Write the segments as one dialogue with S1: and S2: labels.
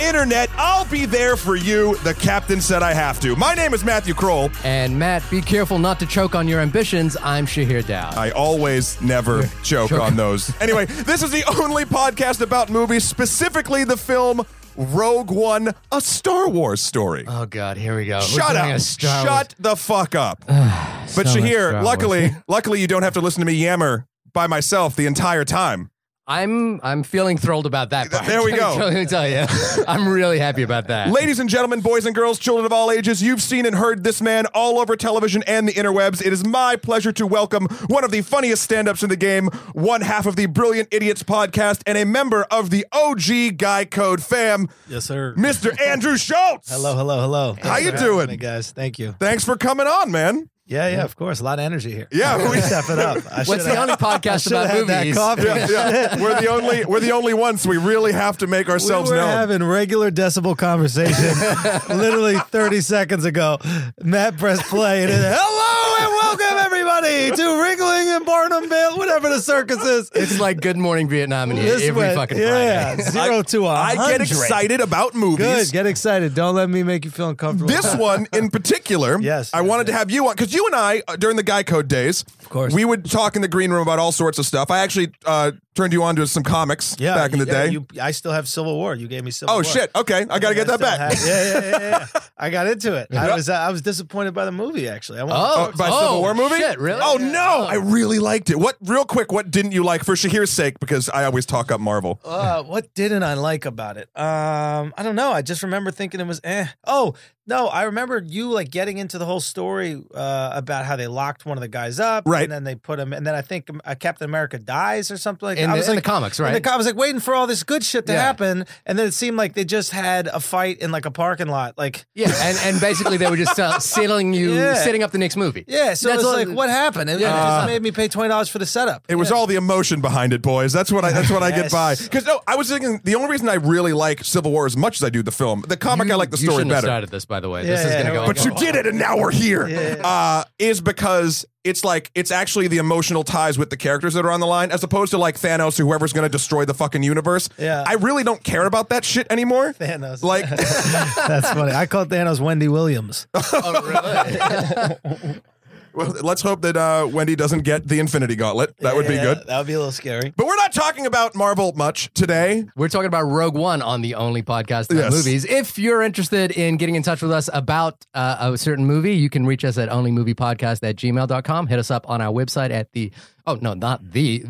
S1: internet. I'll be there for you. The captain said I have to. My name is Matthew Kroll.
S2: And Matt, be careful not to choke on your ambitions. I'm Shahir Dow.
S1: I always never choke on those. Anyway, this is the only podcast about movies, specifically the film Rogue One, a Star Wars story.
S2: oh God, here we go. We're
S1: Shut
S2: doing
S1: up.
S2: a Star
S1: Shut the fuck up.
S2: Wars-
S1: But
S2: so much Star
S1: Shahir,
S2: Wars.
S1: luckily, luckily you don't have to listen to me yammer by myself the entire time.
S2: I'm I'm feeling thrilled about that. Part.
S1: There we go.
S2: Let me tell you, I'm really happy about that.
S1: Ladies and gentlemen, boys and girls, children of all ages, you've seen and heard this man all over television and the interwebs. It is my pleasure to welcome one of the funniest stand-ups in the game, one half of the Brilliant Idiots podcast, and a member of the OG Guy Code fam,
S3: Yes, sir.
S1: Mr. Andrew Schultz.
S3: Hello, hello, hello. Thanks
S1: you
S3: for having
S1: doing?
S3: me, guys? Thank you.
S1: Thanks for coming on, man.
S3: Yeah, yeah, of course. A lot of energy here.
S1: Yeah,
S3: we
S1: we-
S3: step it up. I
S2: What's
S3: should've-
S2: the only
S3: I
S2: podcast
S3: should've
S2: about
S3: had that
S2: movies?
S3: coffee.
S1: Yeah, yeah. We're the only we're the only ones. So we really have to make
S3: We were
S1: ourselves known.
S3: having regular decibel conversation literally 30 seconds ago. Matt pressed play and it, hello and welcome everybody to Ringling and Barnum Vale, whatever the circus is.
S2: It's like Good Morning Vietnam in here
S3: This
S2: every
S3: went-
S2: fucking
S3: yeah,
S2: Friday.
S3: zero to a
S1: I get
S3: hundred.
S1: excited about
S3: Good,
S1: movies.
S3: get excited. Don't let me make you feel uncomfortable.
S1: This one in particular,
S3: Yes,
S1: I
S3: yes,
S1: wanted to have you on because you and I uh, during the Guy Code days, of
S3: course.
S1: we would talk in the green room about all sorts of stuff. I actually uh, turned you on to some comics
S3: yeah,
S1: back in the
S3: yeah,
S1: day.
S3: you- I still have Civil War. You gave me Civil
S1: oh
S3: War.
S1: shit! Okay, I got to get that
S3: still
S1: back.
S3: have- yeah, yeah, yeah, yeah. I got into it. I was uh, I was disappointed by the movie actually. I wanted to
S2: Oh,
S1: Uh, by Civil
S2: oh,
S1: War movie?
S2: shit, really?
S1: Oh no, I really liked it. What? Real quick, what didn't you like for Shahir's sake? Because I always talk up Marvel.
S3: uh, what didn't I like about it? Um, I don't know. I just remember thinking it was eh. Oh no, I remember you like getting into the whole story uh, about how they locked one of the guys up,
S1: Right.
S3: And then they put him, and then I think um, uh, Captain America dies or something like.
S2: In
S3: that. I
S2: the-
S3: was
S2: in
S3: like,
S2: the comics,
S3: in the
S2: right?
S3: co- I was like waiting for all this good shit to
S2: Yeah.
S3: happen, and then it seemed like they just had a fight in like a parking lot, like.
S2: Yeah, and, and basically they were just uh, settling you,
S3: Yeah.
S2: setting up the next movie.
S3: Yeah, so
S2: That's
S3: it's
S2: all-
S3: like, what happened? And, and it
S2: Yeah.
S3: just made me pay twenty dollars for the setup.
S1: It was all the emotion behind it, boys. That's what I. That's what I get
S3: Yes.
S1: by. Because no, I was thinking the only reason I really like Civil War as much as I do the film, the comic, I like the
S2: you
S1: story
S2: shouldn't Have
S1: better.
S2: started this, by the way. this
S3: Yeah,
S2: is
S3: yeah,
S2: gonna
S3: yeah.
S2: go.
S1: but you did it and now we're here uh, is because it's like it's actually the emotional ties with the characters that are on the line as opposed to like thanos whoever's going to destroy the fucking universe
S3: Yeah.
S1: i really don't care about that shit anymore
S3: Thanos.
S1: like
S3: That's funny. I called Thanos Wendy Williams.
S2: Oh, really?
S1: well, let's hope that uh, wendy doesn't get the infinity gauntlet that would be good
S3: That would be a little scary.
S1: but we're not talking about marvel much today
S2: We're talking about Rogue One on the only podcast about
S1: Yes.
S2: movies. If you're interested in getting in touch with us about uh, a certain movie, you can reach us at onlymoviepodcast at gmail.com. Hit us up on our website at the, oh, no, not the,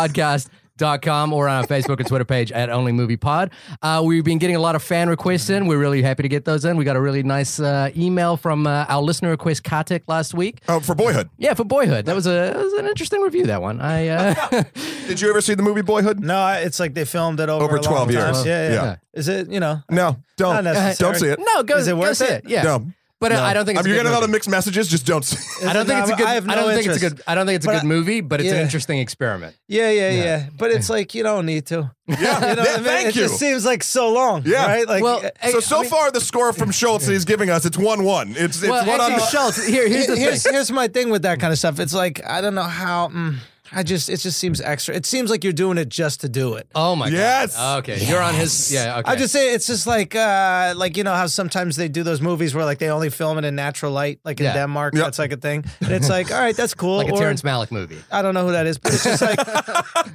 S2: onlymoviepodcast.com or on our Facebook and Twitter page at onlymoviepod. Uh, we've been getting a lot of fan requests in. We're really happy to get those in. We got a really nice uh, email from uh, our listener request, Kartik, last week.
S1: oh, for boyhood
S2: Yeah, for Boyhood. That was, a, that was an interesting review, that one. I uh,
S1: did you ever see the movie boyhood
S3: No, I- it's like they filmed it over,
S1: Over
S3: a
S1: 12
S3: long time.
S1: years.
S3: Yeah, yeah,
S1: Yeah.
S3: yeah. Is it, you know,
S1: no
S3: Not
S1: don't
S3: necessary.
S1: don't see it
S2: No, go,
S3: Is it
S2: go
S3: worth
S2: see
S3: it?
S2: Yeah.
S1: No.
S2: But uh, I don't think
S1: Um,
S2: it's a
S1: you're
S2: good
S1: getting a lot
S2: movie.
S1: of mixed messages just don't see it.
S2: I don't think it's a good.
S3: I
S2: I,
S3: have no
S2: don't think it's a
S3: interest.
S2: good. I don't think it's a
S3: But
S2: good
S3: I-
S2: movie, but it's an
S3: yeah.
S2: interesting experiment.
S3: Yeah, yeah, yeah, But it's like you don't need to. Yeah,
S1: yeah, thank
S3: it
S1: you.
S3: just seems like so long.
S1: Yeah.
S3: right. Like, eh,
S2: Well, I-
S1: so so
S2: mean-
S1: far the score from Schultz that he's giving us it's one one. It's it's
S2: well,
S1: one on
S2: actually,
S1: the
S2: Schultz. Here, here's the
S3: here's
S2: thing.
S3: here's my thing with that kind of stuff. It's like I don't know how. Mm, I just it just seems extra. It seems like you're doing it just to do it.
S2: Oh my
S1: Yes.
S2: god. Okay, you're on his. Yeah. Okay.
S3: I just say it's just like uh like you know how sometimes they do those movies where like they only film it in natural light, like in
S2: Yeah.
S3: Denmark.
S1: Yep.
S3: That's like a thing. And it's like, all right, that's cool.
S2: like a
S3: or-
S2: Terrence Malick movie.
S3: I don't know who that is, but it's just like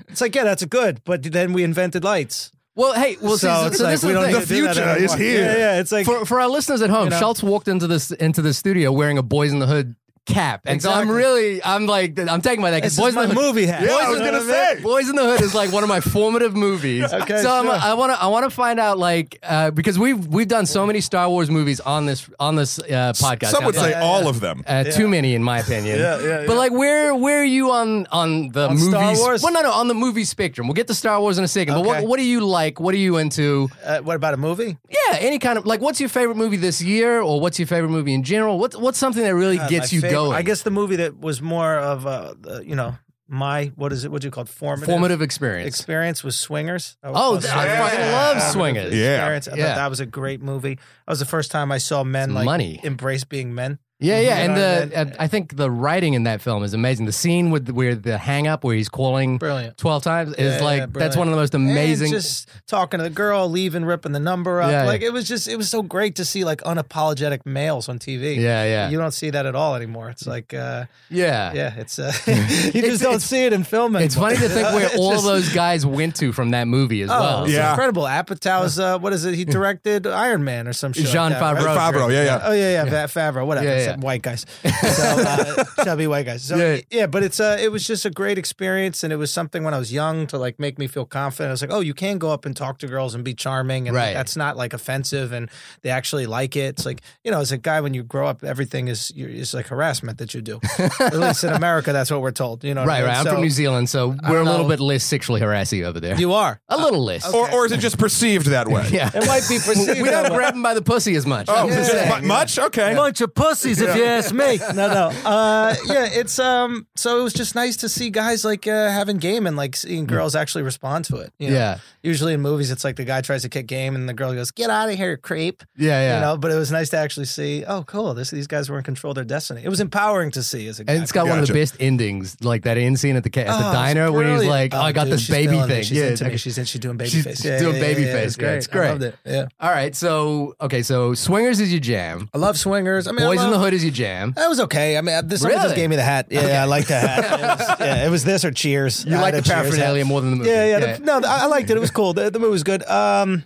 S3: it's like yeah, that's good. But then we invented lights,
S2: Well, hey. Well, see,
S3: so,
S2: so,
S3: it's
S2: so
S3: like
S2: this
S3: we
S2: is
S3: don't
S2: the
S3: need
S2: thing.
S3: to do that
S1: future is
S3: anymore.
S1: here.
S3: Yeah, yeah, it's like
S2: For, for our listeners at home,
S3: know.
S2: Schultz walked into this into the studio wearing a Boys in the Hood cap, and so I'm
S3: Exactly.
S2: really, I'm like, I'm taking my that
S3: this
S2: because Boys in
S3: is
S2: the
S3: my
S2: Hood.
S3: movie hat.
S1: Yeah, I was
S3: You know
S1: gonna
S3: what I mean?
S1: say.
S2: Boys in the Hood is like one of my formative movies.
S3: Okay,
S2: so I'm,
S3: sure.
S2: I want to I want to find out like uh, because we've we've done so many Star Wars movies on this on this uh, podcast.
S1: Some would
S2: now,
S1: say
S2: but-
S1: all of them.
S2: Uh, Too many, in my opinion.
S3: Yeah, yeah,
S2: But like, where where are you on on the
S3: On
S2: movie?
S3: Star Wars?
S2: Well, no, no, on the movie spectrum. We'll get to Star Wars in a second. But what
S3: Okay.
S2: what do you like? What are you into?
S3: Uh, what about a movie?
S2: Yeah, any kind of like. What's your favorite movie this year, or what's your favorite movie in general? What's what's something that really
S3: Uh,
S2: gets
S3: my
S2: you
S3: favorite-
S2: going?
S3: I guess the movie that was more of uh, the you know my what is it? What do you call it? Formative,
S2: formative experience.
S3: experience was Swingers. That was
S2: Oh,
S3: called
S2: th- I
S3: Swingers.
S2: fucking love
S3: Formative
S2: Swingers.
S1: Yeah.
S3: Experience. I
S2: Yeah.
S3: thought that was a great movie. That was the first time I saw men
S2: It's
S3: like
S2: money.
S3: embrace being men.
S2: Yeah, yeah,
S3: You
S2: and
S3: know,
S2: the
S3: and-
S2: and I think the writing in that film is amazing. The scene with where the hang up where he's calling
S4: Brilliant.
S2: twelve times is
S3: Yeah,
S2: like
S3: yeah,
S2: that's one of the most
S3: And
S2: amazing.
S3: just talking to the girl, leaving, ripping the number up.
S2: Yeah, yeah.
S3: like it was just, it was so great to see like unapologetic males on TV.
S2: Yeah, yeah.
S3: You don't see that at all anymore. It's like, uh,
S2: yeah,
S3: yeah, it's uh, you just don't
S2: it's-
S3: see it in film.
S2: It's
S3: anymore.
S2: funny to think where
S3: It's
S2: all
S3: just- Oh,
S2: those guys went to from that movie as well.
S3: it's
S1: Yeah.
S3: incredible. Apatow's uh, what is it? He directed Iron Man or some shit. like
S2: Jean
S3: that, right?
S2: Favreau.
S1: Favreau, yeah, yeah.
S3: Oh yeah, yeah, yeah. Favreau, whatever.
S2: Yeah, yeah.
S3: Except White guys, so, uh, chubby white guys. So
S2: Yeah.
S3: yeah, but it's uh, it was just a great experience, and it was something when I was young to like make me feel confident. I was like, oh, you can go up and talk to girls and be charming, and like,
S2: Right.
S3: that's not like offensive, and they actually like it. It's like you know, as a guy, when you grow up, everything is you is like harassment that you do. At least in America, that's what we're told. You know, what
S2: Right,
S3: I mean?
S2: right. I'm
S3: So-
S2: from New Zealand, so we're a
S3: don't
S2: little
S3: know.
S2: bit less sexually harassing over there.
S3: You are.
S2: a little less.
S1: Or, or is it just perceived that way?
S2: Yeah.
S3: It might be perceived.
S2: We don't
S3: that way.
S2: grab him by the pussy as much.
S1: Oh,
S2: I'm
S1: just
S2: just saying.
S1: mu- much? Okay.
S4: Bunch of pussies, if you ask me.
S3: no, no. Uh, yeah, it's um. So it was just nice to see guys like uh, having game and like seeing girls actually respond to it. you know?
S2: Yeah.
S3: Usually in movies, it's like the guy tries to kick game and the girl goes, "Get out of here, creep."
S2: Yeah, yeah.
S3: You know. But it was nice to actually see. Oh, cool. This these guys were in control of their destiny. It was empowering to see as a guy.
S2: And it's got one of the
S1: Gotcha.
S2: best endings, like that end scene at the ca- at
S3: Oh,
S2: the
S3: it's
S2: diner where he's like,
S3: brilliant.
S2: oh, "I got
S3: dude,
S2: this
S3: she's
S2: baby
S3: feeling it.
S2: thing."
S3: She's
S2: yeah,
S3: into me.
S2: okay.
S3: she's in, she's doing baby
S2: She's
S3: face. Yeah,
S2: doing
S3: yeah, yeah,
S2: baby
S3: yeah,
S2: face.
S3: It's
S2: Yeah,
S3: great.
S2: it's
S3: I
S2: great.
S3: loved it. Yeah.
S2: All right, so okay, so swingers is your jam.
S3: I love swingers. Oh, I mean,
S2: Boys
S3: I
S2: in
S3: love,
S2: the hood is your jam.
S3: That was okay. I mean, this someone
S2: Really?
S3: just gave me the hat. Yeah, I like the hat. It was, yeah, it was this or Cheers.
S2: You
S3: I
S2: like
S3: had
S2: the
S3: a Cheers hat.
S2: paraphernalia more than the movie.
S3: Yeah, yeah. the- no, I I liked it. It was cool. The, the movie was good. Um,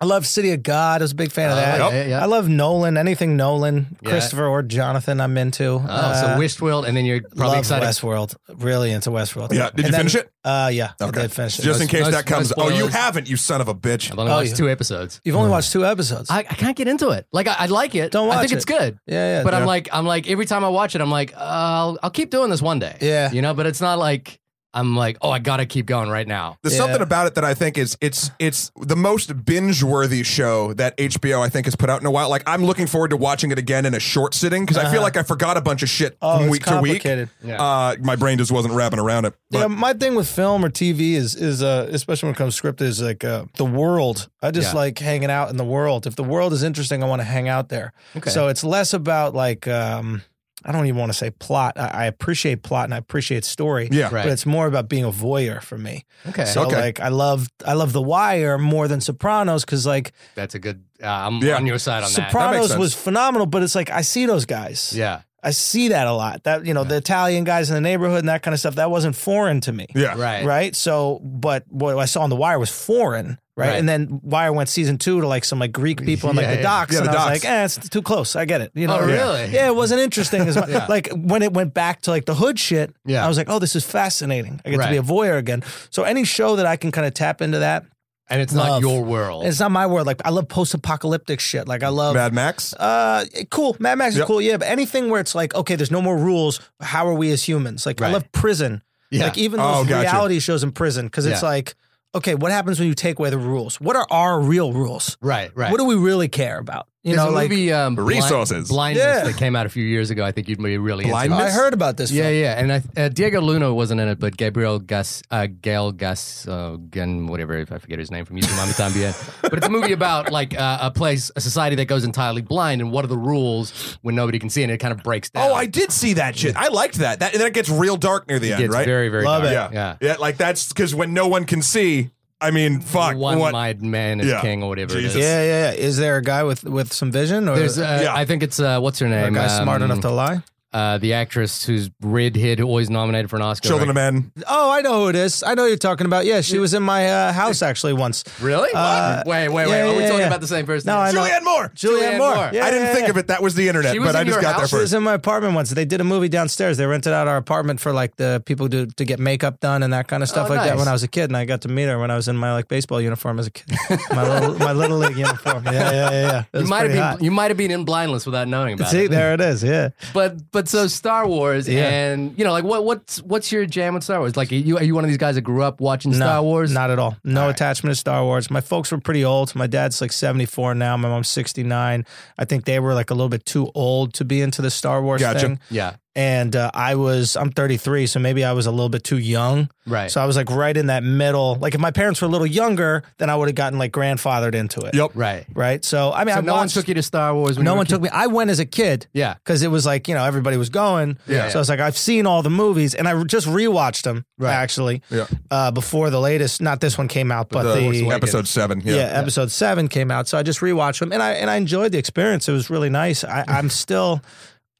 S3: I love City of God. I was a big fan of that.
S2: Uh, yeah, yeah, yeah.
S3: I love Nolan. Anything Nolan,
S2: Yeah.
S3: Christopher or Jonathan, I'm into. Uh,
S2: Oh, so Westworld, and then you're probably
S3: love
S2: excited.
S3: Westworld. Really into Westworld.
S1: Yeah, did you
S3: And then-
S1: finish it?
S3: Uh, yeah. I did finish it.
S1: Just in case
S2: no-
S1: that comes.
S2: no
S1: oh, you
S2: spoilers.
S1: haven't, you son of a bitch.
S2: I've only
S3: Oh,
S2: watched
S3: yeah.
S2: two episodes.
S3: You've only watched two episodes.
S2: I, I can't get into it. Like I, I like it.
S3: Don't
S2: I
S3: watch
S2: think
S3: it.
S2: it's good.
S3: yeah, yeah.
S2: But I'm
S3: yeah.
S2: like, I'm like, every time I watch it, I'm like, uh, I'll, I'll keep doing this one day.
S3: Yeah.
S2: you know. But it's not like I'm like, oh, I gotta keep going right now.
S1: There's
S3: Yeah.
S1: something about it that I think is it's it's the most binge-worthy show that HBO I think has put out in a while. Like I'm looking forward to watching it again in a short sitting because I feel like I forgot a bunch of shit
S3: Oh,
S1: from
S3: it's
S1: week to week.
S3: complicated.
S2: Yeah.
S1: Uh, my brain just wasn't wrapping around it. But
S3: yeah, my thing with film or TV is is uh, especially when it comes to script is like uh, the world. I just
S2: Yeah.
S3: like hanging out in the world. If the world is interesting, I want to hang out there.
S2: Okay.
S3: So it's less about like um, I don't even want to say plot. I, I appreciate plot and I appreciate story.
S1: yeah,
S2: Right.
S3: But it's more about being a voyeur for me.
S2: Okay,
S3: So
S1: Okay.
S3: like I love I love The Wire more than Sopranos because like
S2: that's a good. Uh, I'm
S1: Yeah.
S2: on your side on that.
S1: makes
S3: Sopranos
S1: sense.
S3: was phenomenal, but it's like I see those guys.
S2: Yeah,
S3: I see that a lot. That you know the Italian guys in the neighborhood and that kind of stuff. That wasn't foreign to me
S1: yeah,
S2: right.
S3: right? So, but what I saw on The Wire was foreign, right?
S2: Right.
S3: And then Wire went season two to like some like Greek people and like
S2: Yeah, yeah.
S3: the docks,
S1: Yeah,
S3: and
S1: the
S3: I
S1: docks.
S3: was like, eh, it's too close. I get it. You know,
S2: Oh,
S3: Yeah.
S2: really?
S3: Yeah, it wasn't interesting as much.
S2: Yeah.
S3: Like when it went back to like the hood shit,
S2: Yeah.
S3: I was like, oh, this is fascinating. I get
S2: Right.
S3: to be a voyeur again. So any show that I can kind of tap into that,
S2: And it's not
S3: Love.
S2: your world.
S3: it's not my word. Like I love post-apocalyptic shit. Like I love
S1: Mad Max.
S3: uh, cool. Mad Max
S1: Yep.
S3: is cool. Yeah, but anything where it's like, okay, there's no more rules. How are we as humans? Like,
S2: Right.
S3: I love prison.
S2: Yeah.
S3: Like even
S1: Oh,
S3: those
S1: gotcha.
S3: reality shows in prison because it's
S2: Yeah.
S3: like, okay, what happens when you take away the rules? What are our real rules?
S2: right, right.
S3: What do we really care about? You
S2: There's a
S3: know, like
S2: movie, um, Blind-
S1: Resources.
S2: Blindness
S3: Yeah.
S2: that came out a few years ago. I think you'd be really
S1: Blindness?
S2: into.
S3: I heard about this.
S2: Yeah,
S3: film.
S2: yeah, and I, uh, Diego Luna wasn't in it, but Gabriel Gas, uh, Gail Gas, uh, Gun, whatever I forget his name from YouTube Mama Tambien. But it's a movie about like uh, a place, a society that goes entirely blind, and what are the rules when nobody can see, and it kind of breaks down.
S1: Oh, I did see that shit. I liked that. That and then it gets real dark near the end,
S2: it's
S1: right?
S2: very, very
S3: Love
S2: dark.
S1: yeah.
S2: yeah.
S1: yeah, Like that's because when no one can see, I mean, fuck.
S2: One
S1: what-
S2: eyed man is
S1: Yeah.
S2: king or whatever
S1: Jesus.
S2: it is.
S3: yeah, yeah, yeah. Is there a guy with with some vision or
S2: There's, uh,
S1: Yeah.
S2: I think it's uh, what's her
S3: a
S2: name?
S3: guy smart
S2: Um,
S3: enough to lie?
S2: uh, the actress who's redhead, who always nominated for an Oscar.
S1: Children
S2: right?
S1: of Men.
S3: Oh, I know who it is. I know who you're talking about. Yeah, she was in my uh, house actually once.
S2: Really? What?
S3: Uh,
S2: wait, wait, wait.
S3: yeah,
S2: Are we
S3: yeah,
S2: talking
S3: yeah.
S2: about the same person?
S3: No, I know.
S1: Julianne Moore.
S3: Julianne,
S2: Julianne
S3: Moore.
S2: Moore.
S3: Yeah,
S1: I didn't
S3: yeah,
S1: think
S3: yeah.
S1: of it. That was the internet,
S2: She was
S1: but I
S2: in
S1: just
S2: your
S1: got there
S2: house?
S3: She was
S1: first.
S3: in my apartment once. They did a movie downstairs. They rented out our apartment for like the people to to get makeup done and that kind of stuff
S2: Oh,
S3: like
S2: nice.
S3: that when I was a kid. And I got to meet her when I was in my like baseball uniform as a kid, my little my little league uniform. Yeah, yeah, yeah. yeah. It
S2: You
S3: was
S2: might have
S3: pretty
S2: been
S3: hot.
S2: you might have been in blindless without knowing about
S3: See,
S2: it.
S3: there it is. Yeah.
S2: But but so Star Wars
S3: Yeah.
S2: and you know like what what's what's your jam with Star Wars? Like are you are you one of these guys that grew up watching Star Wars?
S3: Not at all. No attachment to Star Wars. My folks were pretty old. My dad's like 74 now. My mom's 69. I think they were like a little bit too old to be into the Star Wars
S1: Gotcha.
S3: thing.
S2: Yeah.
S3: and uh, I was I'm 33, so maybe I was a little bit too young.
S2: Right.
S3: So I was like right in that middle. Like if my parents were a little younger, then I would have gotten like grandfathered into it.
S1: Yep.
S2: right.
S3: Right. So I mean,
S2: So
S3: I
S2: no one
S3: watched,
S2: took you to Star Wars. When
S3: no
S2: you were a
S3: one
S2: kid?
S3: took me. I went as a kid.
S2: Yeah.
S3: Because it was like you know everybody was going.
S2: Yeah.
S3: So it's like I've seen all the movies, and I re- just rewatched them
S2: Right.
S3: actually.
S1: Yeah.
S3: Uh, before the latest, not this one came out, but
S1: The-
S3: the,
S1: episode seven.
S3: yeah,
S1: Yeah.
S3: episode seven came out, so I just rewatched them, and I and I enjoyed the experience. It was really nice. I, I'm still,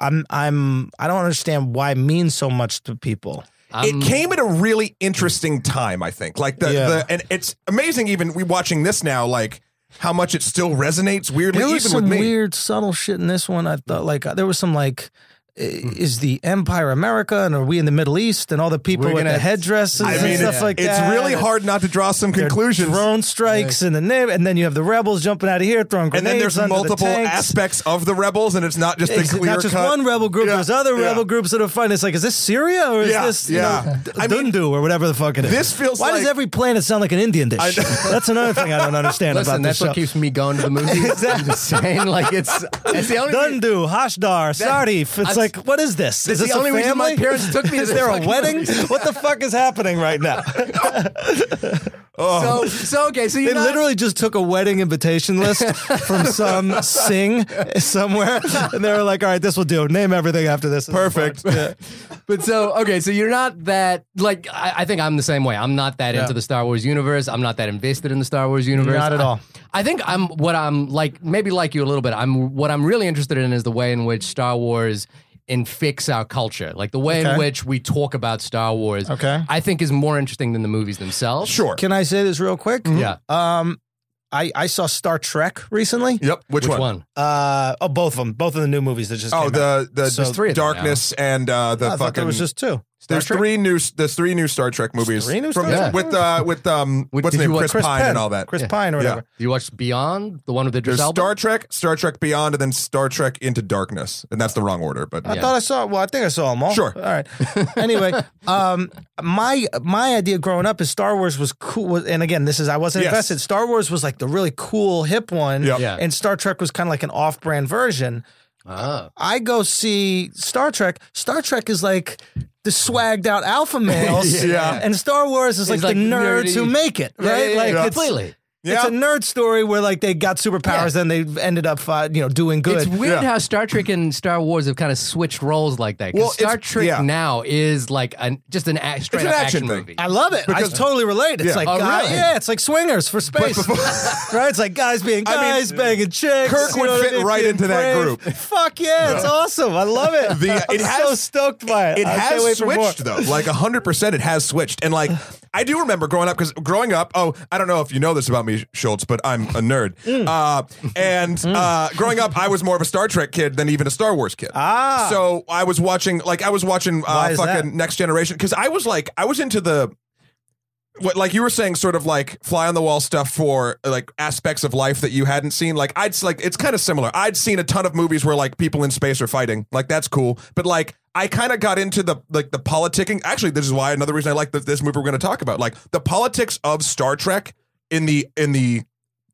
S3: I'm I'm I don't understand why it means so much to people.
S2: I'm-
S1: it came at a really interesting time, I think. Like the,
S3: Yeah.
S1: the and it's amazing even we watching this now, like how much it still resonates weirdly,
S3: There
S1: even
S3: was some
S1: with me.
S3: weird subtle shit in this one. I thought like uh, there was some like. i-
S1: Hmm.
S3: Is the Empire America and are we in the Middle East and all the people
S2: We're
S3: with
S2: gonna-
S3: the headdresses
S1: I
S3: and
S1: mean,
S3: stuff like
S1: it's
S3: that?
S1: really hard not to draw some conclusions.
S3: Drone strikes in the name, and then you have the rebels jumping out of here throwing grenades.
S1: and then there's
S3: under the
S1: multiple
S3: tanks.
S1: aspects of the rebels, and it's not just
S3: It's
S1: the clear
S3: not just
S1: cut.
S3: one rebel group.
S1: Yeah,
S3: There's other
S1: yeah.
S3: rebel groups that are fighting. It's like, is this Syria or is
S1: Yeah,
S3: this you
S1: yeah.
S3: know,
S1: I mean,
S3: Dundu or whatever the fuck it is?
S1: this feels
S3: Why
S1: like-
S3: does every planet sound like an Indian dish? that's another thing I don't understand
S2: Listen,
S3: about this
S2: that's
S3: show.
S2: what keeps me going to the movies. I'm just saying, like it's it's the only.
S3: Dundu, Hashdar, Sarif. It's
S2: I've-
S3: like, what is this? Is
S2: the
S3: this
S2: only
S3: a
S2: reason my
S3: family?
S2: parents took me to
S3: is
S2: this
S3: there a
S2: fucking
S3: wedding?
S2: movie.
S3: What the fuck is happening right now?
S2: So, so okay, so
S3: They
S2: you
S3: Oh. literally just took a wedding invitation list from some sing somewhere, and they were like, "All right, this will do. Name everything after this."
S1: Perfect.
S2: But so okay, so you're not that like I, I think I'm the same way. I'm not that into the Star Wars universe. I'm not that invested in the Star Wars universe.
S3: Not at
S2: I-
S3: all.
S2: I think I'm what I'm like maybe like you a little bit. I'm what I'm really interested in is the way in which Star Wars infix our culture, like the way
S3: Okay.
S2: in which we talk about Star Wars.
S3: Okay.
S2: I think is more interesting than the movies themselves.
S1: Sure.
S3: Can I say this real quick?
S1: Mm-hmm.
S2: Yeah.
S3: Um, I I saw Star Trek recently.
S1: Yep. Which, one?
S2: Which one?
S3: Uh, oh, both of them, both of the new movies that just
S1: Oh,
S3: came out.
S1: the the
S3: So
S2: three of them now.
S1: darkness and uh, the
S3: I thought
S1: fucking.
S3: there was just two.
S1: there's
S2: Star Trek?
S1: three new. There's three new Star Trek movies
S3: Three new
S1: from
S3: Star Trek
S1: with uh, with um
S2: With-
S1: what's
S2: did
S1: his name
S2: you watch
S1: Chris,
S3: Chris
S1: Pine
S3: Penn.
S1: and all that.
S3: Chris Pine or
S1: Yeah.
S3: whatever.
S2: You watched Beyond, the one with Idris
S1: There's
S2: Elba.
S1: Star Trek, Star Trek Beyond, and then Star Trek Into Darkness, and that's the wrong order. But
S3: I thought I saw. Well, I think I saw them all.
S1: Sure.
S3: All right. Anyway, um, my my idea growing up is Star Wars was cool. Was, and again, this is I wasn't
S1: Yes.
S3: invested. Star Wars was like the really cool, hip one.
S1: Yep.
S2: Yeah.
S3: And Star Trek was kind of like an off-brand version.
S2: Oh.
S3: I go see Star Trek. Star Trek is like the swagged out alpha males.
S1: Yeah.
S3: And Star Wars is like,
S2: like
S3: the nerds
S2: nerdy.
S3: who make it.
S2: Yeah,
S3: Right?
S2: yeah, yeah,
S3: like it's-
S2: completely.
S3: It's
S1: Yeah.
S3: a nerd story where like they got superpowers, then they ended up uh, you know doing
S2: It's
S3: good.
S2: weird
S1: Yeah.
S2: how Star Trek and Star Wars have kind of switched roles like that. 'Cause
S1: Well,
S2: Star
S1: it's-
S2: Trek
S1: yeah.
S2: now is like an just an act, straight
S1: an
S2: up
S1: action
S2: action,
S1: thing.
S2: movie.
S3: I love it. I totally relate. It's
S1: Yeah.
S3: like
S2: Oh,
S3: guy-
S2: really?
S3: yeah, it's like swingers for space, right? It's like guys being
S1: I mean,
S3: guys, banging chicks.
S1: Kirk would
S3: what I
S1: fit
S3: mean?
S1: right
S3: Being
S1: into that
S3: brave.
S1: group.
S3: Fuck yeah, it's awesome. I love it.
S1: The-
S3: I'm
S1: it
S3: so
S1: has-
S3: stoked by it.
S1: it
S3: I can't wait
S1: has
S3: for more.
S1: switched though like 100% it has switched and like i do remember growing up because growing up oh i don't know if you know this about me schultz but i'm a nerd
S3: Mm.
S1: uh, and uh, growing up i was more of a star trek kid than even a star wars kid
S3: Ah.
S1: so i was watching like i was watching
S3: Why
S1: uh,
S3: is
S1: fucking
S3: that?
S1: next generation because i was like i was into the what like you were saying sort of like fly on the wall stuff for like aspects of life that you hadn't seen like i'd s- like it's kind of similar i'd seen a ton of movies where like people in space are fighting like that's cool but like i kind of got into the like the politicking actually this is why another reason i like th- this movie we're going to talk about like the politics of star trek in the in the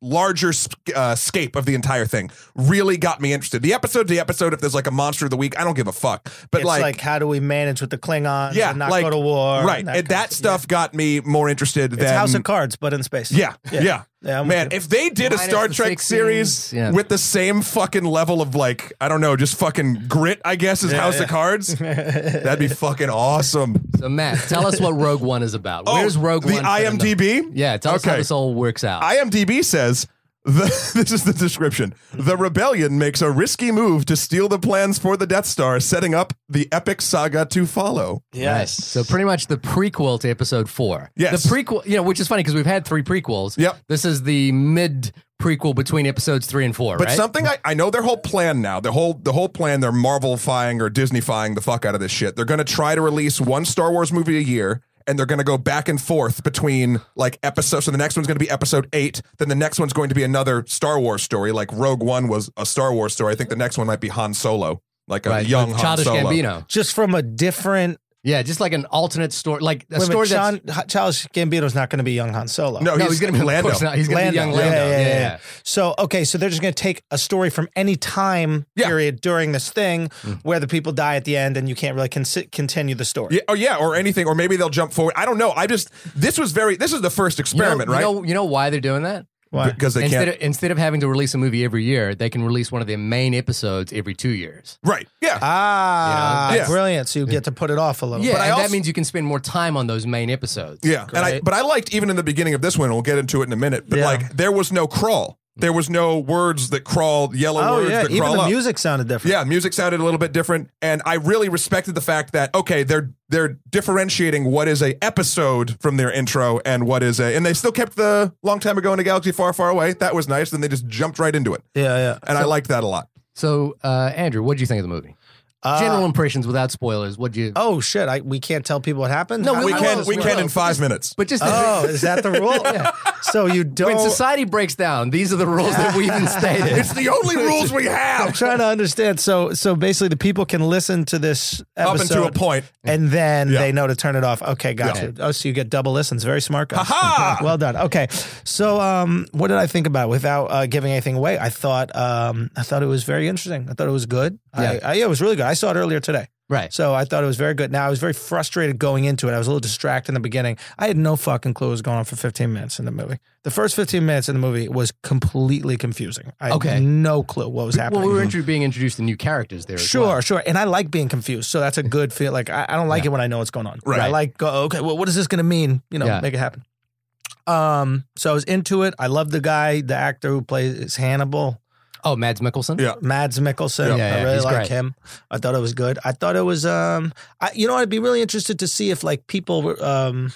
S1: larger sp- uh, scape of the entire thing really got me interested the episode to the episode if there's like a monster of the week i don't give a fuck but
S3: It's like, how do we manage with the Klingons?
S1: yeah,
S3: and not
S1: like
S3: go to war.
S1: right?
S3: and
S1: And
S3: that
S1: that,
S3: kind of-
S1: stuff got me more interested
S3: It's
S1: than
S3: House of Cards, but in space.
S1: yeah,
S3: Yeah.
S1: yeah.
S3: Yeah, I'm with
S1: Man,
S3: you.
S1: if they did a
S2: Minus
S1: Star
S2: the
S1: Trek
S2: fixings,
S1: series
S2: yeah.
S1: with the same fucking level of like, I don't know, just fucking grit, I guess, as House
S3: yeah.
S1: of Cards, that'd be fucking awesome.
S2: So Matt, tell us what Rogue One is about. Where's Rogue
S1: Oh, the
S2: One? fit in the-
S1: IMDb?
S2: yeah, tell us how
S1: Okay.
S2: this all works out.
S1: IMDb says the, this is the description. The rebellion makes a risky move to steal the plans for the Death Star, setting up the epic saga to follow.
S2: Right. So pretty much the prequel to Episode Four.
S1: Yes.
S2: The prequel, you know, which is funny because we've had three prequels.
S1: Yep.
S2: This is the mid prequel between Episodes Three and Four.
S1: But
S2: right?
S1: something I, I know their whole plan now, the whole the whole plan, they're Marvel-fying or Disney-fying the fuck out of this shit. They're gonna try to release one Star Wars movie a year, and they're gonna go back and forth between like episode. So the next one's gonna be episode eight, then the next one's going to be another Star Wars story. Like Rogue One was a Star Wars story. I think the next one might be Han Solo, like a
S2: right?
S1: young
S2: with
S1: Han
S2: childish
S1: Solo.
S2: Gambino.
S3: just from a different
S2: Yeah, just like an alternate story, like a
S3: Wait a minute,
S2: story that's
S3: Sean, Ha- Charles Gambino's not going to be young Han Solo.
S1: No,
S2: no,
S1: he's,
S2: he's, gonna be of
S1: Lando.
S2: course not. He's gonna be young Lando. Yeah, yeah.
S3: So okay, so they're just going to take a story from any time
S1: Yeah. Mm.
S3: period during this thing where the people die at the end, and you can't really consi- continue the story.
S1: Yeah, or yeah, or anything, or maybe they'll jump forward. I don't know. I just this was very this is the first
S2: You know-
S1: experiment,
S2: you
S1: right?
S2: know, you know why they're doing that?
S3: Why?
S1: because they
S2: instead
S1: can't.
S2: of, instead of having to release a movie every year, they can release one of their main episodes every two years.
S1: right. Yeah.
S3: Ah,
S1: You know? Yeah.
S3: brilliant! So you get to put it off a little.
S2: Yeah,
S3: bit.
S2: and
S1: also-
S2: that means you can spend more time on those main episodes.
S1: yeah. And I
S3: Great.
S1: but I liked even in the beginning of this one, and we'll get into it in a minute, but
S3: Yeah.
S1: like there was no crawl. There was no words that crawled, yellow
S3: Oh
S1: words
S3: yeah,
S1: that
S3: even
S1: crawl
S3: the
S1: up.
S3: music sounded different.
S1: Yeah, music sounded a little bit different, and I really respected the fact that okay, they're they're differentiating what is a episode from their intro and what is a, and they still kept the long time ago in a galaxy far, far away. That was nice. Then they just jumped right into it,
S3: yeah, yeah.
S1: and I liked that a lot.
S2: So, uh, Andrew, what did you think of the movie?
S3: Uh,
S2: General impressions without spoilers. What do you?
S3: Oh shit! I, we can't tell people what happened.
S2: No,
S3: I-
S1: We
S3: I
S1: can
S3: was-
S1: we
S2: well,
S1: can in
S2: just-
S1: five minutes.
S2: But just
S3: Oh, is that the rule? So you don't.
S2: when society breaks down, these are the rules that we even stated.
S1: It's the only rules we
S3: I'm
S1: have
S3: trying to understand. So, so basically, the people can listen to this
S1: up
S3: episode
S1: until a point.
S3: and then
S1: Yeah.
S3: they know to turn it off. Okay, gotcha.
S2: Yeah.
S3: Oh, so you get double listens. Very smart, guys.
S1: Ha-ha!
S3: well done. Okay, so um, what did I think about it? without uh, giving anything away? I thought um, I thought it was very interesting. I thought it was good.
S2: Yeah.
S3: I, I, yeah, it was really good. I saw it earlier today.
S2: right.
S3: So I thought it was very good. Now I was very frustrated going into it. I was a little distracted in the beginning. I had no fucking clue what was going on for 15 minutes in the movie. The first 15 minutes in the movie was completely confusing. I
S2: Okay.
S3: had no clue what was happening.
S2: Well, we were intro- being introduced to new characters there. as
S3: Sure,
S2: well.
S3: sure. And I like being confused. So that's a good feel. Like I, I don't like it when I know what's going on.
S1: Right.
S3: I like go, okay, well, what is this gonna mean? You know,
S2: Yeah.
S3: make it happen. Um, so I was into it. I love the guy, the actor who plays Hannibal,
S2: Oh, Mads Mikkelsen.
S1: Yeah.
S3: Mads Mikkelsen.
S1: Yeah.
S2: Yeah,
S3: I
S2: yeah,
S3: really
S2: he's
S3: like
S2: great.
S3: him. I thought it was good. I thought it was um I you know, I'd be really interested to see if like people were um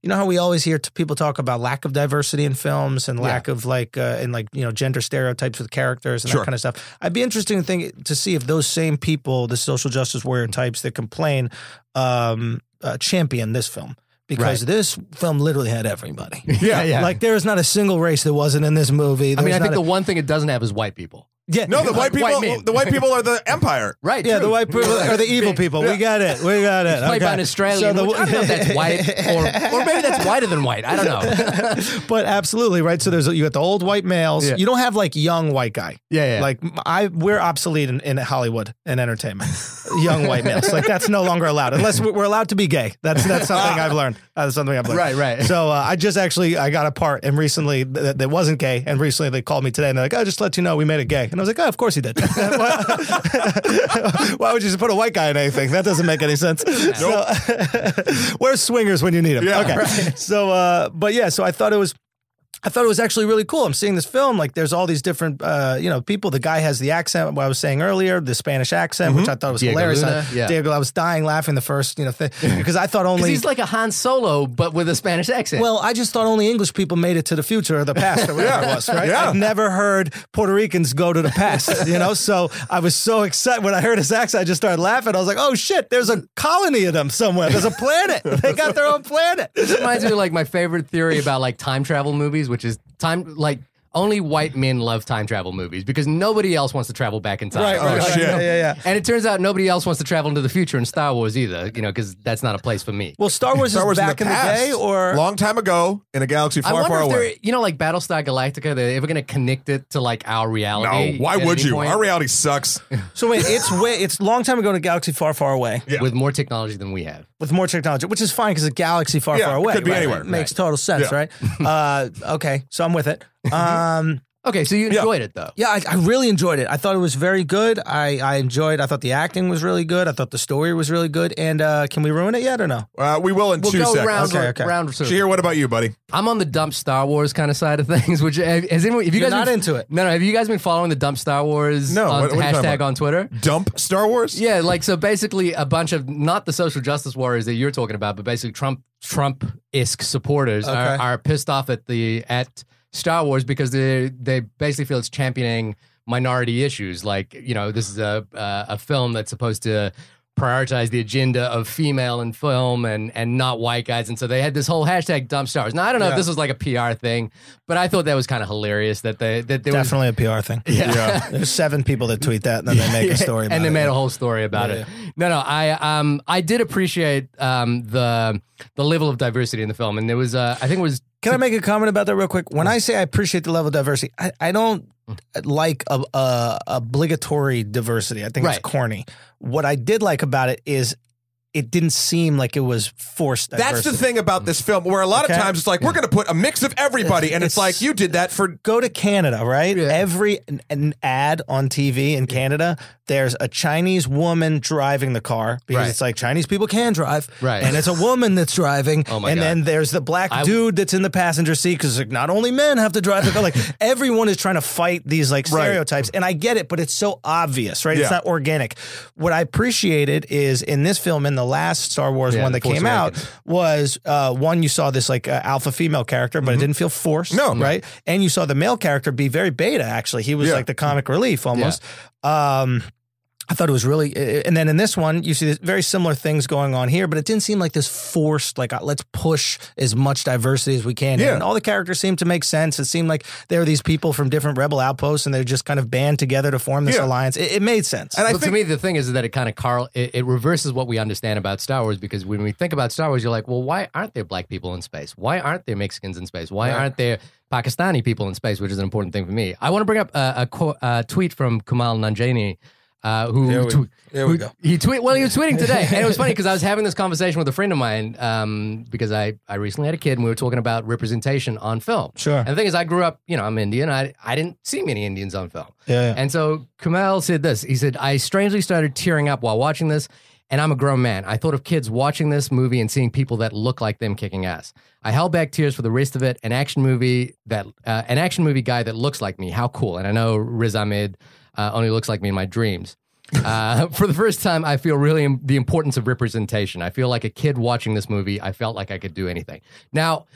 S3: you know how we always hear t- people talk about lack of diversity in films and
S2: Yeah.
S3: lack of like uh, and like you know gender stereotypes with characters and
S1: Sure.
S3: that kind of stuff. I'd be interested to think to see if those same people, the social justice warrior types that complain, um, uh, champion this film because this film literally had everybody.
S1: Yeah,
S3: Like there is not a single race that wasn't in this movie.
S2: I mean,
S3: There's
S2: I think
S3: not
S2: the
S3: a-
S2: one thing it doesn't have is white people.
S3: yeah,
S1: No, the
S2: Like
S1: white people.
S2: white men.
S1: the white people are the empire.
S2: Right.
S3: Yeah,
S2: true.
S3: the white people are the evil people. We got it. We got it.
S2: Played by an
S3: Okay.
S2: Australian.
S3: So the-
S2: which I don't know if that's white, or, or maybe that's whiter than white. I don't know.
S3: but absolutely right. So there's you got the old white males.
S2: Yeah.
S3: You don't have like young white guy.
S2: Yeah, yeah.
S3: Like I, we're obsolete in, in Hollywood and entertainment. young white males, like that's no longer allowed unless we're we're allowed to be gay. That's that's something I've learned. That's something I've learned.
S2: Right, right.
S3: So uh, I just actually I got a part and recently th- that that wasn't gay and recently they called me today and they're like, oh, just let you know we made it gay and I was like, oh, of course he did. Why would you just put a white guy in anything? That doesn't make any sense. So, where's swingers when you need them?
S1: Yeah,
S3: okay. So, uh, but yeah, so I thought it was. I thought it was actually really cool. I'm seeing this film. Like, there's all these different, uh, you know, people. The guy has the accent. What I was saying earlier, the Spanish accent, which I thought was
S2: Mm-hmm. Diego
S3: hilarious.
S2: Luna,
S3: I,
S2: yeah.
S3: Diego, I was dying laughing the first, you know, thing because I thought only.
S2: he's like a Han Solo, but with a Spanish accent.
S3: Well, I just thought only English people made it to the future or the past or whatever it was, right?
S1: Yeah.
S3: I've never heard Puerto Ricans go to the past, you know? So I was so excited when I heard his accent, I just started laughing. I was like, oh shit, there's a colony of them somewhere. There's a planet. They got their own planet.
S2: This reminds me of like my favorite theory about like time travel movies, which is time like only white men love time travel movies because nobody else wants to travel back in time.
S1: right,
S2: Like,
S1: oh, shit.
S2: you know,
S3: Yeah, yeah, yeah.
S2: And it turns out nobody else wants to travel into the future in Star Wars either, you know, because that's not a place for me.
S3: Well, Star Wars
S1: Star Wars
S3: is back in the,
S1: past,
S3: day or.
S1: long time ago in a galaxy
S2: I
S1: far,
S2: wonder
S1: far
S2: if
S1: away.
S2: they're, you know, like Battlestar Galactica, they're ever going to connect it to like our
S1: No,
S2: reality.
S1: why
S2: at
S1: would
S2: any
S1: you?
S2: point
S1: Our reality sucks.
S3: So wait, it's way it's long time ago in a galaxy far, far away
S1: Yeah.
S2: With more technology than we have.
S3: with more technology, which is fine because a galaxy far,
S1: Yeah,
S3: far
S1: it
S3: away
S1: could be
S3: right?
S1: anywhere.
S3: makes total sense,
S1: Yeah. Mm-hmm.
S3: right? uh, okay, so I'm with it. Um,
S2: Okay, so you
S1: Yeah.
S2: enjoyed it though.
S3: yeah, I, I really enjoyed it. I thought it was very good. I, I enjoyed. I thought the acting was really good. I thought the story was really good. And uh, can we ruin it yet or no?
S1: Uh, we will in
S2: We'll
S1: two
S2: go
S1: seconds.
S2: round
S3: Okay, okay.
S2: round. so-
S1: Shahir, what about you, buddy?
S2: I'm on the dump Star Wars kind of side of things. Which has anyone? Have you guys
S3: You're not
S2: been,
S3: into it.
S2: No, no. Have you guys been following the dump Star Wars?
S1: No,
S2: on,
S1: what- what are you talking
S2: hashtag
S1: about?
S2: on Twitter.
S1: Dump Star Wars?
S2: Yeah, like so basically a bunch of not the social justice warriors that you're talking about, but basically Trump Trump esque supporters are,
S3: Okay.
S2: are pissed off at the at Star Wars because they they basically feel it's championing minority issues. Like you know, this is a uh, a film that's supposed to prioritize the agenda of female in film and and not white guys. And so they had this whole hashtag dump stars. Now I don't know
S1: Yeah.
S2: if this was like a PR thing, but I thought that was kind of hilarious that they that there was
S3: Definitely a PR thing. Yeah. There's seven people that tweet that and then they make a story about
S2: and they
S3: it.
S2: made a whole story about it. No, no, I um I did appreciate um the the level of diversity in the film, and there was uh, I think it was
S3: Can I make a comment about that real quick? When I say I appreciate the level of diversity, I, I don't like a, a obligatory diversity. I think
S2: Right.
S3: it's corny. What I did like about it is it didn't seem like it was forced.
S1: That's
S3: diversity.
S1: the thing about this film, where a lot of
S3: Okay.
S1: times it's like we're going to put a mix of everybody, and it's,
S3: It's-
S1: like you did that for.
S3: Go to Canada, right?
S2: Yeah.
S3: Every an, an ad on TV in Canada, there's a Chinese woman driving the car because
S2: Right.
S3: it's like Chinese people can drive,
S2: Right.
S3: And it's a woman that's driving.
S2: Oh my
S3: and
S2: God.
S3: then there's the black
S2: I-
S3: dude that's in the passenger seat because like not only men have to drive the car, like everyone is trying to fight these like
S1: Right.
S3: stereotypes. And I get it, but it's so obvious, right?
S1: Yeah.
S3: It's not organic. What I appreciated is in this film, in the last Star Wars
S2: Yeah,
S3: one
S2: The
S3: that
S2: Force
S3: came out, was uh, one you saw this like uh, alpha female character,
S2: Mm-hmm.
S3: but it didn't feel forced.
S1: No.
S3: right? And you saw the male character be very beta. Actually, he was
S1: Yeah.
S3: like the comic relief almost. Um, I thought it was really, and then in this one, you see this very similar things going on here, but it didn't seem like this forced, like uh, let's push as much diversity as we can.
S1: Yeah.
S3: And all the characters seemed to make sense. It seemed like there were these people from different rebel outposts, and they're just kind of band together to form this
S1: Yeah.
S3: alliance. It, it made sense.
S1: And I
S2: but
S1: think
S2: to me, the thing is that it kind of Carl it, it reverses what we understand about Star Wars because when we think about Star Wars, you're like, well, why aren't there black people in space? Why aren't there Mexicans in space? Why aren't there Pakistani people in space? Which is an important thing for me. I want to bring up a, a qu- uh, tweet from Kamal Nanjani. Uh, who
S1: There we-
S2: tw-
S1: there we
S2: who-
S1: go.
S2: He tweet well. He was tweeting today, and it was funny because I was having this conversation with a friend of mine um, because I I recently had a kid, and we were talking about representation on film.
S3: Sure.
S2: And the thing is, I grew up. You know, I'm Indian. I I didn't see many Indians on film.
S3: yeah,
S2: And so Kamal said this. He said, I strangely started tearing up while watching this, and I'm a grown man. I thought of kids watching this movie and seeing people that look like them kicking ass. I held back tears for the rest of it. An action movie that uh, an action movie guy that looks like me. How cool. And I know Riz Ahmed uh, only looks like me in my dreams. Uh, for the first time, I feel really im- the importance of representation. I feel like a kid watching this movie. I felt like I could do anything. Now,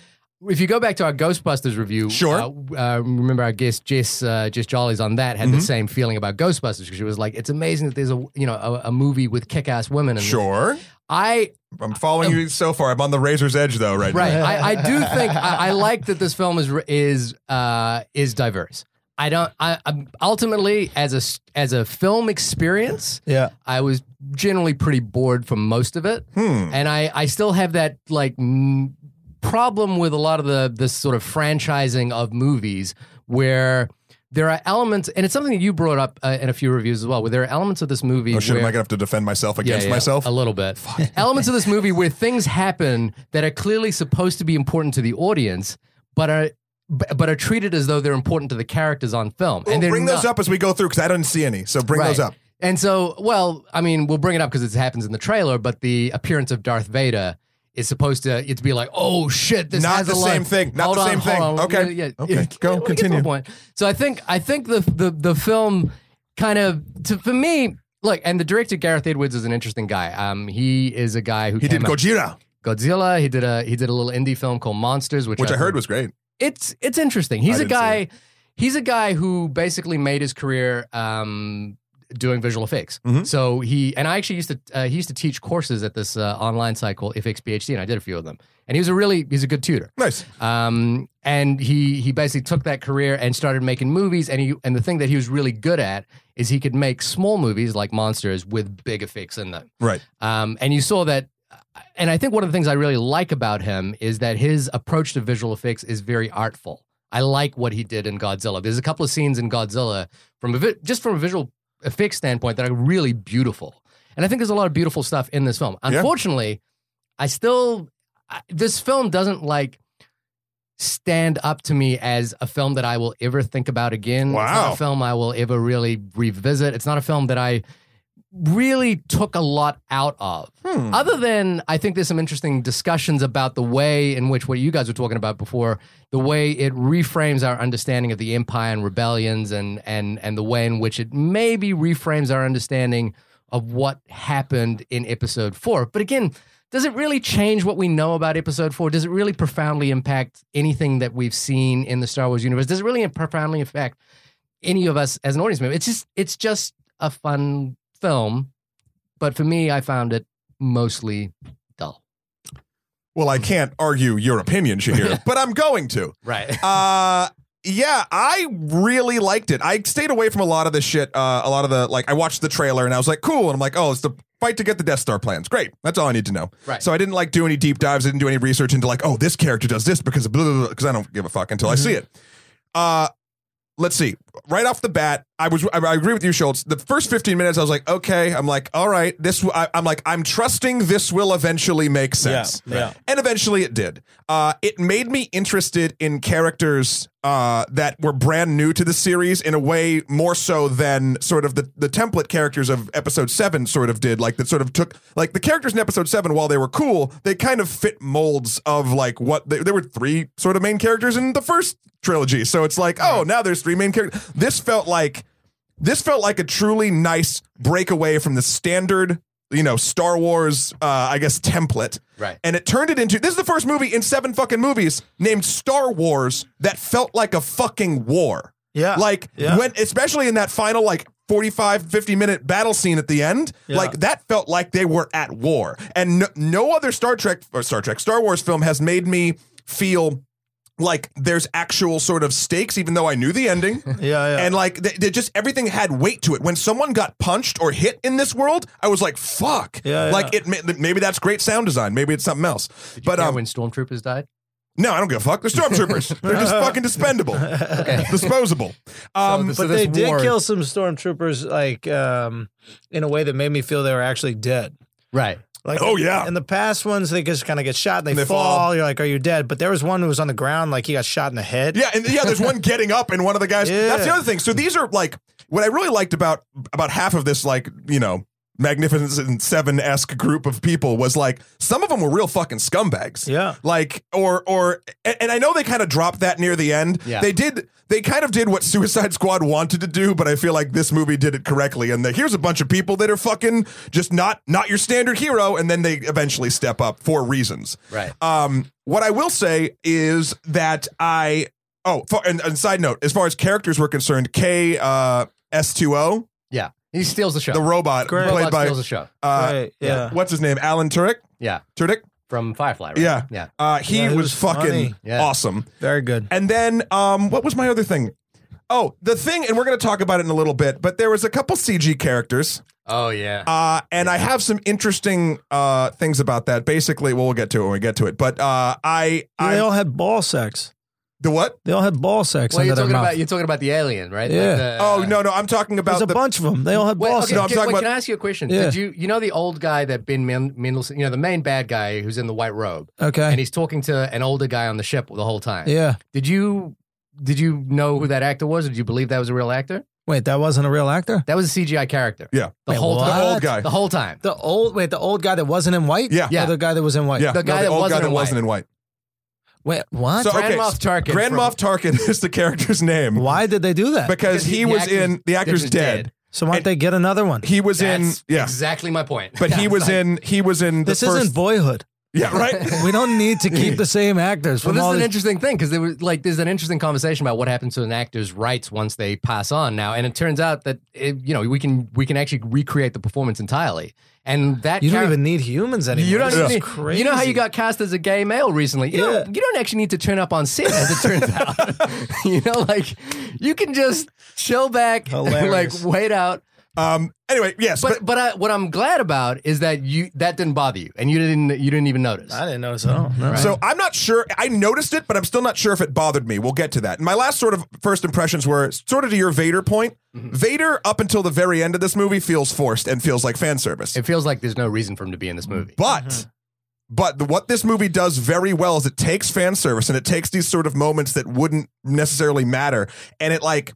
S2: if you go back to our Ghostbusters review,
S1: Sure.
S2: uh, uh, remember our guest Jess uh, Jess Jolly's on that had the same feeling about Ghostbusters because she was like, it's amazing that there's a you know a, a movie with kick ass women. And
S1: sure,
S2: I
S1: I'm following you so far. I'm on the razor's edge though, right?
S2: right,
S1: Now.
S2: I, I do think I, I like that this film is is uh, is diverse. I don't. I, i ultimately as a s- as a film experience.
S3: yeah.
S2: I was generally pretty bored for most of it,
S1: Hmm.
S2: and I I still have that like m- problem with a lot of the this sort of franchising of movies where there are elements, and it's something that you brought up uh, in a few reviews as well, where there are elements of this movie.
S1: Oh shit!
S2: where,
S1: Am I gonna have to defend myself
S2: Yeah,
S1: against
S2: yeah,
S1: myself?
S2: a little bit. Elements of this movie where things happen that are clearly supposed to be important to the audience, but are b- but are treated as though they're important to the characters on film.
S1: Well,
S2: and they're
S1: bring
S2: not.
S1: those up as we go through because I didn't see any. So bring those
S2: Right.
S1: up.
S2: And so, well, I mean, we'll bring it up because it happens in the trailer, but the appearance of Darth Vader is supposed to it's be like, oh shit, this
S1: Not
S2: has
S1: the
S2: a lot-
S1: same thing. Not
S2: Hold
S1: the
S2: on,
S1: same
S2: hold
S1: thing.
S2: on.
S1: Okay. Okay. Go,
S2: we'll get to
S1: continue.
S2: a point. So I think I think the the the film kind of to, for me. Look, and the director Gareth Edwards is an interesting guy. Um, he is a guy who
S1: He
S2: came
S1: did
S2: out-
S1: Gojira,
S2: Godzilla. He did a he did a little indie film called Monsters, which,
S1: which I
S2: think-
S1: heard was great.
S2: it's it's interesting. He's a
S1: didn't see
S2: guy. He's a guy who basically made his career um, doing visual effects.
S1: Mhm.
S2: So he and I actually used to uh, he used to teach courses at this uh, online site called FX PhD, and I did a few of them. And he was a really he's a good tutor.
S1: Nice.
S2: Um, and he he basically took that career and started making movies. And he and the thing that he was really good at is he could make small movies like monsters with big effects in them.
S1: Right.
S2: Um, and you saw that. And I think one of the things I really like about him is that his approach to visual effects is very artful. I like what he did in Godzilla. There's a couple of scenes in Godzilla from a vi- just from a visual effects standpoint that are really beautiful. And I think there's a lot of beautiful stuff in this film. Unfortunately, I still I, this film doesn't like stand up to me as a film that I will ever think about again. It's
S1: Wow.
S2: not a film I will ever really revisit. It's not a film that I really took a lot out of. Other than I think there's some interesting discussions about the way in which what you guys were talking about before, the way it reframes our understanding of the empire and rebellions and and and the way in which it maybe reframes our understanding of what happened in episode 4. But again, does it really change what we know about episode 4? Does it really profoundly impact anything that we've seen in the Star Wars universe? Does it really profoundly affect any of us as an audience member? It's just it's just a fun film But for me, I found it mostly dull.
S1: Well, I can't argue your opinion, Shahir, but I'm going to.
S2: Right.
S1: Uh, yeah, I really liked it. I stayed away from a lot of this shit. Uh, a lot of the like, I watched the trailer and I was like, cool. And I'm like, oh, it's the fight to get the Death Star plans. Great, that's all I need to know.
S2: Right.
S1: So I didn't like do any deep dives. I didn't do any research into like, oh, this character does this because of blah, blah, blah, because I don't give a fuck until I see it. Uh, let's see. Right off the bat, I was I, I agree with you, Schultz. The first 15 minutes, I was like, okay. I'm like, all right. This w- I, am like, I'm trusting this will eventually make sense.
S3: Yeah, yeah.
S1: And eventually, it did. Uh, it made me interested in characters uh, that were brand new to the series in a way more so than sort of the the template characters of episode seven sort of did. Like that sort of took like the characters in episode seven, while they were cool, they kind of fit molds of like what they, there were three sort of main characters in the first trilogy. So it's like, oh, now there's three main characters. This felt like this felt like a truly nice breakaway from the standard, you know, Star Wars, uh, I guess, template.
S2: Right.
S1: And it turned it into this is the first movie in seven fucking movies named Star Wars that felt like a fucking war.
S3: Yeah.
S1: Like,
S3: Yeah.
S1: when, especially in that final, like, 45, 50 minute battle scene at the end,
S3: Yeah.
S1: like that felt like they were at war. And no, no other Star Trek or Star Trek, Star Wars film has made me feel like there's actual sort of stakes, even though I knew the ending.
S3: Yeah, yeah.
S1: And like, they, they just everything had weight to it. When someone got punched or hit in this world, I was like, "Fuck!"
S3: Yeah, yeah.
S1: Like it. ma- Maybe that's great sound design. Maybe it's something else. But
S2: Care
S1: um,
S2: when stormtroopers died,
S1: no, I don't give a fuck. They're stormtroopers. They're just fucking dispendable, disposable. Um,
S2: this-
S3: but
S2: so
S3: they
S2: this
S3: did
S2: war-
S3: kill some stormtroopers, like um, in a way that made me feel they were actually dead.
S2: right?
S3: Like,
S1: Oh, yeah.
S3: In the past ones, they just kind of get shot and they,
S1: They
S3: fall.
S1: fall.
S3: You're like, "Are you dead?" But there was one who was on the ground, like he got shot in the head.
S1: Yeah, and yeah, there's one getting up and one of the guys. That's the
S3: Yeah.
S1: other thing. So these are like what I really liked about about half of this, like you know, Magnificent Seven esque group of people was like some of them were real fucking scumbags.
S3: Yeah.
S1: like or or and, and I know they kind of dropped that near the end.
S2: Yeah.
S1: they did. They kind of did what Suicide Squad wanted to do, but I feel like this movie did it correctly. And that here's a bunch of people that are fucking just not not your standard hero, and then they eventually step up for reasons.
S2: Right.
S1: Um, what I will say is that I oh, for, and, and side note, as far as characters were concerned, K uh, S two O,
S2: Yeah. He steals the show.
S1: the robot
S3: Great.
S1: played
S2: Robot
S1: by
S2: steals the show.
S1: uh,
S3: Right, yeah.
S1: what's his name, Alan Tudyk.
S2: Yeah.
S1: Tudyk.
S2: From Firefly. Right?
S1: Yeah.
S2: Yeah.
S1: Uh, he
S3: Yeah, he
S1: was,
S3: was
S1: fucking
S3: funny.
S2: Yeah.
S1: awesome.
S3: Very good.
S1: And then um, what was my other thing? Oh, the thing, and we're going to talk about it in a little bit, but there was a couple CG characters.
S2: Oh yeah.
S1: Uh, and I have some interesting uh, things about that. Basically, well, we'll get to it when we get to it. But uh, I,
S3: they
S1: I,
S3: all had ball sex.
S1: the what?
S3: They all had ball sex
S2: well,
S3: under
S2: you're
S3: their
S2: talking
S3: mouth.
S2: about you're talking about the alien, right?
S3: Yeah.
S2: The-
S1: Oh no, no, I'm talking about
S3: There's a
S1: the.
S3: bunch of them. They all had
S2: Wait,
S3: ball
S2: okay,
S3: sex.
S1: No, I'm
S2: can,
S1: talking
S2: wait,
S1: about-
S2: can I ask you a question?
S3: Yeah.
S2: Did you you know the old guy that Ben Men- Mendelsohn, you know the main bad guy who's in the white robe,
S3: Okay.
S2: and he's talking to an older guy on the ship the whole time.
S3: yeah.
S2: Did you did you know who that actor was? Or did you believe that was a real actor?
S3: Wait, that wasn't a real actor.
S2: That was a CGI character.
S1: Yeah.
S2: The
S3: Wait,
S2: whole
S3: what?
S2: time.
S1: The old guy.
S2: The whole time.
S3: The old wait, the old guy that wasn't in white.
S1: Yeah.
S3: yeah.
S2: Yeah.
S3: The guy that was in white.
S1: yeah, no,
S2: the guy that
S1: old guy
S2: wasn't
S1: that
S2: in
S1: wasn't
S2: white.
S1: in white.
S3: Wait, what?
S1: So,
S2: Grand
S1: okay,
S2: Moff Tarkin.
S1: Grand
S2: from-
S1: Moff Tarkin is the character's name
S3: Why did they do that?
S1: because
S2: Because he-
S1: he
S2: the
S1: was
S2: actor's-
S1: in the actor's
S2: actor's
S1: dead.
S2: dead.
S3: so why don't they get another one?
S1: He was
S2: That's
S1: in yeah,
S2: exactly my point.
S1: but he was in he was in the
S3: This is
S1: first
S3: isn't Boyhood.
S1: yeah right.
S3: We don't need to keep the same actors.
S2: Well,
S3: From
S2: this
S3: all
S2: is an
S3: the-
S2: interesting thing because there was like there's an interesting conversation about what happens to an actor's rights once they pass on now, and it turns out that it, you know we can we can actually recreate the performance entirely, and that
S3: you don't
S2: character-
S3: even need humans anymore.
S2: You don't
S3: This
S2: even
S3: is
S2: need,
S3: crazy.
S2: You know how you got cast as a gay male recently. You
S3: Yeah.
S2: don't you don't actually need to turn up on set as it turns out. you know, like you can just chill back,
S3: Hilarious.
S2: like wait out.
S1: Um. Anyway, yes, but,
S2: But but I, what I'm glad about is that you that didn't bother you and you didn't you didn't even notice.
S3: I didn't notice at all. No.
S1: So I'm not sure. I noticed it, but I'm still not sure if it bothered me. We'll get to that. And my last sort of first impressions were sort of to your Vader point.
S2: Mm-hmm.
S1: Vader up until the very end of this movie feels forced and feels like fan service.
S2: It feels like there's no reason for him to be in this movie.
S1: But but the, what this movie does very well is it takes fan service and it takes these sort of moments that wouldn't necessarily matter and it like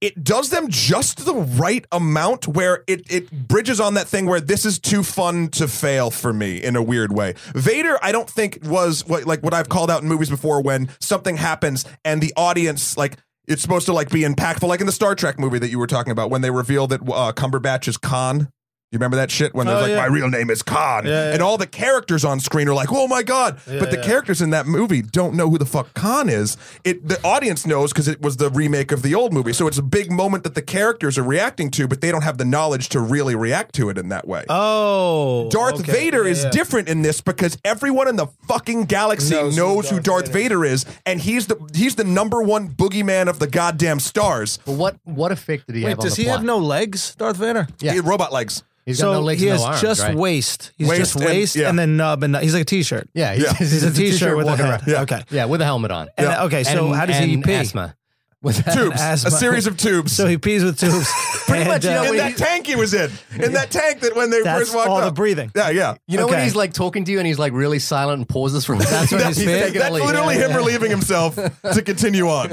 S1: it does them just the right amount where it it bridges on that thing where this is too fun to fail for me in a weird way. Vader, I don't think was what like what I've called out in movies before when something happens and the audience like it's supposed to like be impactful, like in the Star Trek movie that you were talking about when they reveal that uh, Cumberbatch is Khan. You remember that shit when they're
S3: Oh,
S1: like,
S3: yeah.
S1: my real name is Khan,
S3: Yeah, yeah.
S1: and all the characters on screen are like, oh my god, but the
S3: yeah.
S1: characters in that movie don't know who the fuck Khan is. It the audience knows because it was the remake of the old movie, so it's a big moment that the characters are reacting to, but they don't have the knowledge to really react to it in that way.
S3: Oh,
S1: Darth
S3: okay.
S1: Vader
S3: Yeah,
S1: is
S3: yeah.
S1: different in this because everyone in the fucking galaxy knows,
S3: Knows who
S1: who
S3: Darth
S1: Darth Vader. is, and he's the he's the number one boogeyman of the goddamn stars.
S2: But what what effect did he have
S4: Wait,
S2: on
S4: does
S2: the
S4: he
S2: plot?
S4: have no legs, Darth Vader?
S2: Yeah.
S1: He- robot legs.
S2: He's got
S3: so
S2: no legs,
S4: he
S2: and
S4: has
S2: no arms,
S4: just
S2: right?
S4: waist. He's
S1: Waist
S4: just
S1: and-
S4: waist and,
S1: yeah.
S3: then nub and nut. he's like a t-shirt.
S2: Yeah,
S1: Yeah.
S2: he's,
S3: He's a t-shirt with a
S2: walking
S3: head.
S2: around.
S1: Yeah.
S3: Okay.
S2: Yeah, with a helmet on.
S3: And, okay, so
S2: And-
S3: how does he
S2: and
S3: pee?
S2: Asthma. With that-
S1: Tubes,
S3: Asthma.
S1: a series of tubes.
S3: So he pees with tubes.
S2: Pretty
S3: And, uh,
S2: much, you know,
S1: in
S2: when
S1: that
S2: he-
S1: tank he was in, in that tank that when they
S3: That's
S1: first walked
S3: all the
S1: up.
S3: breathing.
S1: Yeah, yeah.
S2: You know when
S3: Okay.
S2: he's like talking to you and he's like really silent and pauses for a
S4: That's when
S2: second?
S4: he's
S2: He's
S4: fit.
S2: taking a
S1: That's
S2: leak.
S1: literally him relieving himself to continue on.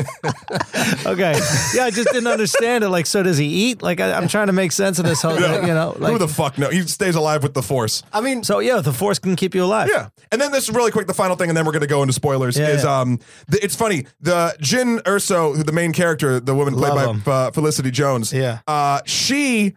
S3: okay. Yeah, I just didn't understand it. Like, so does he eat? Like, I, I'm trying to make sense of this whole, thing, you know. Like,
S1: Who the fuck knows? He stays alive with the force.
S2: I mean,
S3: so yeah, the force can keep you alive.
S1: Yeah, and then this is really quick, the final thing, and then we're going to go into spoilers.
S3: Yeah,
S1: is
S3: yeah.
S1: um, the, it's funny the Jin Urso, who the main character, the woman played
S3: Love him.
S1: by uh, Felicity Jones.
S3: Yeah.
S1: uh, she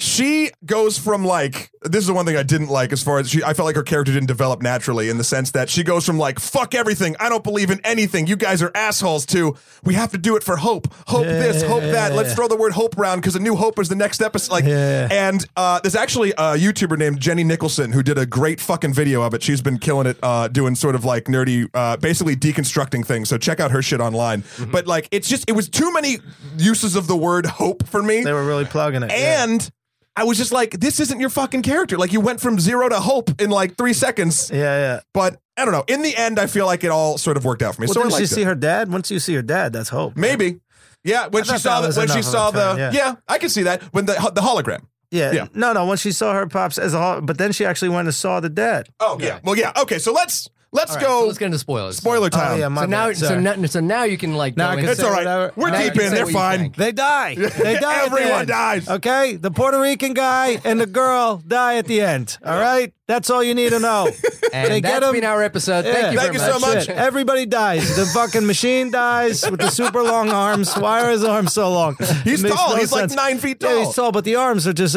S1: she goes from like this is the one thing I didn't like as far as she I felt like her character didn't develop naturally in the sense that she goes from like fuck everything I don't believe in anything you guys are assholes to we have to do it for hope hope this hope that let's throw the word hope around because a new hope is the next episode like
S3: Yeah.
S1: and uh, there's actually a YouTuber named Jenny Nicholson who did a great fucking video of it she's been killing it uh, doing sort of like nerdy uh, basically deconstructing things so check out her shit online
S3: Mm-hmm.
S1: but like it's just it was too many uses of the word hope for me
S3: They were really plugging it. yeah.
S1: and I was just like, this isn't your fucking character. Like you went from zero to hope in like three seconds.
S3: yeah, yeah.
S1: But I don't know. In the end, I feel like it all sort of worked out for me.
S3: Well,
S1: so I
S3: didn't
S1: liked
S3: she
S1: it.
S3: see her dad? Once you see her dad, that's hope.
S1: Maybe. Yeah, when
S3: I
S1: she
S3: thought
S1: saw
S3: that
S1: the
S3: was
S1: when she
S3: enough of a
S1: saw the
S3: turn,
S1: yeah. I can see that when the the hologram.
S3: Yeah.
S1: Yeah.
S3: No, no. Once she saw her pops as a, ho- but then she actually went and saw the dad.
S1: Oh yeah. Well yeah. Okay, so let's let's
S2: all right,
S1: go
S2: so let's get into spoilers.
S1: spoiler time.
S3: oh, yeah, my
S2: So now,
S3: bad,
S2: so
S3: sorry.
S2: now, so now you can like.
S3: Now
S2: go
S3: I can
S2: into-
S1: it's all right.
S3: whatever.
S1: We're
S3: Now
S1: deep
S3: you
S1: in.
S3: say
S1: They're
S2: what you
S1: fine.
S2: think.
S3: They die. They die. at the
S1: Everyone
S3: end.
S1: dies.
S3: Okay, the Puerto Rican guy and the girl die at the end. All right, that's all you need to know.
S2: And
S3: They get
S2: that's
S3: 'em.
S2: been our episode.
S3: Yeah.
S2: Thank you
S1: Thank
S2: very
S1: you so
S2: much.
S1: much.
S3: Shit, Everybody dies. The fucking machine dies with the super long arms. Why are his arms so long?
S1: He's
S3: It makes
S1: tall.
S3: no
S1: He's like
S3: sense.
S1: nine feet
S3: Yeah,
S1: tall.
S3: he's tall, but the arms are just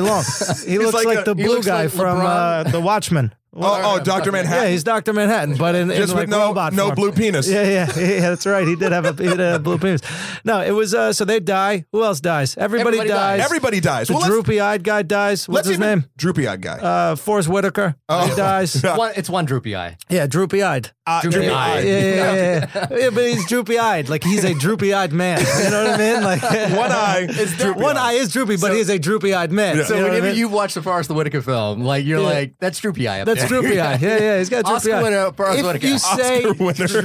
S3: long. He looks
S1: like
S3: like,
S1: a-
S3: the
S1: he
S3: blue
S2: looks
S3: guy
S2: like
S3: from uh,
S2: LeBron.
S3: The Watchmen.
S1: Oh, oh, Doctor Manhattan.
S3: Yeah, he's Doctor Manhattan, but in, in,
S1: just
S3: like
S1: with no
S3: robot
S1: no
S3: form.
S1: blue penis.
S3: Yeah, yeah, yeah. That's right. He did have a, he did have blue penis. No, it was uh, so they die. Who else dies? Everybody,
S2: Everybody
S3: dies.
S2: dies.
S1: Everybody dies.
S3: The
S1: well, let's-
S3: droopy-eyed guy
S1: let's
S3: dies. What's his
S1: even- Oh,
S3: name?
S1: Droopy eyed guy.
S3: Uh, Forrest Whitaker. He dies.
S2: One, it's one droopy eye.
S3: Yeah, droopy-eyed.
S1: Uh,
S2: droopy
S1: droopy
S2: eye.
S1: eyed.
S3: Yeah, yeah, yeah, yeah. yeah, but he's droopy eyed. Like he's a droopy eyed man. You know what I mean? Like
S1: One eye.
S3: Is there-
S1: droopy
S3: one
S1: eyed.
S3: eye is droopy, but he's a droopy eyed man.
S1: Yeah.
S2: So
S3: you know what I
S2: whenever
S3: mean?
S2: you've watched the Forrest Whitaker film, like you're
S3: Yeah.
S2: like, that's droopy eye. Up
S3: that's
S2: there.
S3: droopy eye. Yeah, yeah, he's got droopy
S2: Oscar
S3: eye.
S2: winner, Forrest
S3: if
S2: Whitaker.
S3: you
S2: Oscar
S3: say
S1: winner.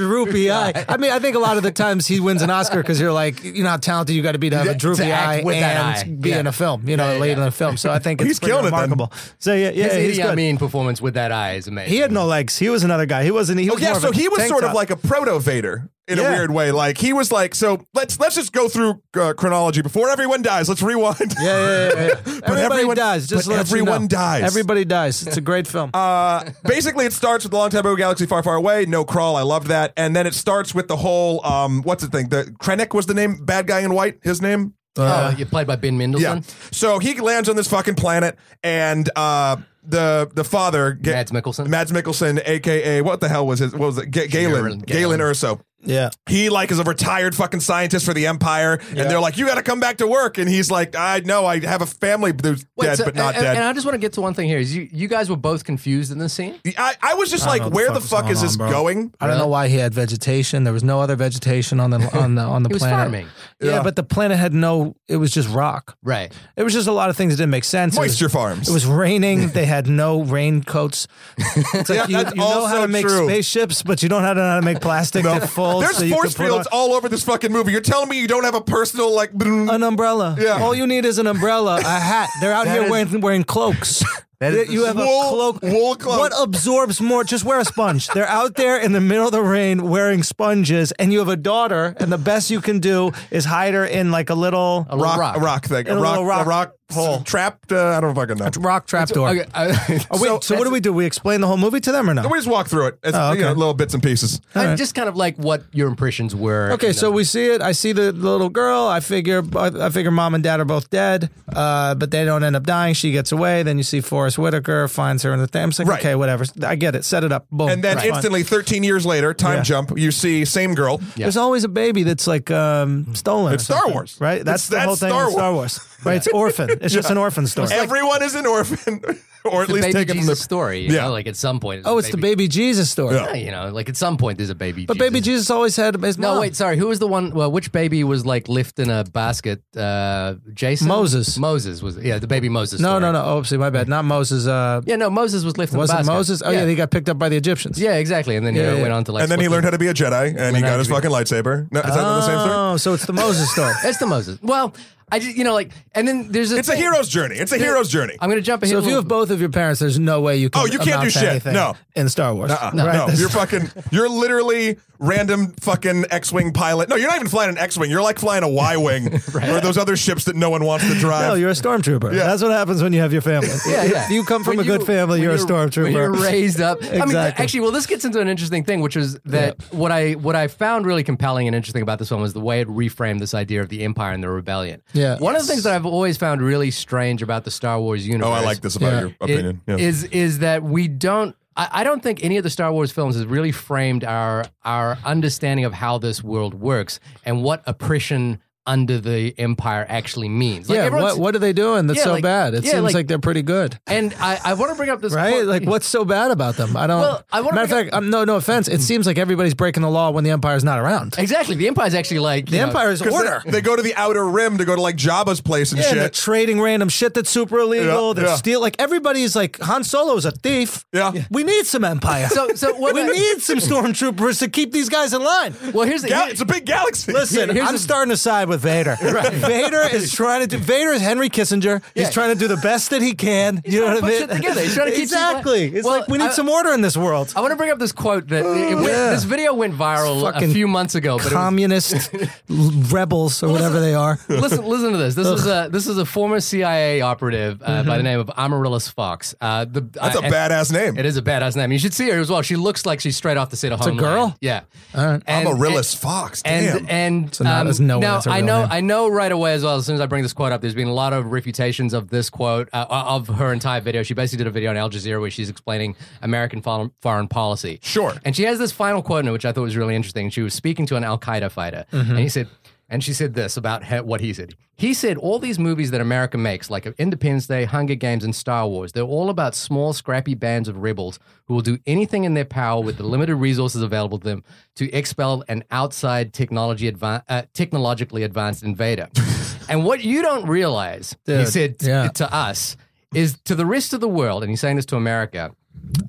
S3: droopy eye, I mean, I think a lot of the times he wins an Oscar because you're like, you know how talented you got to be to have a
S2: To
S3: droopy
S2: act
S3: eye
S2: with that eye.
S3: and be
S2: Yeah.
S3: in a film. You know, late in a film. So I think it's
S1: He's
S3: pretty
S1: killing it then.
S3: remarkable. So yeah, yeah,
S2: His
S3: he's
S2: Idi
S3: good.
S2: Amin performance with that eye is amazing.
S3: uh, He had no legs. He was another guy. He wasn't. He was
S1: Oh, yeah,
S3: more of
S1: so
S3: a
S1: he was
S3: tank
S1: sort of
S3: top.
S1: like a proto Vader in a
S3: Yeah.
S1: weird way. Like he was like, so let's let's just go through uh, chronology before everyone dies. Letes rewind.
S3: Yeah, yeah, yeah. yeah. everybody
S1: everyone-
S3: dies. Just
S1: but
S3: to let you
S1: everyone
S3: know.
S1: dies.
S3: Everybody dies. It's a great film.
S1: Uh, basically, it starts with a long time ago, galaxy far, far away. No crawl. I loved that. And then it starts with the whole um, what's the thing? The Krennic was the name. Bad guy in white. His name.
S3: Uh,
S2: Oh, you played by Ben Mendelsohn.
S1: So he lands on this fucking planet, and uh, the the father Ga-
S2: Mads Mikkelsen.
S1: Mads Mikkelsen, aka what the hell was his? What was it? Ga- Galen.
S2: Galen.
S1: Galen Urso.
S3: yeah.
S1: he like is a retired fucking scientist for the empire and they're like you gotta come back to work and he's like i know i have a family who's
S2: Wait,
S1: dead
S2: so-
S1: but not
S2: and,
S1: dead
S2: And I just want to get to one thing here: is you you guys were both confused in this scene.
S1: I, I was just like
S3: know what
S1: where the
S3: was
S1: fuck,
S3: going
S1: is
S3: on,
S1: this
S3: bro.
S1: going
S3: I don't know why he had vegetation. There was no other vegetation on the on the on the
S2: He was
S3: planet.
S2: farming.
S3: Yeah,
S1: Yeah.
S3: but the planet had no. It was just rock.
S2: Right.
S3: It was just a lot of things that didn't make sense. It was-
S1: moisture farms
S3: It was raining. They had no raincoats. It's like
S1: Yeah,
S3: you,
S1: that's
S3: you know how
S1: also
S3: to make
S1: true.
S3: spaceships, but you don't know how to make plastic that folds.
S1: there's
S3: so you
S1: force
S3: can put
S1: fields
S3: on-
S1: all over this fucking movie you're telling me you don't have a personal like
S3: an umbrella.
S1: Yeah.
S3: All you need is an umbrella, a hat. They're out here
S1: is-
S3: wearing wearing cloaks. That
S4: That you have
S3: Whoa.
S4: a
S1: Wool-
S4: cloak.
S1: wool cloak.
S3: What absorbs more? Just wear a sponge. They're out there in the middle of the rain wearing sponges, and you have a daughter, and the best you can do is hide her in like a little
S2: A rock.
S1: a rock thing,
S3: In
S1: a
S3: a
S1: rock,
S3: little rock
S1: a rock
S3: hole.
S1: trapped. Uh, I don't fucking know.
S3: rock trapdoor.
S2: Okay, I-
S3: Oh, wait, so, what do we do? We explain the whole movie to them or no?
S1: We just walk through it. It's
S3: Oh,
S1: you know,
S3: okay. Oh,
S1: little bits and pieces.
S2: I just kind of like what your impressions were.
S3: Okay,
S2: you
S3: so
S2: know.
S3: we see it. I see the little girl. I figure, I I figure, mom and dad are both dead, uh, but they don't end up dying. She gets away. Then you see Forrest Whitaker finds her in the thing. I'm just like,
S1: Right.
S3: okay, whatever. I get it. Set it up. Boom.
S1: And then
S3: That's fine.
S1: instantly, 13 years later, time
S3: Yeah.
S1: jump, you see same girl.
S3: There's always a baby that's like um, stolen. It's
S1: Star Wars.
S3: right?
S1: It's-
S3: That's the
S1: that's
S3: whole thing.
S1: Star
S3: Star Wars. Star Wars, right? It's orphan. It's just an orphan story.
S1: Everyone is an orphan, or at
S2: the
S1: least
S2: baby
S1: taken from
S2: Jesus
S1: the
S2: story. You
S1: Yeah.
S2: know, like at some point.
S3: oh, it's the baby Jesus story.
S1: Yeah.
S2: You know, like at some point there's a baby.
S3: But baby Jesus always had his
S2: No,
S3: mom.
S2: wait, sorry. Who was the one? Well, which baby was like lifting a basket? Uh, Jason?
S3: Moses.
S2: Moses was, yeah, the baby Moses.
S3: No,
S2: story.
S3: no, no. Oh, see, my bad. Not Moses. Uh,
S2: Yeah, no, Moses was lifting
S3: was
S2: the
S3: it
S2: basket.
S3: Moses? Oh yeah. he got picked up by the Egyptians.
S2: Yeah, exactly. And then
S3: Yeah,
S2: he
S3: yeah.
S2: went on to like.
S1: and then he
S2: split
S1: learned how to be a Jedi, and he got his fucking lightsaber. No, is that the same story?
S3: Oh, so it's the Moses story.
S2: the- It's the Moses. Well, I just, you know, like, and then there's a.
S1: It's a
S2: thing-
S1: hero's journey. It's a hero's journey.
S2: I'm going to jump ahead. a
S3: So if you
S2: little-
S3: have both of your parents, there's no way you can.
S1: Oh, you can't
S3: amount
S1: do
S3: to
S1: shit.
S3: anything
S1: No.
S3: in Star Wars.
S1: Uh-uh.
S3: Right?
S1: No,
S3: That's-
S1: you're fucking. You're literally random fucking X-wing pilot. No, you're not even flying an X-wing. You're like flying a Y-wing or those other ships that no one wants to drive.
S3: No, you're a stormtrooper.
S1: Yeah.
S3: That's what happens when you have your family.
S2: Yeah,
S3: If
S2: yeah.
S3: you come from
S2: When
S3: a good
S2: you-
S3: family,
S2: when
S3: you're, a
S2: when
S3: stormtrooper.
S2: You're raised up. I mean, th-
S3: Exactly.
S2: actually, well, this gets into an interesting thing, which is that what I what I found really compelling and interesting about this one was the way it reframed this idea of the Empire and the Rebellion.
S3: Yeah.
S2: One of the things that I've always found really strange about the Star Wars universe.
S1: oh, I like this about
S3: Yeah.
S1: your
S2: it-
S1: opinion. Yeah.
S2: Is is that we don't. I I don't think any of the Star Wars films has really framed our our understanding of how this world works and what oppression under the empire actually means. Like
S3: yeah,
S2: everyone's-
S3: what, what are they doing that's
S2: Yeah,
S3: so
S2: like-
S3: bad? It
S2: yeah,
S3: seems
S2: like-
S3: like, they're pretty good.
S2: and I, I want to bring up this
S3: Right?
S2: quote-
S3: Like, what's so bad about them? I don't.
S2: Well, I wanna
S3: matter of
S2: bring
S3: fact, um, no, no offense. It seems like everybody's breaking the law when the Empire's not around.
S2: Exactly. The Empire's actually like
S3: The Empire is
S1: 'Cause they-
S3: order.
S1: They, go to the outer rim to go to like Jabba's place and
S3: Yeah, and they're
S1: shit.
S3: trading random shit that's super illegal.
S1: Yeah,
S3: they're
S1: yeah.
S3: steal like everybody's like Han Solo's a thief.
S1: Yeah.
S3: we need some empire.
S2: So- so what-
S3: we need some stormtroopers to keep these guys in line.
S2: Well, here's the
S1: Gal-
S2: here-
S1: it's a big galaxy.
S3: Listen,
S2: Here's
S3: I'm
S2: the-
S3: starting to side with Vader. Vader is trying to do. Vader is Henry Kissinger. He's
S2: Yeah.
S3: trying to do the best that he can. you know
S2: trying
S3: what
S2: to put
S3: I mean?
S2: shit together. He's trying to keep people-
S3: exactly. It's
S2: Well,
S3: like we need
S2: I-
S3: some order in this world.
S2: I want to bring up this quote that it went- this video went viral a
S3: fucking
S2: few months ago. But it was,
S3: Communist rebels or whatever they are.
S2: listen, listen to this. This is a this is a former CIA operative uh,
S3: Mm-hmm.
S2: by the name of Amaryllis Fox. Uh, the,
S1: That's a badass name.
S2: It is a badass name. You should see her as well. She looks like she's straight off the set of Homeland.
S3: girl?
S2: Yeah. And-
S1: Amaryllis
S2: and-
S1: Fox. Damn.
S2: And and
S3: now
S2: um,
S3: there's no way
S2: now
S3: that's a
S2: I
S3: real
S2: know
S3: name.
S2: I know right away as well. As soon as I bring this quote up, there's been a lot of refutations of this quote uh, of her entire video. She basically did a video on Al Jazeera where she's explaining American foreign, foreign policy.
S1: Sure.
S2: And she has this final quote in it, which I thought was really interesting. She was speaking to an Al Qaeda fighter,
S3: Mm-hmm.
S2: and he said. And she said this about he- what he said. He said, All these movies that America makes, like Independence Day, Hunger Games, and Star Wars, they're all about small, scrappy bands of rebels who will do anything in their power with the limited resources available to them to expel an outside technology advan- uh, technologically advanced invader. and what you don't realize, he
S3: Dude,
S2: said t-
S3: yeah.
S2: to us, is to the rest of the world, and he's saying this to America.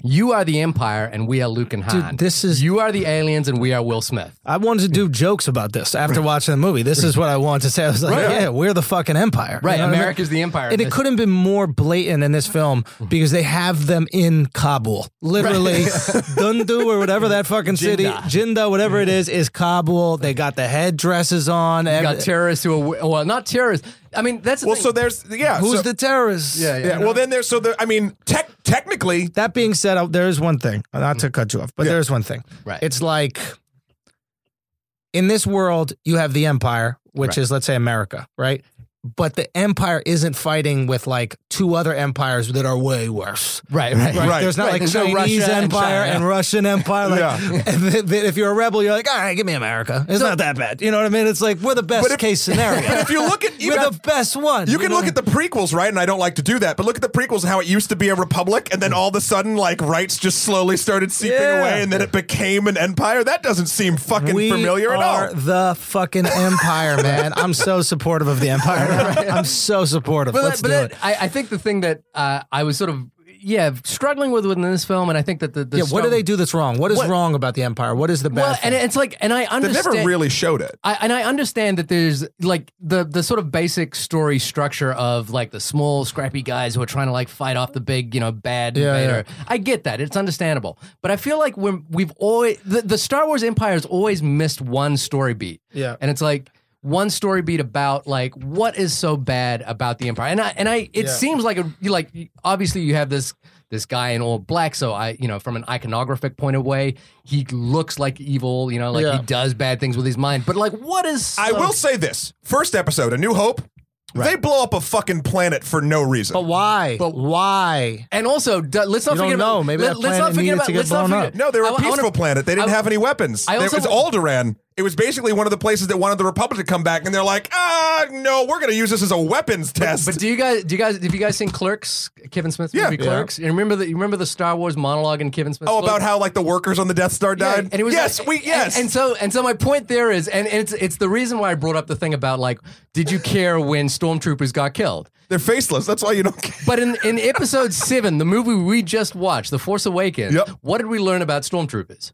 S2: You are the Empire, and we are Luke and Han.
S3: this is-
S2: you are the aliens, and we are Will Smith.
S3: I wanted to
S2: Mm.
S3: do jokes about this after watching the movie. This is what I wanted to say. I was like, yeah, we're the fucking empire.
S2: Right,
S3: You know what I mean?
S2: America's the Empire. Mm-hmm.
S3: And it couldn't be more blatant in this film because they have them in Kabul. Literally, Dundu or whatever that fucking city, Jinda, whatever it is, is Kabul. They got the headdresses on.
S2: Mm-hmm. You
S3: Every-
S2: got terrorists who are well, not terrorists. I mean, that's the
S1: well,
S2: thing.
S1: so there's yeah.
S3: Who's
S1: so-
S3: the terrorists?
S2: Yeah,
S1: Yeah. Well, then there's so there. I mean, tech technically,
S3: That being said, I- there is one thing, uh, not to cut you off, but there is one thing.
S2: Mm. Right.
S3: It's like in this world, you have the empire, which
S2: Right.
S3: is, let's say, America, right? But the empire isn't fighting with like two other empires that are way worse.
S2: right, right,
S3: Like,
S1: Right.
S3: There's not like
S2: there's no
S3: Chinese
S2: Russia and
S3: Empire
S2: China.
S3: and, Russian Empire. Like,
S1: Yeah.
S3: and th- th- if you're a rebel, you're like, all right, give me America. It's not that bad. You know what I mean? It's like we're the best
S1: But if-
S3: case scenario.
S1: but if you look at you
S3: we're
S1: got-
S3: the best one.
S1: you can
S3: know
S1: look
S3: what
S1: at the prequels, right? And I don't like to do that, but look at the prequels and how it used to be a republic, and then all of a sudden, like rights just slowly started seeping
S3: Yeah.
S1: away, and then it became an empire. That doesn't seem fucking
S3: we
S1: familiar at
S3: are
S1: all.
S3: the fucking empire, man. I'm so supportive of the empire. I'm so supportive.
S2: But,
S3: Let's
S2: but
S3: do
S2: that-
S3: it.
S2: I, I think the thing that uh, I was sort of yeah, struggling with within this film, and I think that the, the
S3: yeah, what do
S2: struggle-
S3: they do that's wrong? What is
S2: What-
S3: wrong about the Empire? What is the bad?
S2: Well,
S3: thing?
S2: and it's like, and I
S1: They
S2: understand.
S1: never really showed it.
S2: I, and I understand that there's like the the sort of basic story structure of like the small scrappy guys who are trying to like fight off the big you know bad
S3: Yeah,
S2: invader. I get that; it's understandable. But I feel like when we've always the, the Star Wars Empire has always missed one story beat.
S3: Yeah.
S2: and it's like one story beat about like what is so bad about the Empire. And I and I it
S3: Yeah.
S2: seems like a, you like obviously you have this this guy in all black. So I you know from an iconographic point of way, he looks like evil. You know, like
S3: Yeah.
S2: he does bad things with his mind. But like, what is?
S1: I
S2: so-
S1: will say this: first episode, A New Hope, they blow up a fucking planet for no reason.
S3: but why? But why?
S2: And also, d- let's not
S3: You don't
S2: forget
S3: know.
S2: about.
S3: Maybe that
S2: let's not
S3: planet
S2: forget
S3: needed
S2: about.
S3: to get
S2: let's not
S3: blown
S2: forget-
S3: up.
S1: no, they were
S2: I-
S1: a
S2: I wanna-
S1: peaceful planet. They didn't
S2: I-
S1: have any weapons.
S2: I
S1: It
S2: also
S1: was Alderaan. It was basically one of the places that wanted the Republic to come back, and they're like, ah, no, we're going to use this as a weapons test.
S2: But do you guys? Do you guys? Have you guys seen Clerks? Kevin Smith's
S1: Yeah.
S2: movie
S1: Yeah.
S2: Clerks. You remember the? You remember the Star Wars monologue in Kevin Smith's?
S1: oh,
S2: book?
S1: about how like the workers on the Death Star
S2: Yeah,
S1: died.
S2: and it was
S1: yes,
S2: like-
S1: we
S2: and-
S1: yes.
S2: And, so and so my point there is, and it's it's the reason why I brought up the thing about like, did you care when stormtroopers got killed?
S1: they're faceless. That's why you don't. care.
S2: But in, in episode seven, the movie we just watched, The Force Awakens,
S1: Yep.
S2: what did we learn about stormtroopers?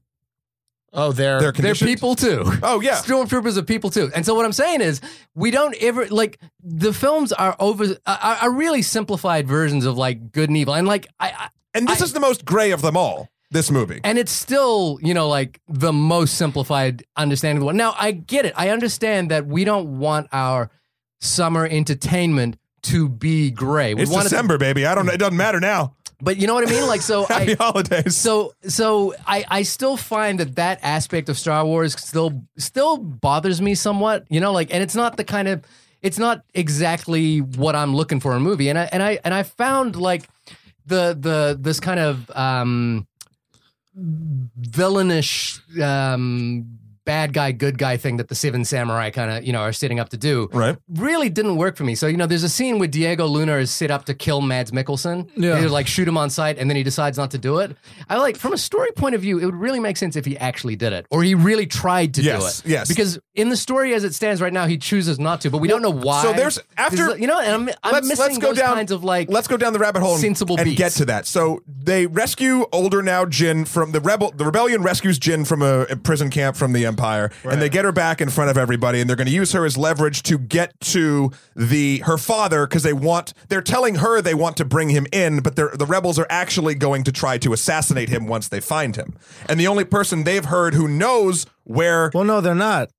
S3: Oh, they're,
S1: They're
S2: They're
S1: conditioned.
S2: people too.
S1: Oh, yeah.
S2: stormtroopers are people too. And so what I'm saying is, we don't ever like the films are over are, are really simplified versions of like good and evil, and like I, I
S1: And this
S2: I-
S1: is the most gray of them all. This movie.
S2: and it's still you know like the most simplified understanding of the world. Now I get it. I understand that we don't want our summer entertainment to be gray. We
S1: it's
S2: want it to-
S1: December, baby. I don't. It doesn't matter now.
S2: but you know what I mean. Like so, I,
S1: Happy holidays.
S2: So so I I still find that that aspect of Star Wars still still bothers me somewhat. You know, like and it's not the kind of it's not exactly what I'm looking for in a movie. And I and I and I found like the the this kind of um villainish um bad guy good guy thing that the seven samurai kind of you know are setting up to do
S1: Right.
S2: really didn't work for me so you know there's a scene where diego luna is set up to kill mads mikkelsen
S3: Yeah.
S2: They, like shoot him on sight and then he decides not to do it i like from a story point of view it would really make sense if he actually did it or he really tried to
S1: Yes,
S2: do it
S1: yes.
S2: because in the story as it stands right now he chooses not to but we don't know why
S1: So there's-
S2: There's,
S1: after-
S2: you know and i'm, I'm missing those kinds of like
S1: let's go down the rabbit hole and,
S2: sensible
S1: and
S2: beats.
S1: get to that. So they rescue older now Jin from the rebel. The rebellion rescues Jin from a, a prison camp from the Empire, and they get her back in front of everybody. And they're going to use her as leverage to get to the her father because they want. They're telling her they want to bring him in, but they're, the rebels are actually going to try to assassinate him once they find him. And the only person they've heard who knows where
S3: well, no, they're not.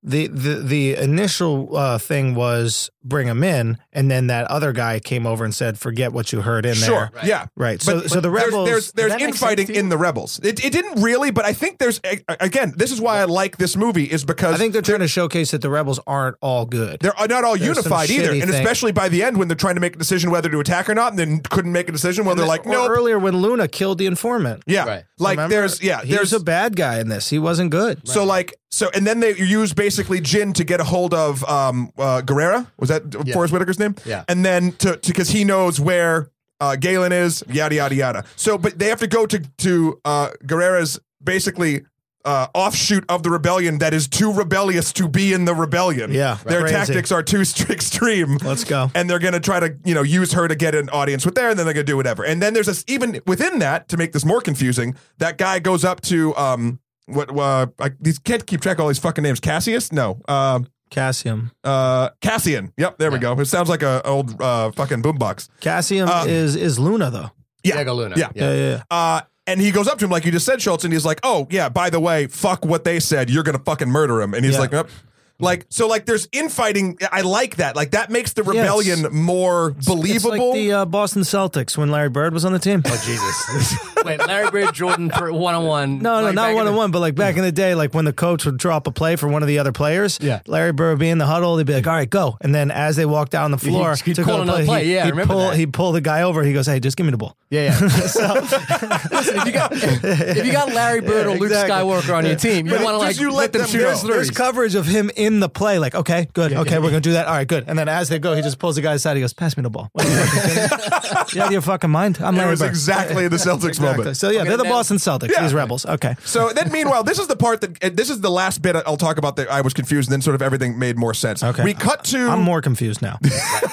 S3: The the the initial uh, thing was bring him in, and then that other guy came over and said, "Forget what you heard in
S1: Sure.
S3: there."
S1: Yeah.
S3: Right. So- so the
S1: there's-
S3: rebels-
S1: There's there's,
S2: Does that make
S1: infighting
S2: sense to you?
S1: in the rebels. It, it didn't really, but I think there's a- a- again. This is why I like this movie is because
S3: I think they're trying to showcase that the rebels aren't all good.
S1: they're uh, not all
S3: there's some
S1: unified either,
S3: shitty
S1: and
S3: thing.
S1: especially by the end when they're trying to make a decision whether to attack or not, and then couldn't make a decision. Well, they're like,
S3: Or
S1: no,
S3: Earlier, when Luna killed the informant,
S1: yeah,
S2: Right.
S1: like
S3: Remember?
S1: there's yeah,
S3: he
S1: there's
S3: was a bad guy in this. He wasn't good.
S1: So like so, and then they use basically Jin to get a hold of um uh, Guerrera. Was that Forrest Whitaker's name?
S2: Yeah.
S1: And then to because he knows where uh, Galen is. Yada yada yada. So, but they have to go to to uh, Guerrera's basically. Uh, offshoot of the rebellion that is too rebellious to be in the rebellion.
S3: Yeah,
S1: their
S3: crazy.
S1: tactics are too st- extreme.
S3: Let's go.
S1: And they're going to try to you know use her to get an audience with there, and then they're going to do whatever. And then there's this even within that to make this more confusing. That guy goes up to um what uh I these can't keep track of all these fucking names. Cassius, no, um
S3: Cassium.
S1: uh Cassian. Yep, there we go. It sounds like a old uh fucking boombox.
S3: Cassium
S1: Um,
S3: is is Luna though.
S2: diego luna
S1: Yeah.
S3: Yeah, yeah. yeah.
S1: Uh, and he goes up to him like you just said, Schultz, and he's like, "Oh yeah, by the way, fuck what they said. You're gonna fucking murder him." And he's
S3: Yeah.
S1: like, "Nope." Like so, like there's infighting. I like that. Like that makes the rebellion more
S3: It's
S1: believable.
S3: like the uh, Boston Celtics when Larry Bird was on the team.
S2: Oh, Jesus. Wait, Larry Bird, Jordan, one on one.
S3: No, no, not one on one, but like back in the day, like when the coach would drop a play for one of the other players,
S2: Yeah.
S3: Larry Bird would be in the huddle. They'd be like, "All right, go!" And then as they walk down the floor,
S2: he'd
S3: to
S2: call
S3: go
S2: another play.
S3: He,
S2: Yeah, I
S3: he'd
S2: remember
S3: pull,
S2: that.
S3: He'd pull the guy over. He goes, "Hey, just give me the ball."
S2: Yeah, yeah. Listen, if you got if you got Larry Bird or Luke
S3: exactly.
S2: Skywalker on your team, you want to
S1: Just
S2: like
S1: you
S2: let
S1: let
S2: them
S1: them
S2: shoot
S1: go.
S2: us
S1: There's
S3: There's
S2: threes.
S3: coverage of him in in the play, like, okay, good, okay, we're gonna do that. All right, good. And then as they go, he just pulls the guy aside. He goes, "Pass me the ball." What are you, fucking kidding me? You out of your fucking mind? I'm
S1: It
S3: Larry
S1: was
S3: Bird.
S1: exactly the Celtics
S3: Exactly.
S1: moment.
S3: So yeah, they're the
S2: now-
S3: Boston Celtics.
S1: Yeah.
S3: These rebels. Okay.
S1: So then, meanwhile, this is the part that uh, this is the last bit I'll talk about that I was confused, and then sort of everything made more sense.
S3: Okay.
S1: we cut to
S3: I'm more confused now.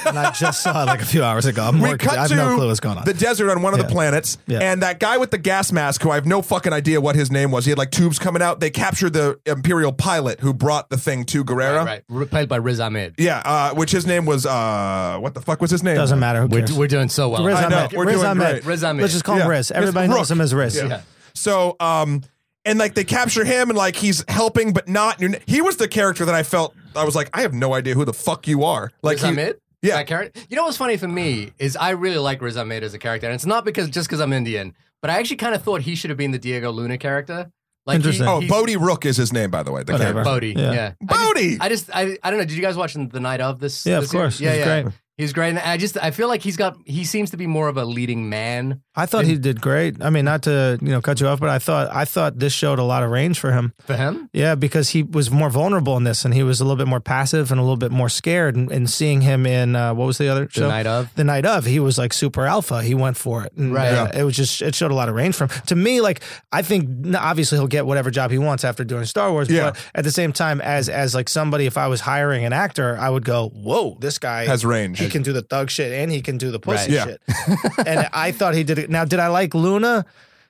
S3: and I just saw it like a few hours ago. I'm more
S1: we
S3: confused.
S1: cut
S3: I have
S1: to
S3: no clue what's going on.
S1: the desert on one of the
S3: Yeah.
S1: planets,
S3: Yeah.
S1: and that guy with the gas mask, who I have no fucking idea what his name was. He had like tubes coming out. They captured the Imperial pilot who brought the thing to Guerrero.
S2: Right, re- played by Riz Ahmed.
S1: Yeah, uh, which his name was uh, what the fuck was his name?
S3: Doesn't matter. Who
S2: We're,
S3: cares?
S2: we're doing so well.
S3: Riz
S1: I know,
S3: Ahmed.
S1: we're
S3: Riz
S1: doing
S3: Ahmed.
S1: great.
S2: Riz Ahmed.
S3: Let's just call him
S1: Yeah.
S3: Riz. Everybody knows
S1: Rook.
S3: him as Riz.
S1: Yeah. So, um, and like they capture him, and like he's helping, but not. you're n- He was the character that I felt. I was like, I have no idea who the fuck you are. Like
S2: Riz
S1: he-
S2: Ahmed?
S1: Yeah.
S2: That character? You know what's funny for me is I really like Riz Ahmed as a character, and it's not because just because I'm Indian, but I actually kind of thought he should have been the Diego Luna character. Like
S3: Interesting.
S2: He,
S1: Oh,
S2: he-
S1: Bodie Rook is his name, by the way. The character.
S3: Whatever.
S2: Bodie.
S3: Yeah.
S2: Yeah.
S1: Bodie!
S2: I just, I, just I, I don't know. Did you guys watch the night of this?
S3: Yeah, of
S2: this year?
S3: course.
S2: Yeah,
S3: He's
S2: yeah.
S3: great.
S2: He's great, and I just I feel like he's got he seems to be more of a leading man.
S3: I thought he did great. I mean, not to you know cut you off, but I thought I thought this showed a lot of range for him.
S2: For him,
S3: Yeah, because he was more vulnerable in this, and he was a little bit more passive and a little bit more scared. And, and seeing him in uh, what was the other
S2: the
S3: show?
S2: night of.
S3: the night of, he was like super alpha. He went for it. And,
S2: Right.
S3: uh, It was just, it showed a lot of range from to me. Like, I think n- obviously he'll get whatever job he wants after doing Star Wars.
S1: Yeah.
S3: But at the same time, as, as like somebody, if I was hiring an actor, I would go, whoa, this guy
S1: Has range.
S3: He can do the thug shit and he can do the
S2: Right.
S3: pussy
S1: Yeah.
S3: shit. and I thought he did it. Now, did I like Luna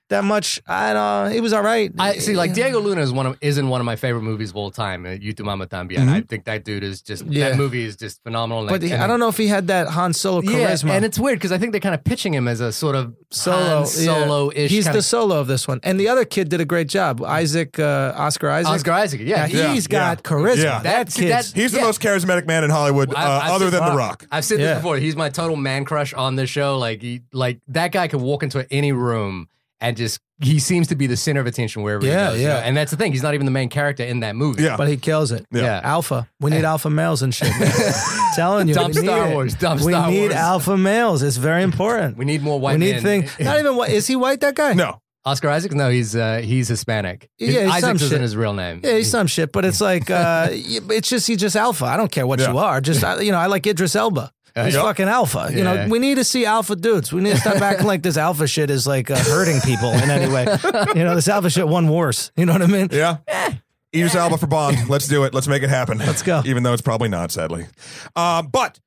S3: that much? I don't He was all right.
S2: I see. Like Diego Luna is one of is in one of my favorite movies of all time. uh, You Tu Mama Tambien. I
S3: Mm-hmm.
S2: think that dude is just
S3: Yeah.
S2: that movie is just phenomenal. and-
S3: But he-
S2: and-
S3: I don't know if he had that Han Solo
S2: Yeah,
S3: charisma.
S2: and it's weird because I think they're kind of pitching him as a sort of
S3: solo
S2: solo ish.
S3: He's the solo of this one, and the other kid did a great job. Isaac, uh, Oscar Isaac.
S2: Oscar Isaac. Yeah,
S3: Yeah,
S2: he-
S3: he's
S1: Yeah.
S3: got charisma.
S1: Yeah.
S3: That,
S2: That-
S3: kid.
S2: that-
S1: He's the
S2: Yeah.
S1: most charismatic man in Hollywood,
S2: I-
S1: uh,
S2: I've
S1: other
S2: seen-
S1: than The
S3: Fuck.
S1: Rock.
S2: I've said
S3: Yeah.
S2: this before. He's my total man crush on the show. Like he, like that guy could walk into any room and just he seems to be the center of attention wherever
S3: Yeah,
S2: he goes. you
S3: yeah.
S2: know? and that's the thing. He's not even the main character in that movie.
S1: Yeah.
S3: but he kills it.
S1: Yeah.
S2: Yeah.
S3: Alpha. We need alpha males and shit. Telling you,
S2: Dump
S3: we need
S2: Star
S3: it.
S2: Wars, dump
S3: we
S2: Star
S3: need
S2: Wars.
S3: alpha males. It's very important.
S2: we need more white
S3: we
S2: men.
S3: need things. Not even white. Is he white? That guy?
S1: No,
S2: Oscar Isaac? No, he's uh, he's Hispanic. His-
S3: Yeah, he's some
S2: Isaacs isn't
S3: shit.
S2: his real name.
S3: Yeah, he's some shit, but it's like uh, it's just he's just alpha. I don't care what
S1: Yeah.
S3: you are. Just I, you know, I like Idris Elba. He's
S1: Yeah.
S3: fucking alpha. You
S2: Yeah.
S3: know, we need to see alpha dudes. We need to stop acting like this alpha shit is like uh, hurting people in any way. You know, this alpha shit won wars. You know what I mean?
S1: Yeah. Idris Alba for Bond. Let's do it. Let's make it happen. Let's
S3: go.
S1: Even though it's probably not, sadly. Uh, but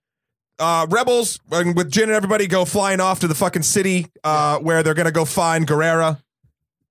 S1: uh, rebels uh, with Jin and everybody go flying off to the fucking city uh, where they're gonna go find Guerrera,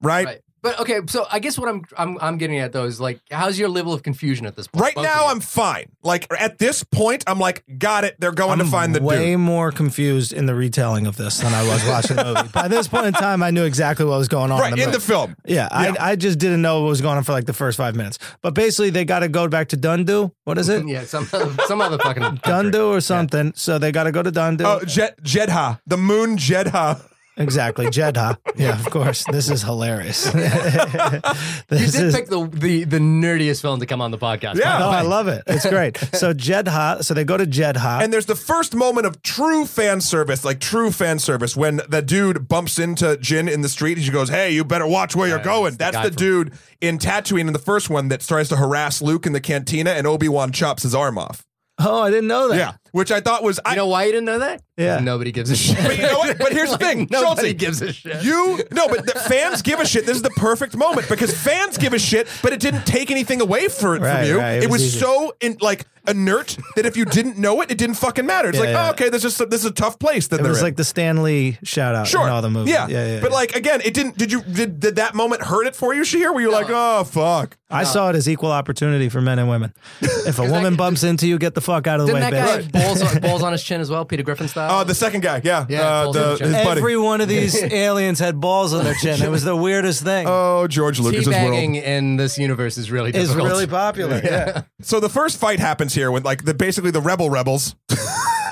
S1: right? Right,
S2: Right. But okay, so I guess what I'm I'm I'm getting at though is like, how's your level of confusion at this point? Both of
S1: now,
S2: you.
S1: I'm fine. Like at this point, I'm like, got it. They're going to find the
S3: way
S1: dude.
S3: more confused in the retelling of this than I was watching the movie. By this point in time, I knew exactly what was going on.
S1: Right
S3: in the,
S1: in the
S3: movie.
S1: film.
S3: yeah,
S1: Yeah.
S3: I, I just didn't know what was going on for like the first five minutes. But basically, they got to go back to Dundu. What is it?
S2: yeah, some other, some other fucking country.
S3: Dundu or something. So they got to go to Dundu.
S1: Oh, Je- Jedha, the moon Jedha.
S3: Exactly, Jeddah. Yeah, of course. This is hilarious.
S2: You
S3: this
S2: did
S3: is.
S2: pick the, the the nerdiest film to come on the podcast.
S1: Yeah.
S3: Oh, I love it. It's great. So Jeddah. So they go to Jeddah.
S1: And there's the first moment of true fan service, like true fan service, when the dude bumps into Jin in the street and she goes, Hey, you better watch where you're going.
S2: it's the
S1: That's
S2: guy
S1: the
S2: from-
S1: dude in Tatooine in the first one that tries to harass Luke in the cantina and Obi Wan chops his arm off.
S3: oh, I didn't know that.
S1: Yeah. Which I thought was. I,
S2: You know why you didn't know that?
S3: Yeah.
S2: Nobody gives a shit.
S1: but you know what? But here's the
S2: Like,
S1: thing,
S2: Nobody
S1: Schultzy,
S2: gives a shit.
S1: You no, but the fans give a shit. This is the perfect moment because fans give a shit, but it didn't take anything away for it from
S3: Right,
S1: you.
S3: right,
S1: it,
S3: it
S1: was,
S3: was easy.
S1: so in, like inert that if you didn't know it, it didn't fucking matter. It's
S3: Yeah,
S1: like,
S3: yeah.
S1: oh, okay, this is this is a tough place that
S3: It
S1: they're
S3: was
S1: in.
S3: like the Stanley shout out
S1: Sure.
S3: in all the movies.
S1: Yeah.
S3: yeah,
S1: But
S3: yeah.
S1: like again, it didn't. Did you did, did that moment hurt it for you, Shahir? Were you like, oh fuck?
S3: I saw it as equal opportunity for men and women. If a woman bumps into you, get the fuck out of the way,
S2: Didn't that guy
S3: bitch.
S2: have balls on, balls on his chin as well, Peter Griffin style?
S1: Uh, the second guy, yeah,
S2: Yeah,
S1: uh,
S2: Paul
S1: the,
S2: Simon.
S1: his buddy.
S3: Every one of these aliens had balls on their chin. It was the weirdest thing.
S1: oh, George Lucas's world.
S2: Teabagging in this universe is really
S3: it's
S2: difficult.
S3: really popular. Yeah.
S1: So the first fight happens here when like the basically the rebel rebels.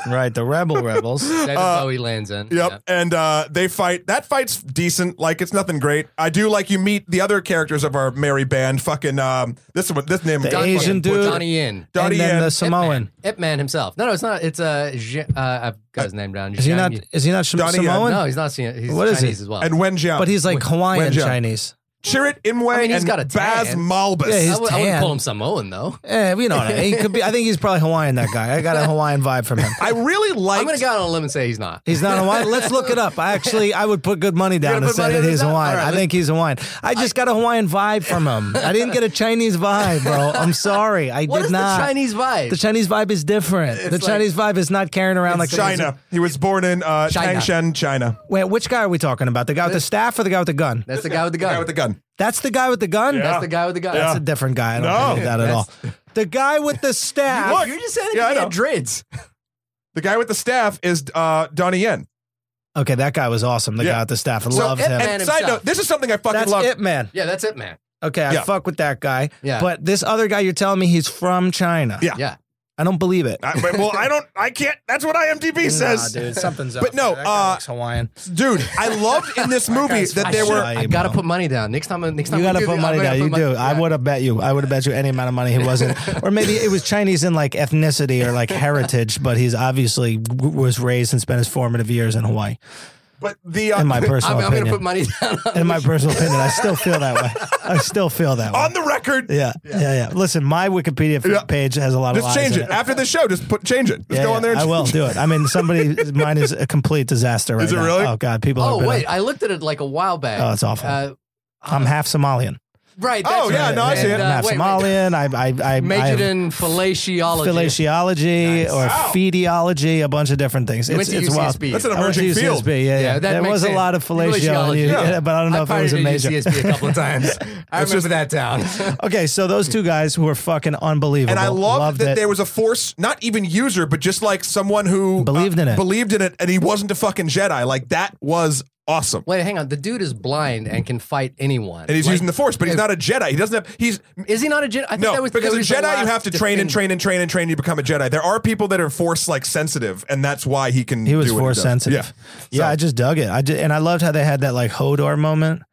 S3: Right. The rebel rebels.
S2: David Bowie lands in.
S1: Uh, Yep, and uh, they fight. That fight's decent. Like it's nothing great. I do like you meet the other characters of our merry band. Fucking um, this one, this name.
S3: The Asian dude.
S2: Johnny Yin.
S3: And
S1: Donnie
S3: then
S1: Yen.
S3: the Samoan.
S2: Ip Man himself. No, no, it's not. It's uh, Zhe- uh, I've got his name down.
S3: Is he not? Is he not Sam-
S1: Donnie Yen.
S3: Samoan?
S2: No, he's not. He's
S3: What is
S2: Chinese
S3: he?
S2: as well.
S1: and Wen Jiao.
S3: But he's like Hawaiian
S1: Wenjiao.
S3: Chinese.
S1: Chirrut Imwe
S2: I mean, he's
S1: and
S2: got a tan.
S1: Baz Malbus.
S3: Yeah,
S2: I
S3: he's-
S2: would, I would
S3: tan.
S2: call him Samoan though.
S3: Eh, you know what I mean. He could be. I think he's probably Hawaiian. That guy. I got a Hawaiian vibe from him.
S1: I really like.
S2: I'm gonna go out on a limb and say he's not.
S3: He's not Hawaiian. Let's look it up. I actually, I would put good money down
S2: gonna
S3: to
S2: put
S3: say
S2: money
S3: that
S2: on
S3: he's
S2: that?
S3: Hawaiian.
S2: All right,
S3: I think he's Hawaiian. I just got a Hawaiian vibe from him. I didn't get a Chinese vibe, bro. I'm sorry. I
S2: What
S3: did
S2: is
S3: not.
S2: the Chinese vibe?
S3: The Chinese vibe is different. the
S2: like-
S3: Chinese vibe is not carrying around like
S1: China. He was born in uh,
S2: China.
S1: Tangshan, China.
S3: Wait, which guy are we talking about? The guy with the staff or the guy with the gun?
S2: That's the guy with the gun.
S1: Guy with the gun.
S3: That's the guy with the gun.
S1: Yeah.
S2: That's the guy with the gun.
S1: Yeah.
S3: That's a different guy. I don't
S1: No.
S3: believe that at all. The guy with the staff.
S1: Look.
S2: You're just saying
S1: Yeah, I
S2: yeah, he
S1: know.
S2: had dreads.
S1: The guy with the staff is uh, Donnie Yen.
S3: Okay, that guy was awesome. The
S1: Yeah.
S3: guy with the staff. I
S1: So-
S3: loved
S2: Ip
S3: him.
S2: Man
S1: And side
S2: himself.
S1: note, this is something I fucking
S3: That's
S1: love.
S3: it, man.
S2: Yeah, that's it, man.
S3: Okay, I
S1: Yeah.
S3: fuck with that guy.
S2: Yeah.
S3: But this other guy, you're telling me he's from China.
S1: Yeah.
S2: Yeah.
S3: I don't believe it.
S1: I, but- well, I don't. I can't. That's what IMDb says,
S3: nah, dude, something's up.
S1: But no,
S3: there. That guy
S1: uh,
S3: looks Hawaiian.
S1: dude. I loved in this movie
S3: guy's
S1: that
S3: I
S1: there
S3: should-
S1: were.
S3: I-
S2: I gotta put money down. Next time, next time
S3: You
S2: we
S3: gotta
S2: do
S3: put
S2: this,
S3: money
S2: I'm
S3: down.
S2: gonna
S3: You
S2: put
S3: do.
S2: money-
S3: I
S2: Yeah.
S3: would have bet you. I would have bet you any amount of money he wasn't, or maybe it was Chinese in like ethnicity or like heritage, but he's obviously w- was raised and spent his formative years in Hawaii.
S1: But the uh,
S3: In my personal
S2: I'm, I'm gonna
S3: opinion,
S2: put money down. on-
S3: in my personal opinion, I still feel that way. I still feel that way.
S1: on the record,
S3: yeah, yeah, yeah. Listen, my Wikipedia f-
S1: Yeah.
S3: page has a lot of
S1: just
S3: lies
S1: change
S3: in
S1: it. after the show. Just put change it. Just go on there. And
S3: I will
S1: change
S3: do it. I mean, somebody mine is a complete disaster right
S1: Is it
S3: now.
S1: really?
S3: Oh God, people. have
S2: Oh
S3: been
S2: wait, I looked at it like a while back. Uh,
S3: Oh, it's awful. I'm half Somalian.
S2: right. That's
S1: Oh, yeah,
S2: right.
S1: no, I see it.
S2: And,
S1: uh,
S3: I'm half
S2: wait, wait.
S3: Somalian. I, I, I
S2: Majored
S3: I-
S2: in fallaciology.
S3: Fellatiology or
S1: Wow.
S3: fetiology, a bunch of different things.
S2: You went to
S3: It's, it's wild.
S2: UCSB.
S1: That's an
S3: I went to
S1: emerging
S3: UCSB,
S1: field.
S3: Yeah, yeah.
S2: Yeah, that
S3: there
S2: makes
S3: was a
S2: sense.
S3: lot of fellatiology,
S2: Fellatiology, yeah.
S3: yeah, but I don't know if it was a
S2: partied at
S3: major.
S2: UCSB a couple of times. I
S1: It's
S2: remember
S1: just-
S2: that town.
S3: Okay, so those two guys who were fucking unbelievable.
S1: And I loved, that
S3: it.
S1: there was a force, not even user, but just like someone who uh,
S3: Believed in it.
S1: Believed in it, and he wasn't a fucking Jedi. Like that was awesome.
S2: Wait, hang on. The dude is blind and can fight anyone.
S1: And he's
S2: Like,
S1: using the force, but he's not a Jedi. He doesn't have. He's
S2: Is he not a Jedi? I think
S1: no
S2: that was,
S1: because
S2: that
S1: a
S2: was the
S1: Jedi you
S2: last
S1: have to train and
S2: definitive-
S1: train and train and train. You become a Jedi. There are people that are force like sensitive, and that's why he can.
S3: He was
S1: do what
S3: force
S1: does.
S3: sensitive.
S1: Yeah.
S3: Yeah,
S1: So-
S3: I just dug it. I ju- and I loved how they had that like Hodor moment,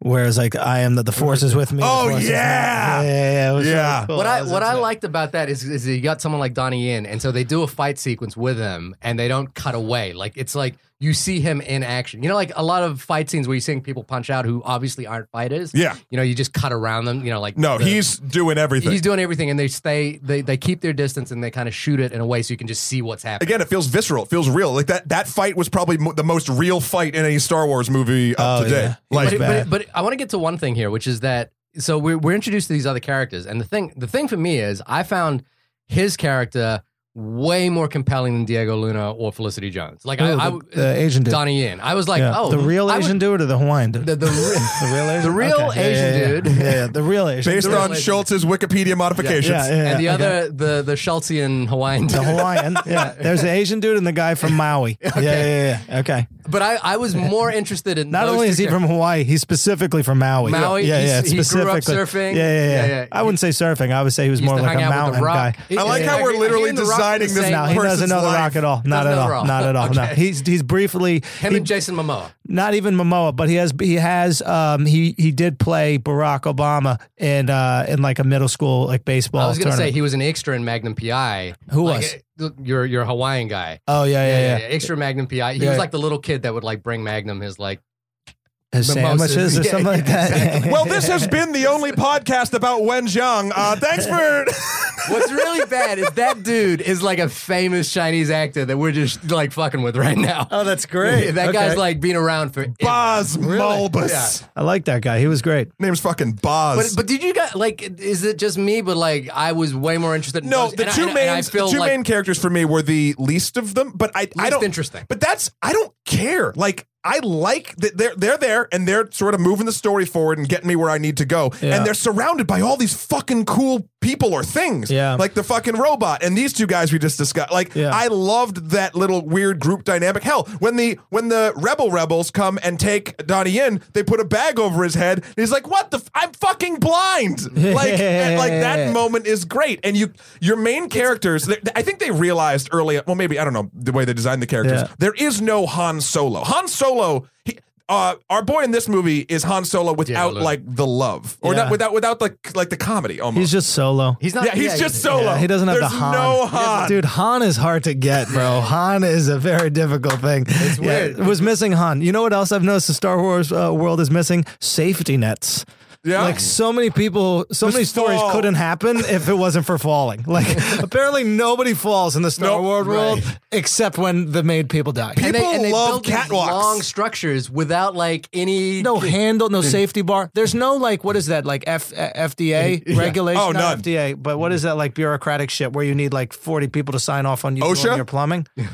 S3: where it's like I am that the force is with me. the
S1: Oh,
S3: Force is not-
S1: yeah!
S3: yeah, yeah. yeah, it was really
S1: Yeah.
S3: cool.
S2: What I
S3: was
S2: what I
S3: into it.
S2: liked about that is is you got someone like Donnie Yen, and so they do a fight sequence with him, and they don't cut away. Like it's like you see him in action. You know, like a lot of fight scenes where you're seeing people punch out who obviously aren't fighters.
S1: Yeah.
S2: you know, you just cut around them. You know, like
S1: No,
S2: the-
S1: he's doing everything.
S2: he's doing everything, and they stay they they keep their distance, and they kind of shoot it in a way so you can just see what's happening.
S1: Again, it feels visceral. It feels real. Like that. That fight was probably mo- the most real fight in any Star Wars movie up
S3: Oh,
S1: to date.
S3: yeah. It
S1: Like
S3: was
S2: but,
S3: bad.
S2: but, but I want to get to one thing here, which is that so we're we're introduced to these other characters, and the thing the thing for me is I found his character way more compelling than Diego Luna or Felicity Jones. Like I, I
S3: Oh, the, the Asian dude.
S2: Donnie Yen, I was like,
S3: Yeah.
S2: oh,
S3: the real
S2: I would-
S3: Asian dude or the Hawaiian dude?
S2: the, the,
S3: The
S2: re- the
S3: real Asian,
S2: real
S3: Yeah, yeah,
S2: Asian
S3: yeah.
S2: dude.
S3: Yeah, yeah, the real Asian.
S1: based
S3: dude.
S1: on Schultz's Wikipedia modifications.
S3: yeah, yeah,
S2: and the
S3: yeah, okay.
S2: other the the Schultzian Hawaiian.
S3: The
S2: Dude.
S3: Hawaiian, yeah. There's an Asian dude and the guy from Maui. Yeah, yeah, yeah. Okay.
S2: But I, I was more interested in
S3: Not
S2: those
S3: only
S2: two
S3: is he
S2: characters.
S3: from Hawaii, he's specifically from Maui.
S2: Maui,
S3: yeah, yeah.
S2: he's- he grew up
S3: specifically-
S2: surfing.
S3: Yeah, yeah, yeah.
S2: Yeah, yeah.
S3: I wouldn't say surfing. I would say he was
S2: He used
S3: more
S2: to
S3: like
S2: hang
S3: a
S2: out with
S3: mountain
S2: The Rock.
S3: guy.
S2: He-
S1: I like
S2: he-
S1: how we're
S2: he-
S1: literally
S2: he and The Rock are the
S1: designing this
S2: same-
S3: No, he doesn't
S1: person's
S3: know the
S1: life.
S3: rock at all. Not
S2: Doesn't
S3: at
S2: know
S3: all.
S2: The Rock.
S3: Not at all. No,
S2: Okay.
S3: he's he's briefly
S2: him
S3: he-
S2: and Jason Momoa.
S3: not even Momoa, but he has he has um he he did play Barack Obama in uh in like a middle school like baseball.
S2: I was gonna say
S3: tournament.
S2: he was an extra in Magnum PI.
S3: Who
S2: Like, uh, Your your Hawaiian guy.
S3: oh yeah yeah yeah.
S2: Extra Magnum PI. He
S3: Yeah.
S2: was like the little kid that would like bring Magnum his like.
S3: His
S2: Mimosas.
S3: sandwiches or
S2: Yeah,
S3: something
S2: yeah,
S3: like that.
S2: exactly.
S1: Well, this has been the only podcast about Wen Zhang. Uh, thanks for.
S2: What's really bad is that dude is like a famous Chinese actor that we're just like fucking with right now.
S3: Oh, that's great.
S2: that
S3: Okay.
S2: guy's like been around for.
S1: Boz Malbus.
S2: Yeah.
S3: I like that guy. He was great.
S1: Name's fucking
S2: But,
S1: Boz.
S2: but did you guys like? Is it just me? But like, I was way more interested. In
S1: no,
S2: those-
S1: the
S2: and I-
S1: two
S2: and I- and I
S1: main the
S2: feel
S1: two
S2: like-
S1: main characters for me were the least of them. But I I
S2: Least
S1: don't
S2: interesting.
S1: But that's I don't care. Like I like that they're they're there and they're sort of moving the story forward and getting me where I need to go.
S3: Yeah.
S1: And they're surrounded by all these fucking cool people or things.
S3: Yeah.
S1: Like the fucking robot and these two guys we just discussed. Like
S3: Yeah.
S1: I loved that little weird group dynamic. Hell, when the when the rebel rebels come and take Donnie in, they put a bag over his head. And he's like, "What the? F- I'm fucking blind!" Like and, like that moment is great. And you your main characters, they- I think they realized early. Well, maybe I don't know the way they designed the characters.
S3: Yeah.
S1: There is no Han Solo. Han Solo. He, uh, our boy in this movie is Han Solo without
S2: Luke.
S1: like the love, or
S3: Yeah.
S1: not without without the like the comedy almost.
S3: He's just solo.
S2: He's not.
S1: yeah, he's just solo.
S3: yeah, he doesn't have the
S1: There's
S3: Han.
S1: no
S3: He doesn't-
S1: Han.
S3: Dude, Han is hard to get, bro. Han is a very difficult thing. It's
S2: weird.
S3: was missing Han. You know what else I've noticed the Star Wars uh, world is missing? Safety nets.
S1: Yeah.
S3: Like so many people, so many stories
S1: fall.
S3: couldn't happen if it wasn't for falling. Like apparently nobody falls in the Star
S1: Nope.
S3: Wars world
S2: Right.
S3: except when the made people die.
S2: And they,
S1: People
S2: and they
S1: love
S2: built these
S1: catwalks.
S2: long structures without like any.
S3: no handle, no safety bar. There's no like, what is that like F- uh, FDA regulation?
S1: Oh,
S3: Not
S1: none.
S3: FDA, but what is that like bureaucratic shit where you need like 40 people to sign off on you
S1: OSHA?
S3: doing your plumbing? You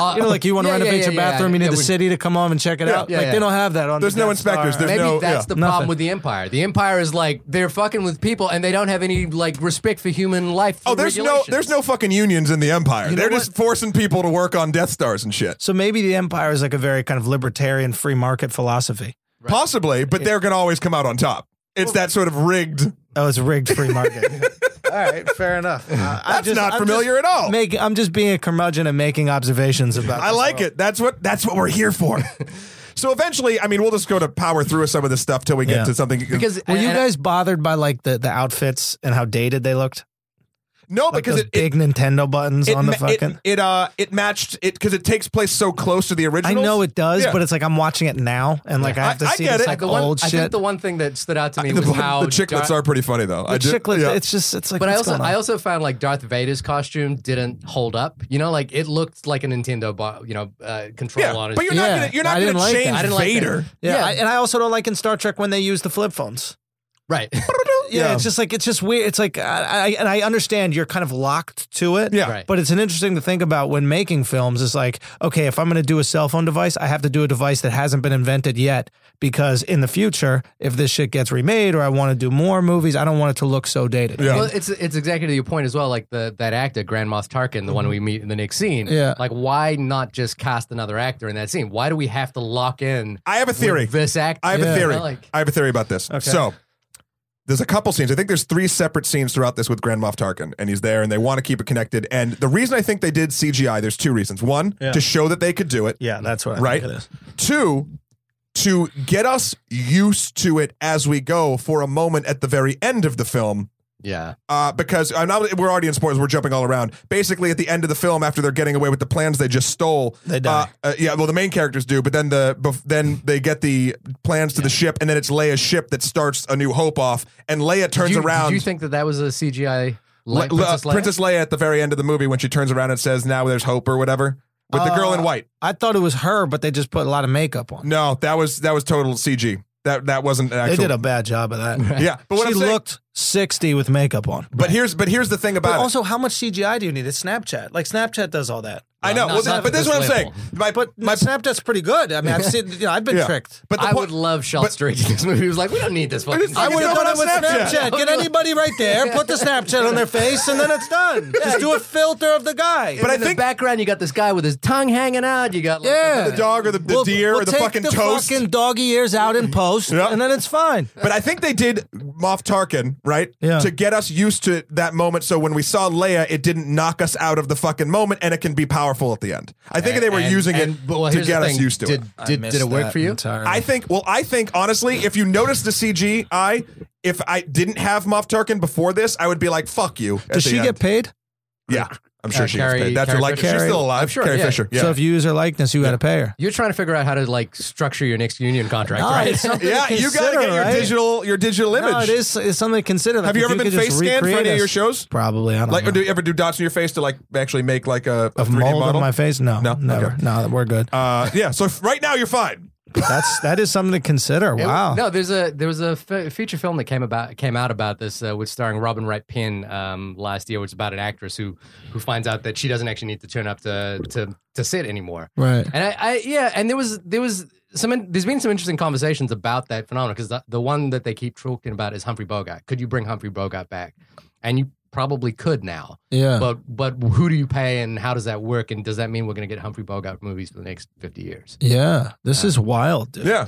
S2: Uh,
S3: know, like you want to
S2: yeah, yeah,
S3: renovate
S2: yeah,
S3: your
S2: yeah.
S3: bathroom, you need
S2: Yeah,
S3: the
S2: we-
S3: city to come on and check it out.
S2: yeah,
S3: like
S2: yeah.
S3: they don't have that on.
S1: There's
S3: the
S1: no
S3: Death
S1: inspectors.
S3: Star.
S1: There's
S2: Maybe
S1: no-
S2: that's
S1: yeah.
S2: the
S3: Nothing.
S2: problem with the empire. The empire is like they're fucking with people and they don't have any like respect for human life.
S1: Oh, there's no there's no fucking unions in the Empire. They're just forcing people to work on Death Stars and shit.
S3: so maybe the empire is like a very kind of libertarian free market philosophy.
S1: Possibly, but they're gonna always come out on top. It's that sort of rigged.
S3: Oh, it's rigged free market. All right, fair enough. Uh, I'm
S1: That's not familiar
S3: just
S1: at all.
S3: Making, I'm just being a curmudgeon and making observations about.
S1: I
S3: this
S1: like
S3: world.
S1: it. That's what that's what we're here for. so eventually, I mean, we'll just go to power through some of this stuff till we get
S3: Yeah.
S1: to something.
S2: because
S3: Were
S2: and-
S3: you
S2: and-
S3: guys bothered by like the, the outfits and how dated they looked?
S1: no,
S3: Like
S1: because
S3: those
S1: it, it
S3: big Nintendo buttons
S1: it,
S3: on the
S1: ma- it,
S3: fucking.
S1: it, uh it matched it because it takes place so close to the
S3: I
S1: original.
S3: know it does,
S1: Yeah.
S3: but it's like I'm watching it now, and like I have to
S1: I- I
S3: see
S1: get
S3: this
S1: it.
S3: like
S2: the one,
S3: old
S2: I think
S3: shit.
S2: the one thing that stood out to me
S1: the,
S2: was how
S1: the chiclets
S2: Dar-
S1: are pretty funny though.
S3: the chiclet,
S1: yeah.
S3: it's just it's like.
S2: But I
S3: what's
S2: also
S3: going on?
S2: I also found like Darth Vader's costume didn't hold up. You know, like it looked like a Nintendo bar, you know, uh, control
S1: Yeah,
S2: on it.
S1: but you're not
S3: Yeah,
S1: gonna you're
S3: I
S1: not
S3: didn't
S1: gonna
S3: like that.
S1: change
S3: I
S2: didn't like that.
S1: Vader.
S3: yeah,
S2: yeah.
S3: I- and I also don't like in Star Trek when they use the flip phones.
S2: right.
S3: Yeah,
S1: Yeah.
S3: it's just like it's just weird. It's like I, I and I understand you're kind of locked to it.
S1: Yeah.
S2: Right.
S3: But it's an interesting to think about when making films. It's like okay, if I'm going to do a cell phone device, I have to do a device that hasn't been invented yet because in the future, if this shit gets remade or I want to do more movies, I don't want it to look so dated.
S1: Yeah.
S2: Well, it's it's exactly to your point as well. Like the that actor, Grand Moff Tarkin, the one we meet in the next scene.
S3: Mm-hmm. Yeah.
S2: Like, why not just cast another actor in that scene? Why do we have to lock in?
S1: I have a
S2: with
S1: theory.
S2: This actor.
S1: I have
S2: You
S1: a
S2: know,
S1: theory.
S2: Like,
S1: I have a theory about this. So there's a couple scenes. I think there's three separate scenes throughout this with Grand Moff Tarkin, and he's there, and they want to keep it connected. And the reason I think they did CGI, there's two reasons. One, to show that they could do it.
S3: Yeah, that's what I
S1: Right.
S3: think it is.
S1: Two, to get us used to it as we go for a moment at the very end of the film.
S2: yeah.
S1: Uh, because I'm not, we're already in spoilers. We're jumping all around. Basically, at the end of the film, after they're getting away with the plans they just stole,
S3: They die.
S1: Uh, uh, yeah, well, the main characters do, but then the bef- then they get the plans to the ship, and then it's Leia's ship that starts A New Hope off, and Leia turns
S2: Did you,
S1: around. uh,
S2: Did you think that that was a CGI?
S1: Le-
S2: Like,
S1: Le-
S2: Princess Leia?
S1: at the very end of the movie when she turns around and says, "Now there's hope" or whatever, with the
S2: Uh,
S1: girl in white.
S3: I thought it was her, but they just put a lot of makeup on.
S1: No, that was that was total CG. That that wasn't an
S3: They
S1: actual.
S3: did a bad job of that.
S1: yeah, but what
S3: she
S1: I'm saying,
S3: looked sixty with makeup on.
S1: but here's but here's the thing about
S3: But
S1: it.
S3: also, how much CGI do you need? It's Snapchat. Like Snapchat does all that. Uh,
S1: I know,
S2: not-
S1: well,
S2: not
S1: but this is what I'm
S2: this
S1: saying. My,
S3: But my
S1: my,
S3: Snapchat's pretty good. I mean, I've seen. You know, I've been
S1: Yeah.
S3: tricked.
S1: but the
S2: I
S1: point-
S2: would love Shot Straight in this movie. He was like, we don't need this fucking.
S1: I
S3: I would have
S1: done
S3: done it with
S1: on Snapchat.
S3: Snapchat. Get anybody right there, put the Snapchat on their face, and then it's done. Just do a filter of the guy.
S1: But I
S2: in the
S1: think-
S2: background, you got this guy with his tongue hanging out. You got like,
S1: the dog or the, the
S3: We'll-
S1: deer
S3: we'll
S1: or the
S3: take
S1: fucking
S3: the
S1: toast.
S3: fucking doggy ears out in post,
S1: Yeah.
S3: and then it's fine.
S1: But I think they did Moff Tarkin, right?
S3: Yeah.
S1: To get us used to that moment so when we saw Leia, it didn't knock us out of the fucking moment and it can be powerful at the end. I think they were
S2: And-
S1: using
S2: and-
S1: it
S2: but, well,
S1: to
S2: here's the
S1: get us
S2: thing.
S1: used to
S2: did,
S1: it.
S2: Did, did it work for you?
S1: I think, well, I think honestly, if you notice the CGI, if I didn't have Moff Tarkin before this, I would be like, fuck you. at
S3: Does
S1: the
S3: she
S1: end.
S3: get paid?
S1: Yeah. I'm sure
S2: Uh,
S1: she gets
S2: Carrie-
S1: paid. That's her
S2: Carrie
S1: like
S2: Fisher?
S1: she's still alive.
S2: I'm sure,
S1: Carrie
S2: yeah.
S1: Fisher. Yeah.
S3: So if you use her likeness, you got to pay her.
S2: You're trying to figure out how to like structure your next union contract,
S3: No,
S2: right?
S3: it's something to
S1: yeah, you gotta
S3: consider,
S1: get your
S3: right?
S1: digital your digital image.
S3: No, it is it's something to consider. Like,
S1: Have you
S3: if
S1: ever been
S3: could just
S1: face scanned for
S3: recreate
S1: any of
S3: us-
S1: your shows?
S3: Probably. I don't
S1: Like,
S3: know.
S1: or do you ever do dots on your face to like actually make like a, Uh-huh. a
S3: of
S1: 3D
S3: mold
S1: model?
S3: on my face? No,
S1: No?
S3: never.
S1: Okay.
S3: No, we're good.
S1: Uh, yeah. So if- right now you're fine.
S3: That's that is something to consider. Wow.
S2: Oh, No, there's a there was a f- feature film that came about came out about this uh, with starring Robin Wright Penn um, last year, which is about an actress who who finds out that she doesn't actually need to turn up to to to sit anymore.
S3: Right.
S2: And I, I yeah, and there was there was some in- there's been some interesting conversations about that phenomenon because the, the one that they keep talking about is Humphrey Bogart. Could you bring Humphrey Bogart back? And you probably could now.
S3: Yeah.
S2: But but who do you pay and how does that work and does that mean we're going to get Humphrey Bogart movies for the next 50 years?
S3: Yeah, this is wild, dude.
S1: Yeah.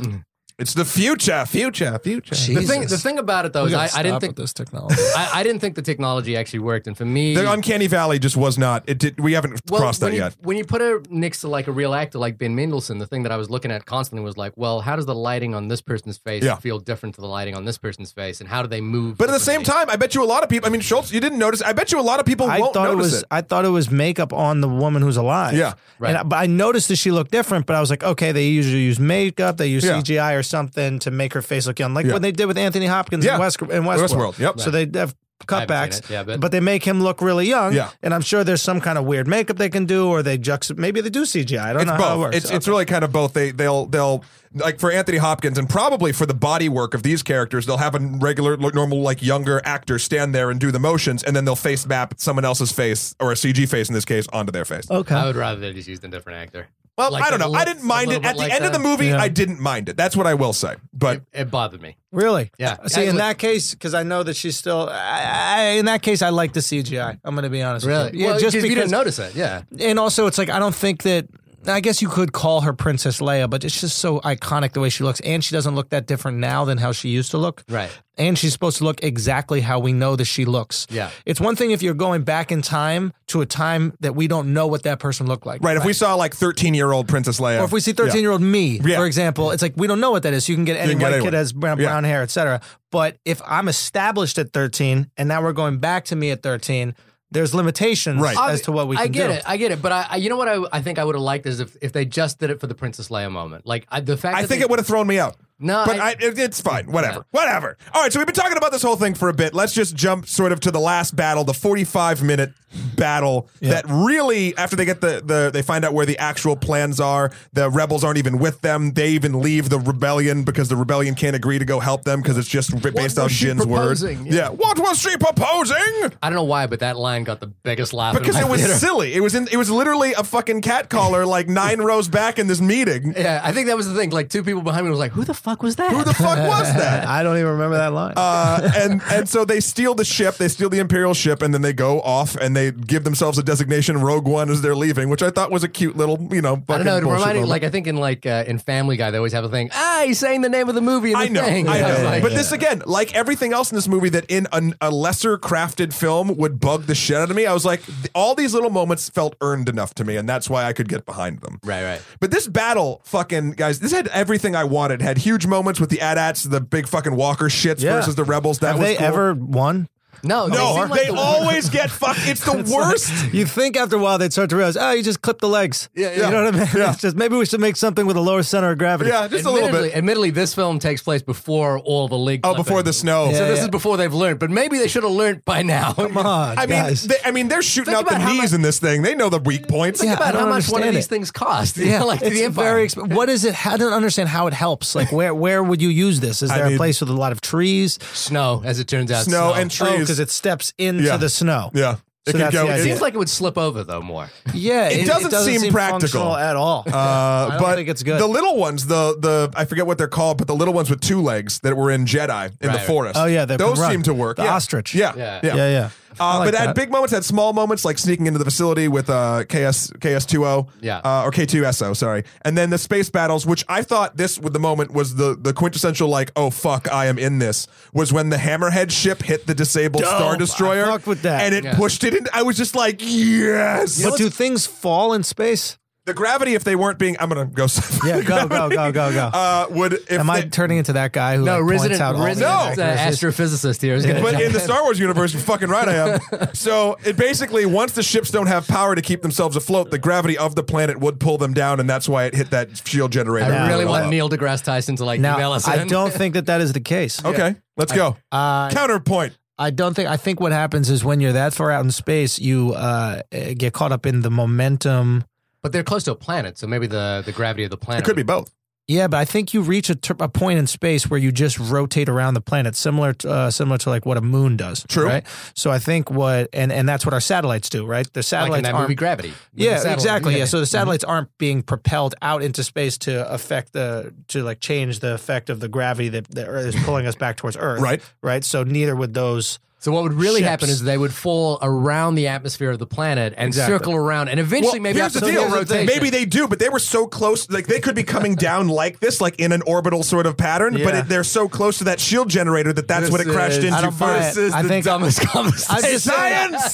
S1: It's the future, future, future.
S2: The thing, the thing about it though is I, I didn't think
S3: this technology.
S2: I, I didn't think the technology actually worked, and for me,
S1: The uncanny valley just was not. It did. We haven't crossed
S2: when
S1: that
S2: you,
S1: yet.
S2: When you put her next to like a real actor like Ben Mendelsohn, the thing that I was looking at constantly was like, well, how does the lighting on this person's face
S1: Yeah.
S2: feel different to the lighting on this person's face, and how do they move?
S1: But at the same
S2: differently?
S1: time, I bet you a lot of people. I mean, Schultz, you didn't notice. I bet you a lot of people
S3: I
S1: won't
S3: thought it
S1: notice
S3: was I thought it was makeup on the woman who's alive.
S1: Yeah,
S2: right.
S3: And I, but I noticed that she looked different, but I was like, okay, they usually use makeup, they use
S1: Yeah.
S3: CGI or something to make her face look young, like
S1: Yeah.
S3: what they did with Anthony Hopkins
S1: Yeah.
S3: in, West, in Westworld.
S1: Westworld, yep.
S3: So they have
S2: haven't seen
S3: cutbacks,
S2: it, yeah, but-
S3: but, they make him look really young.
S1: Yeah.
S3: And I'm sure there's some kind of weird makeup they can do, or they juxt. Maybe they do CGI. I don't
S1: It's
S3: know how it
S1: both.
S3: works.
S1: it's it's really kind of both. They they'll they'll like for Anthony Hopkins and probably for the body work of these characters, they'll have a regular lo- normal like younger actor stand there and do the motions, and then they'll face map someone else's face or a CG face in this case onto their face.
S3: okay.
S2: I would rather they just used a different actor.
S1: Well,
S2: Like
S1: I don't
S2: it
S1: know. I
S2: looks
S1: didn't
S2: a
S1: mind
S2: little
S1: it
S2: bit
S1: at the
S2: like
S1: end of the
S2: that.
S1: movie.
S3: Yeah.
S1: I didn't mind it. That's what I will say. But
S2: It, it bothered me.
S3: Really? Uh,
S2: Yeah.
S3: See,
S2: Yeah,
S3: in
S2: look-
S3: that case, because I know that she's still. I, I, in that case, I like the CGI. I'm going to be honest. With you. Yeah,
S2: well,
S3: just
S2: you
S3: because.
S2: didn't notice it. Yeah.
S3: and also, it's like I don't think that. I guess you could call her Princess Leia, but it's just so iconic the way she looks, and she doesn't look that different now than how she used to look.
S2: Right.
S3: And she's supposed to look exactly how we know that she looks.
S2: Yeah.
S3: It's one thing if you're going back in time to a time that we don't know what that person looked like.
S1: right, if we saw like thirteen year old Princess Leia,
S3: Or if we see 13 year old me,
S1: Yeah.
S3: for example, it's like we don't know what that is. You can get any
S1: can get
S3: white
S1: anyone.
S3: kid that has brown,
S1: Yeah.
S3: brown hair, etc. But if I'm established at 13 and now we're going back to me at 13, there's limitations
S1: Right.
S3: as to what we
S2: I
S3: can
S2: get
S3: do.
S2: it. I get it. But I, I you know what I, I think I would have liked is if, if they just did it for the Princess Leia moment. Like I, the fact
S1: I
S2: that
S1: think
S2: they-
S1: it would have thrown me out.
S2: No,
S1: but I,
S2: I-
S1: it, it's fine. Whatever. Whatever. All right. So we've been talking about this whole thing for a bit. Let's just jump sort of to the last battle, the forty-five minute battle that really, after they get the, the they find out where the actual plans are. The rebels aren't even with them. They even leave the rebellion because the rebellion can't agree to go help them because it's just based on
S2: was she
S1: Jin's word.
S2: proposing?
S1: Yeah. What was she proposing?
S2: I don't know why, but that line got the biggest laugh. in
S1: Because
S2: my
S1: it was
S2: theater.
S1: silly. It was in. It was literally a fucking cat caller like nine rows back in this meeting.
S2: Yeah, I think that was the thing. Like two people behind me was like, "Who the fuck was that?"
S1: Who the fuck was that?
S3: I don't even remember that line.
S1: uh, and and so they steal the ship, they steal the Imperial ship, and then they go off and they give themselves a designation Rogue One as they're leaving, which I thought was a cute little, you know,
S2: I
S1: fucking
S2: don't know. It
S1: bullshit
S2: reminded me,
S1: moment.
S2: like I think in like uh, in Family Guy, they always have a thing. Ah, he's saying the name of the movie. And the
S1: I know,
S2: thing.
S1: I
S2: And
S1: know.
S2: was like,
S1: but this again, like everything else in this movie, that in an, a lesser crafted film would bug the shit out of me. I was like, th- all these little moments felt earned enough to me, and that's why I could get behind them.
S2: Right, right.
S1: But this battle, fucking guys, this had everything I wanted. Had huge moments with the AT-ATs, the big fucking Walker shits
S3: Yeah.
S1: versus the rebels. That
S3: have
S1: was
S3: they
S1: cool.
S3: ever won?
S2: no,
S1: No,
S2: seem like
S1: they
S2: the-
S1: always get fucked. It's the worst.
S3: You think after a while they'd start to realize, oh, you just clip the legs. Yeah,
S1: yeah.
S3: You know what I mean?
S1: Yeah.
S3: It's just maybe we should make something with a lower center of gravity.
S1: yeah, just a little
S2: Admittedly,
S1: bit.
S2: admittedly, this film takes place before all the league.
S1: Oh, before the snow.
S2: So
S3: Yeah,
S2: this
S3: yeah.
S2: is before they've learned, but maybe they should have learned by now.
S3: Come on,
S1: I mean,
S3: guys.
S1: they, I mean, they're shooting
S2: Think
S1: out the
S2: about how
S1: knees
S2: much-
S1: in this thing. They know the weak points.
S3: Yeah.
S2: Think about
S3: I
S2: how
S3: don't
S2: much one of
S3: understand
S2: these
S3: it.
S2: things cost. you
S3: Yeah,
S2: know, like to
S3: it's
S2: the Empire.
S3: very. Exp- what is it? How- I don't understand how it helps. Like, where where would you use this? Is there
S1: mean-
S3: a place with a lot of trees?
S2: snow, as it turns out.
S1: Snow and
S3: Oh,
S1: trees.
S3: because it steps into
S1: Yeah.
S3: the snow.
S1: yeah, it
S3: So
S1: could
S3: that's
S1: go.
S3: the
S1: it-
S3: idea.
S2: seems like it would slip over though more.
S3: yeah.
S1: It doesn't seem practical.
S3: functional at all.
S1: uh,
S3: I don't
S1: but
S3: think it's good.
S1: the little ones, the the I forget what they're called, but the little ones with two legs that were in Jedi in the
S2: right.
S1: forest.
S3: Oh, yeah, they can
S1: those
S3: run.
S1: seem to work.
S3: The
S1: yeah.
S3: ostrich.
S1: Yeah,
S2: Yeah.
S1: yeah.
S3: yeah, yeah.
S1: Uh,
S3: I like
S1: but had
S3: that.
S1: big moments, had small moments like sneaking into the facility with uh, KS KS20,
S2: Yeah.
S1: uh, or K2SO, sorry, and then the space battles, which I thought this with the moment was the the quintessential like, oh fuck, I am in this. Was when the Hammerhead ship hit the disabled star
S3: I
S1: destroyer,
S3: fucked with that.
S1: and it
S2: Yeah.
S1: pushed it in. I was just like, yes.
S3: But do things fall in space?
S1: the gravity, if they weren't being, I'm gonna go.
S3: Yeah, go go go go go.
S1: Uh, would if
S3: Am I
S1: they-
S3: turning into that guy who
S2: No,
S3: like,
S2: resident,
S3: points out all
S2: resident
S1: No.
S2: uh, astrophysicist here is going to.
S1: But in the Star Wars universe, you're fucking right, I am. So it basically, once the ships don't have power to keep themselves afloat, the gravity of the planet would pull them down, and that's why it hit that shield generator.
S2: I really
S1: Well,
S2: want
S1: uh,
S2: Neil deGrasse Tyson to like email
S3: Now,
S2: us.
S3: I
S2: in.
S3: don't think that that is the case.
S1: Okay, let's go.
S3: Uh,
S1: Counterpoint.
S3: I don't think. I think what happens is when you're that far out in space, you uh, eh, get caught up in the momentum.
S2: But they're close to a planet, so maybe the, the gravity of the planet.
S1: It could be both.
S3: Yeah, but I think you reach a, ter- a point in space where you just rotate around the planet, similar to, uh, similar to like what a moon does.
S1: True.
S3: Right. So I think what and and that's what our satellites do, right?
S2: like
S3: The
S2: in
S3: satellites
S2: that
S3: aren't.
S2: movie Gravity. with the Mm-hmm.
S3: yeah,
S2: satellite.
S3: exactly. Yeah. So the satellites aren't being propelled out into space to affect the to like change the effect of the gravity that the Earth is pulling us back towards Earth.
S1: Right.
S3: Right. So neither would those
S2: So what would really
S3: Ships.
S2: happen is they would fall around the atmosphere of the planet and
S3: Exactly.
S2: circle around, and eventually
S1: Well,
S2: maybe
S1: here's the
S2: after full
S1: deal.
S2: rotation.
S1: Maybe they do, but they were so close. Like they could be coming down like this, like in an orbital sort of pattern. But
S5: Yeah.
S1: it, they're so close to that shield generator that that's what it
S5: This
S1: crashed
S5: is-
S1: into
S3: I don't buy
S1: first.
S3: it.
S5: Versus
S3: I
S5: the
S3: think
S2: dumbest
S3: I'm
S2: conversation.
S3: just saying,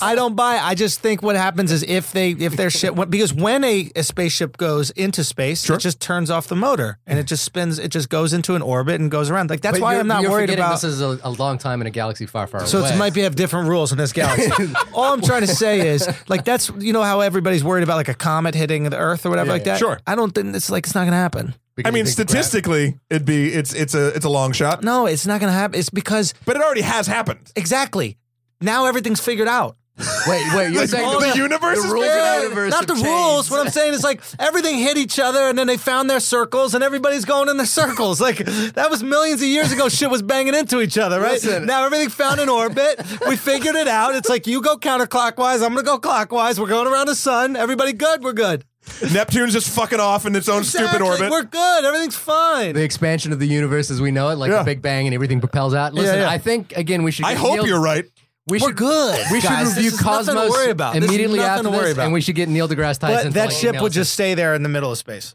S3: I don't buy. it. I just think what happens is if they if their ship because when a, a spaceship goes into space, it just turns off the motor and it just spins. It just goes into an orbit and goes around. Like that's
S2: But
S3: why
S2: you're-
S3: I'm not
S2: you're
S3: worried
S2: forgetting
S3: about.
S2: this is a, a long time in a galaxy far, far
S3: so
S2: away.
S3: it might be have different rules in this galaxy. All I'm trying to say is, like, that's you know how everybody's worried about like a comet hitting the Earth or whatever like that.
S1: Sure.
S3: I don't think it's like it's not gonna happen.
S1: I
S2: Because
S1: mean,
S2: you think gra-
S1: statistically, it'd be it's it's a it's a long shot,
S3: No, it's not gonna happen. It's because
S1: but it already has happened.
S3: exactly now everything's figured out.
S2: Wait, wait, you're
S1: Like,
S2: saying
S1: all the universe is
S2: the rules of
S1: figured
S2: the
S1: out?
S2: universe
S3: Not the
S2: have changed.
S3: rules. What I'm saying is like everything hit each other, and then they found their circles, and everybody's going in their circles. Like that was millions of years ago. Shit was banging into each other, right?
S5: Listen.
S3: Now everything found an orbit. We figured it out. It's like you go counterclockwise. I'm gonna go clockwise. We're going around the sun. Everybody good. We're good.
S1: Neptune's just fucking off in its own stupid
S3: Exactly.
S1: orbit.
S3: We're good. Everything's fine.
S2: The expansion of the universe as we know it, like
S1: Yeah.
S2: the Big Bang and everything propels out. Listen,
S3: yeah.
S2: I think again we should.
S1: I
S2: get
S1: hope
S2: Neil-
S1: you're right.
S2: We
S3: We're
S2: should,
S3: good.
S2: We should
S3: guys. This
S2: review
S3: is nothing
S2: Cosmos
S3: to worry about. This is
S2: immediately
S3: nothing
S2: after
S3: to worry
S2: this,
S3: about.
S2: and we should get Neil deGrasse Tyson.
S3: But
S2: to,
S3: that
S2: like,
S3: ship
S2: nail
S3: would
S2: us.
S3: just stay there in the middle of space.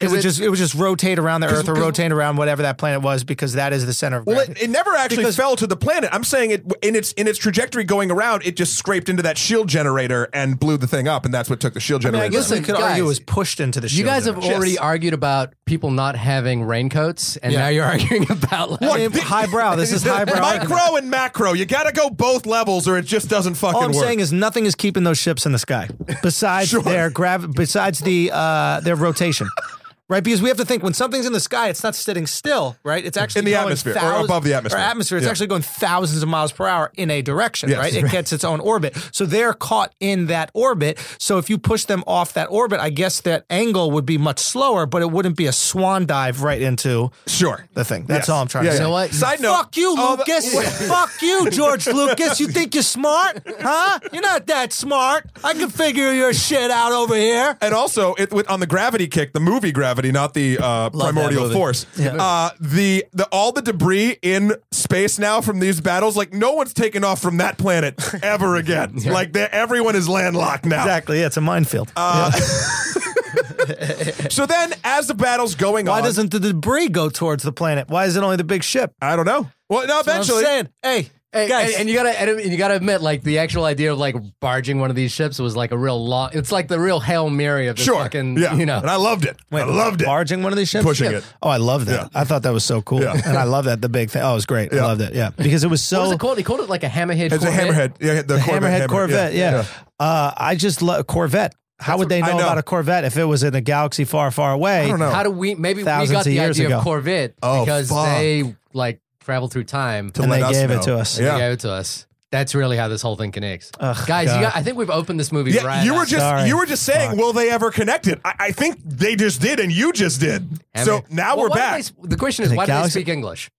S3: It would
S2: it-
S3: just it would just rotate around the Earth or rotate around whatever that planet was because that is the center of
S1: Well,
S3: gravity.
S1: it, it never actually
S3: Because-
S1: fell to the planet. I'm saying it in its in its trajectory going around. It just scraped into that shield generator and blew the thing up, and that's what took the shield
S3: I, mean,
S1: generator.
S3: I guess
S1: down.
S3: we
S2: Listen,
S3: could argue it
S2: guys,
S3: was pushed into the.
S2: You
S3: shield
S2: guys have
S3: generation.
S2: already
S1: Yes.
S2: argued about people not having raincoats, and
S3: Yeah.
S2: now you're arguing about like,
S3: I mean, highbrow. This is highbrow. argument.
S1: Micro and macro, you got to go both levels, or it just doesn't fucking
S3: All I'm
S1: work.
S3: saying is nothing is keeping those ships in the sky besides their grav- besides the uh, their rotation. Right, because we have to think when something's in the sky, it's not sitting still, right? It's actually
S1: In the
S3: going
S1: atmosphere, or
S3: thous-
S1: above the atmosphere.
S3: Or atmosphere, it's
S1: Yeah.
S3: actually going thousands of miles per hour in a direction,
S1: Yes.
S3: right? It gets its own orbit, so they're caught in that orbit. So if you push them off that orbit, I guess that angle would be much slower, but it wouldn't be a swan dive right into
S1: sure.
S3: the thing. That's
S1: Yes.
S3: all I'm trying
S1: Yeah,
S3: to
S1: yeah.
S3: say.
S2: You know what?
S1: Side note.
S3: Fuck you,
S1: Oh, but-
S3: Lucas. Fuck you, George Lucas. You think you're smart? Huh? You're not that smart. I can figure your shit out over here.
S1: and also it with on the gravity kick, the movie Gravity, not the uh, primordial
S3: movie.
S1: force. Uh, the the all the debris in space now from these battles, like no one's taken off from that planet ever again. Like they're- everyone is landlocked now.
S3: Exactly. Yeah, it's a minefield.
S1: So then, as the battle's going
S3: Why
S1: on,
S3: doesn't the debris go towards the planet? Why is it only the big ship?
S1: I don't know. Well, no,
S3: That's
S1: eventually.
S3: what I'm saying, hey,
S2: And,
S3: guys.
S2: and- and you gotta and you gotta admit, like the actual idea of like barging one of these ships was like a real long. It's like the real hail mary of this
S1: Sure.
S2: fucking.
S1: yeah.
S2: You know,
S1: And I loved it. I loved it.
S3: Barging one of these ships?
S1: Pushing it.
S3: Oh, I love that.
S1: Yeah.
S3: I thought that was so cool.
S1: Yeah.
S3: And I love that the big thing. Oh, it was great.
S1: Yeah.
S3: I loved it. Yeah. Because it was so
S2: what was it called? He called it like a hammerhead.
S1: It's a
S2: Corvette.
S1: hammerhead. Yeah, the, Corvette,
S3: Hammerhead
S1: hammer-
S3: Corvette. Yeah. Uh, I just love Corvette. How would they
S1: what- I
S3: know,
S1: know.
S3: about a Corvette if it was in a galaxy far, far away?
S1: I don't know.
S2: How do we? Maybe we
S3: Thousands
S2: got
S3: of
S2: the
S3: years
S2: idea
S3: ago.
S2: of Corvette
S1: Oh,
S2: because
S1: fuck.
S2: they like traveled through time.
S1: To
S3: And
S1: let
S3: they
S1: us
S3: gave it
S1: know.
S3: to us.
S2: and
S1: Yeah.
S2: they gave it to us. That's really how this whole thing connects,
S3: Ugh,
S2: guys.
S3: God.
S2: You got, I think we've opened this movie.
S1: Yeah,
S2: right
S1: you were
S2: up.
S1: just
S3: Sorry.
S1: you were just saying, will they ever connect it? I, I think they just did, and you just did.
S2: Hammer-
S1: So now
S2: Well,
S1: we're
S2: why do
S1: back.
S2: they s- the question is,
S3: The
S2: why do they
S3: galaxy-
S2: speak English?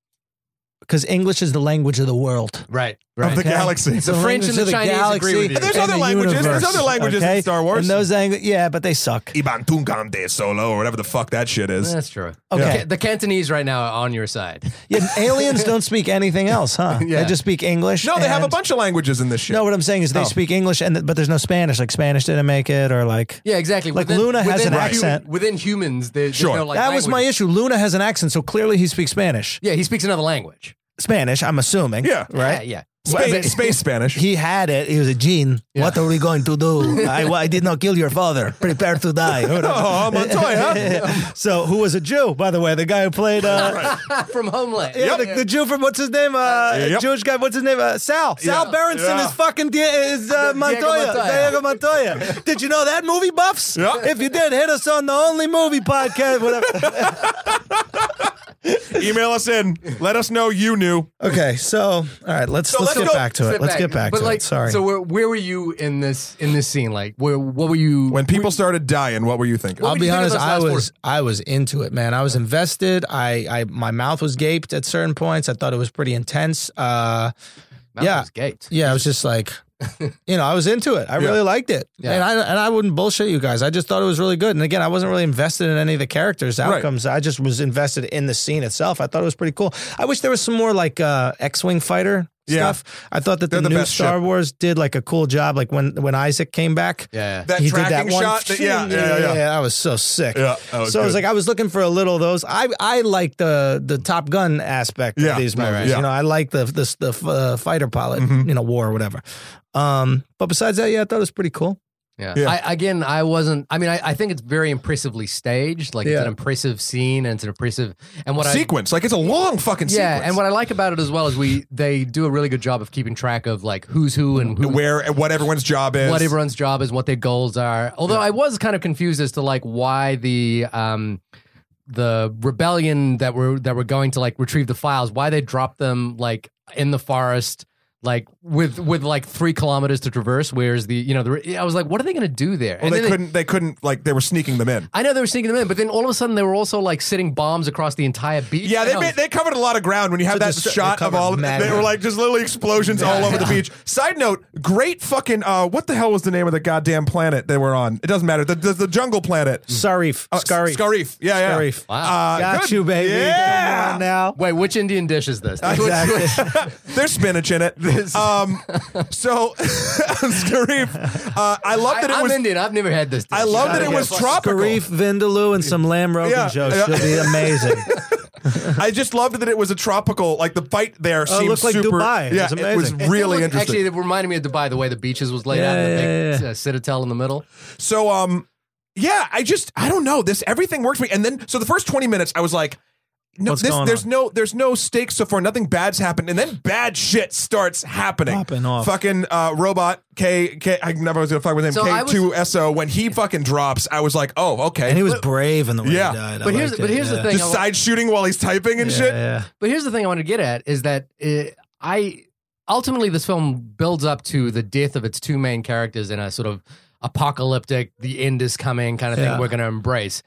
S3: Because English is the language of the world.
S1: Of
S2: Right, right.
S1: the galaxy.
S2: The French and the Chinese agree with you.
S1: There's other languages. There's other languages in Star Wars.
S3: And those langu- yeah, but they suck.
S1: Iban Tungam de Solo or whatever the fuck that shit is.
S2: That's true.
S3: Oh, Okay.
S2: Ca- the Cantonese right now are on your side.
S3: Yeah, aliens don't speak anything else, huh?
S2: Yeah.
S3: They just speak English.
S1: No, they have a
S3: and-
S1: bunch of Oh. languages in this shit.
S3: No, what I'm saying is they speak English, and th- but there's no Spanish. Like Spanish didn't make it, or like
S2: Yeah, exactly.
S3: Like, Luna has an accent.
S2: within humans. There, there's
S1: Sure.
S2: no, like,
S3: that was my
S2: language.
S3: issue. Luna has an accent, so clearly he speaks Spanish.
S2: Yeah, he speaks another language.
S3: Spanish, I'm assuming.
S1: Yeah.
S3: right.
S2: Yeah, yeah.
S1: space, space Spanish.
S3: He had it. He was a gene. What are we going to do? I, I did not kill your father. Prepare to die.
S1: oh, Montoya.
S3: so, who was a Jew, by the way? The guy who played uh,
S2: From Homeland.
S1: Yep.
S3: Yeah, the, the Jew from what's his name? Uh,
S1: Yep.
S3: Jewish guy. What's his name? Uh, Sal. Sal Berenson
S1: Yeah.
S3: is fucking di- is uh, Montoya.
S2: Montoya.
S3: Diego Montoya. did you know that movie, buffs?
S1: Yeah.
S3: If you did, hit us on the Only Movie podcast. Whatever.
S1: Email us in. Let us know you knew.
S3: okay, so all right, let's
S1: let's go-
S3: to
S2: Sit But, like, So where, where were you in this in this scene? Like where what were you
S1: When people started dying, what were you thinking?
S2: What
S3: I'll
S2: would you
S3: be
S2: think of
S3: honest.
S2: those
S3: I
S2: last
S3: was I was into it, man. I was invested. I, I my mouth was gaped at certain points. I thought it was pretty intense. Uh,
S2: Mount
S3: yeah.
S2: was Gates.
S3: Yeah, I was just like, you know, I was into it. I really liked it,
S2: Yeah.
S3: and I and I wouldn't bullshit you guys. I just thought it was really good. And again, I wasn't really invested in any of the characters' outcomes. I just was invested in the scene itself. I thought it was pretty cool. I wish there was some more like uh, X-wing fighter
S1: Yeah.
S3: stuff. I thought that the,
S1: They're the
S3: new
S1: best
S3: Star
S1: ship.
S3: Wars did like a cool job. Like when when Isaac came back,
S2: Yeah.
S1: That tracking shot that- yeah, yeah, yeah.
S3: That was so sick.
S1: Yeah, that was
S3: so I was
S1: Oh, good.
S3: like, I was looking for a little of those. I I like the the Top Gun aspect
S1: Yeah,
S3: of these
S1: right,
S3: movies.
S1: right. Yeah. Mm-hmm.
S3: You know, I like the the, the uh, fighter pilot, you know, war or whatever. Um, but besides that, yeah, I thought it was pretty cool.
S2: Yeah.
S1: Yeah.
S2: I, again, I wasn't. I mean, I, I think it's very impressively staged. Like it's
S3: Yeah.
S2: an impressive scene, and it's an impressive and what I
S1: sequence. Like it's a long fucking
S2: yeah,
S1: sequence.
S2: and what I like about it as well is we they do a really good job of keeping track of like who's who and who,
S1: where what everyone's job is.
S2: what everyone's job is, what their goals are. Although I was kind of confused as to like why the um the rebellion that were that were going to like retrieve the files, why they dropped them like in the forest. Like with with like three kilometers to traverse, whereas the you know the I was like, what are they going to do there?
S1: Well,
S2: And
S1: they
S2: then they-
S1: couldn't. They couldn't. Like they were sneaking them in.
S2: I know they were sneaking them in, but then all of a sudden they were also like sitting bombs across the entire beach.
S1: Yeah, they
S2: And I
S1: made,
S2: was-
S1: they covered a lot of ground when you have that
S3: just- they
S1: shot of
S3: covered
S1: all.
S3: mad
S1: They were
S3: ground.
S1: like just literally explosions all over the beach. Side note: Great fucking. Uh, what the hell was the name of the goddamn planet they were on? It doesn't matter. The the, the jungle planet.
S3: Sarif,
S1: Uh,
S3: Scarif.
S1: Scarif. Yeah, yeah.
S3: Scarif.
S2: Wow.
S1: Uh,
S3: Got
S1: good.
S3: you, baby.
S1: Yeah.
S3: Come on now.
S2: wait, which Indian dish is this?
S3: Exactly.
S1: There's spinach in it. Um, so, Scarif, uh, I love
S2: I,
S1: that it
S2: am
S1: was.
S2: Indian. I've never had this. Dish.
S1: I love
S2: Gotta
S1: that it
S2: get
S1: was
S2: fuck-
S1: tropical.
S3: Scarif, Vindaloo, and some lamb rogan
S1: Yeah.
S3: Joe
S1: Yeah.
S3: should be amazing.
S1: I just loved that it was a tropical. Like the fight there
S3: Oh, it
S1: seemed
S3: looked like
S1: super.
S3: Dubai. It
S1: Yeah,
S3: was
S1: it was
S3: amazing.
S2: It
S1: really
S2: looked-
S1: interesting.
S2: Actually, it reminded me of Dubai the way the beaches was laid out,
S3: Yeah,
S2: and the
S3: yeah,
S2: big
S3: yeah.
S2: uh, citadel in the middle.
S1: So um yeah, I just I don't know. This everything works for me. And then so the first 20 minutes I was like no,
S3: What's
S1: this,
S3: going
S1: there's
S3: on?
S1: no there's no stakes so far. Nothing bad's happened, and then bad shit starts happening.
S3: Popping off.
S1: Fucking uh, robot K K. I never was gonna fuck with him.
S2: So I
S1: K two S O. When he fucking drops, I was like, oh okay.
S3: and he was brave in the way
S1: Yeah.
S3: he died. I
S2: But here's-
S3: liked
S2: but
S3: it,
S2: here's the
S3: yeah.
S2: thing.
S1: just side shooting while he's typing and
S3: Yeah,
S1: shit.
S3: yeah.
S2: But here's the thing I want to get at is that uh I ultimately this film builds up to the death of its two main characters in a sort of apocalyptic, the end is coming kind of
S3: Yeah.
S2: thing we're going to embrace.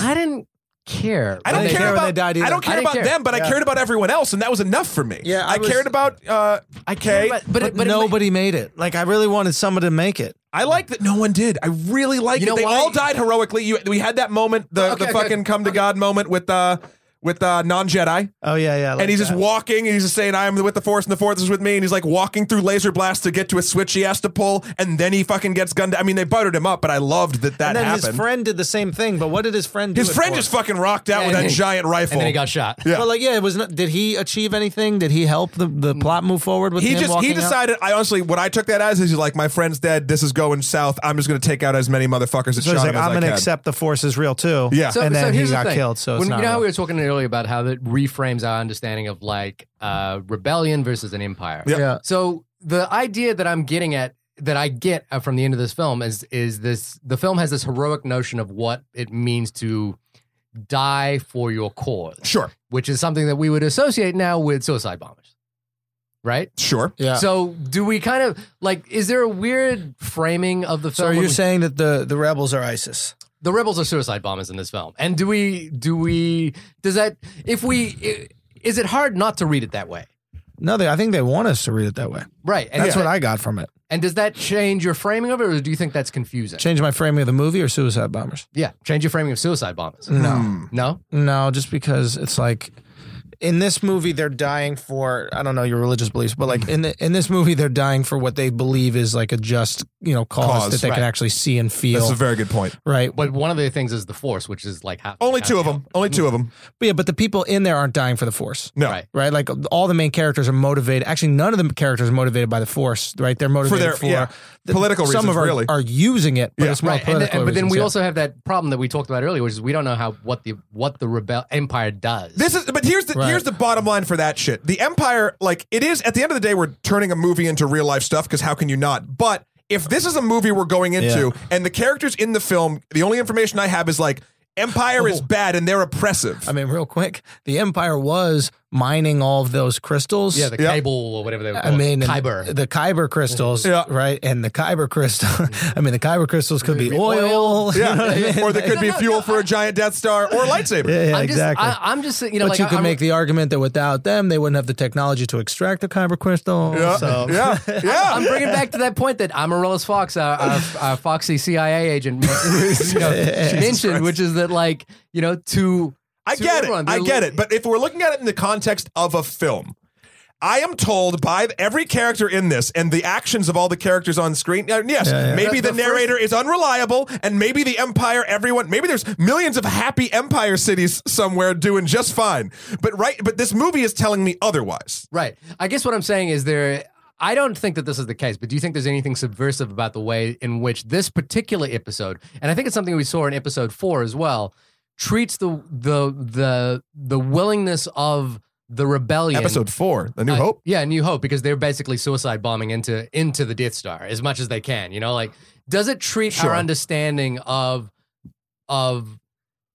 S2: I didn't care.
S1: I don't
S2: when they
S1: care
S2: died.
S3: when
S1: about
S3: they died either.
S1: I don't
S2: I
S1: care
S2: didn't
S1: about
S2: care.
S1: them, but I
S3: Yeah.
S1: cared about everyone else, and that was enough for me.
S3: Yeah, I
S1: I,
S3: was-
S1: cared about uh, I
S2: But,
S1: K.
S2: but, it-
S3: But,
S2: but it ma-
S3: nobody made it. Like I really wanted someone to make it.
S1: I like that no one did. I really like
S2: You
S1: it.
S2: know
S1: they
S2: why?
S1: all died heroically. You, we had that moment, the,
S2: Okay,
S1: the
S2: okay.
S1: fucking come to God moment with uh with uh non Jedi,
S3: Oh yeah, yeah. I like
S1: and he's just
S3: that.
S1: walking, and he's just saying, "I am with the Force, and the Force is with me." And he's like walking through laser blast to get to a switch he has to pull, and then he fucking gets gunned. I mean, they buttered him up, but I loved that that
S3: And then
S1: happened.
S3: his friend did the same thing. But what did his friend? do
S1: His
S3: it
S1: friend
S3: for?
S1: just fucking rocked out
S2: Yeah,
S1: with
S2: and
S1: that
S2: he-
S1: giant rifle.
S2: and then he got shot.
S1: Yeah.
S3: But like, yeah, it was. Not, did he achieve anything? Did he help the, the plot move forward with
S1: He
S3: him
S1: just
S3: walking
S1: he
S3: out?
S1: decided. I honestly, what I took that as is he's like, my friend's dead. This is going south. I'm just going to take out as many motherfuckers that
S3: So
S1: shot
S3: he's
S1: him
S3: like,
S1: as
S3: I'm
S1: I
S3: gonna
S1: can."
S3: accept the force is real too.
S1: Yeah. So-
S3: and then he
S2: here's the
S3: got
S2: thing.
S3: killed. So it's
S2: When-
S3: not.
S2: you know how
S3: real.
S2: we were talking earlier about how it reframes our understanding of like uh, rebellion versus an empire.
S1: Yep.
S3: Yeah.
S2: So the idea that I'm getting at that I get uh, from the end of this film is is this the film has this heroic notion of what it means to die for your cause,
S1: Sure,
S2: which is something that we would associate now with suicide bombers. Right?
S1: sure.
S3: Yeah. So,
S2: So do we kind of like is there a weird framing of the film?
S3: are
S2: when
S3: you
S2: we-
S3: saying that the the rebels are ISIS?
S2: the rebels are suicide bombers in this film and do we do we does that if we i- is it hard not to read it that way
S3: No, they, I think they want us to read it that way.
S2: right and,
S3: That's
S2: does
S3: what
S2: that-
S3: I got from it.
S2: and does that change your framing of it or do you think that's confusing
S3: Change my framing of the movie or Suicide Bombers?
S2: yeah change your framing of suicide bombers
S1: Hmm.
S3: No,
S2: no
S3: no, just because it's like. In this movie, they're dying for I don't know your religious beliefs, but like in the, in this movie, they're dying for what they believe is like a just you know cause,
S1: Cause,
S3: that they can
S2: right.
S3: actually see and feel.
S1: That's a very good point.
S3: right?
S2: but one of the things is the force which is like half
S1: Only
S2: half
S1: two of
S2: the
S1: them. Only two of them.
S3: But yeah, but the people in there aren't dying for the force.
S1: No.
S2: Right.
S3: Right, like all the main characters are motivated. Actually, none of the characters are motivated by the force. Right, they're motivated for,
S1: their- yeah, political
S3: Some
S1: reasons,
S3: of are,
S1: really.
S3: are using it, but
S1: Yeah.
S3: it's more
S2: Right, and
S3: political.
S2: then- but then
S3: reasons,
S2: we
S3: yeah.
S2: also have that problem that we talked about earlier, which is we don't know how what the what the rebel empire does.
S1: This is, but here's the
S3: Right.
S1: here's the bottom line for that shit. The Empire, like it is, at the end of the day, we're turning a movie into real life stuff because how can you not? But if this is a movie we're going into, and the characters in the film, the only information I have is like Empire is bad and they're oppressive.
S3: Oh. I mean, real quick, the Empire was mining all of those crystals.
S2: yeah, the
S1: Yep.
S2: cable or whatever they were
S3: I mean, and
S2: Kyber.
S3: the Kyber crystals,
S1: Yeah.
S3: right? And the Kyber crystal, I mean, the Kyber crystals could be oil, you know what I mean?
S1: yeah, or there could be
S2: No, no,
S1: fuel
S2: no,
S1: for a giant Death Star or a lightsaber.
S3: yeah,
S2: I'm
S3: exactly.
S2: Just, I, I'm just you know
S3: but
S2: like
S3: you
S2: I-
S3: could
S2: I'm-
S3: make the argument that without them, they wouldn't have the technology to extract the Kyber crystal.
S1: yeah,
S3: So,
S1: yeah, yeah.
S2: I'm bringing back to that point that Amaryllis Fox, our, our, our foxy CIA agent, you know, mentioned, which is that like you know to
S1: I
S2: to
S1: get it.
S2: everyone,
S1: I
S2: they're
S1: get
S2: like-
S1: it. But if we're looking at it in the context of a film, I am told by every character in this and the actions of all the characters on screen. uh, yes, maybe the, narrator is unreliable, and maybe the Empire, everyone, maybe there's millions of happy Empire cities somewhere doing just fine. But right, but this movie is telling me otherwise.
S2: Right. I guess what I'm saying is there. I don't think that this is the case, but do you think there's anything subversive about the way in which this particular episode, and I think it's something we saw in episode four as well, treats the the the the willingness of the rebellion.
S1: Episode four, The New
S2: Uh,
S1: Hope.
S2: yeah, New Hope, because they're basically suicide bombing into into the Death Star as much as they can. You know, like does it treat
S1: Sure.
S2: our understanding of of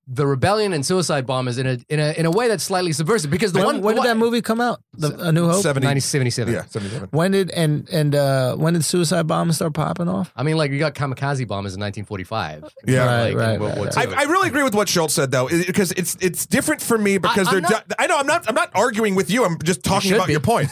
S2: the rebellion and suicide bombers in a in a in a way that's slightly subversive? Because the
S3: When,
S2: one
S3: when
S2: the
S3: did that
S2: one-
S3: movie come out? The, A New Hope.
S1: 70,
S2: 1977.
S1: yeah, 77.
S3: When did and and uh, when did suicide bombs start popping off?
S2: I mean, like you got kamikaze bombers in 1945.
S1: Yeah.
S3: Right,
S2: Like, in
S3: right,
S2: World
S3: right,
S2: War
S3: right.
S2: II.
S1: I, I really agree with what Schultz said though, because it's it's different for me because
S2: I-
S1: they're.
S2: I'm not-
S1: ju- I know I'm not I'm not arguing with you. I'm just talking
S2: should
S1: about
S2: be.
S1: your point.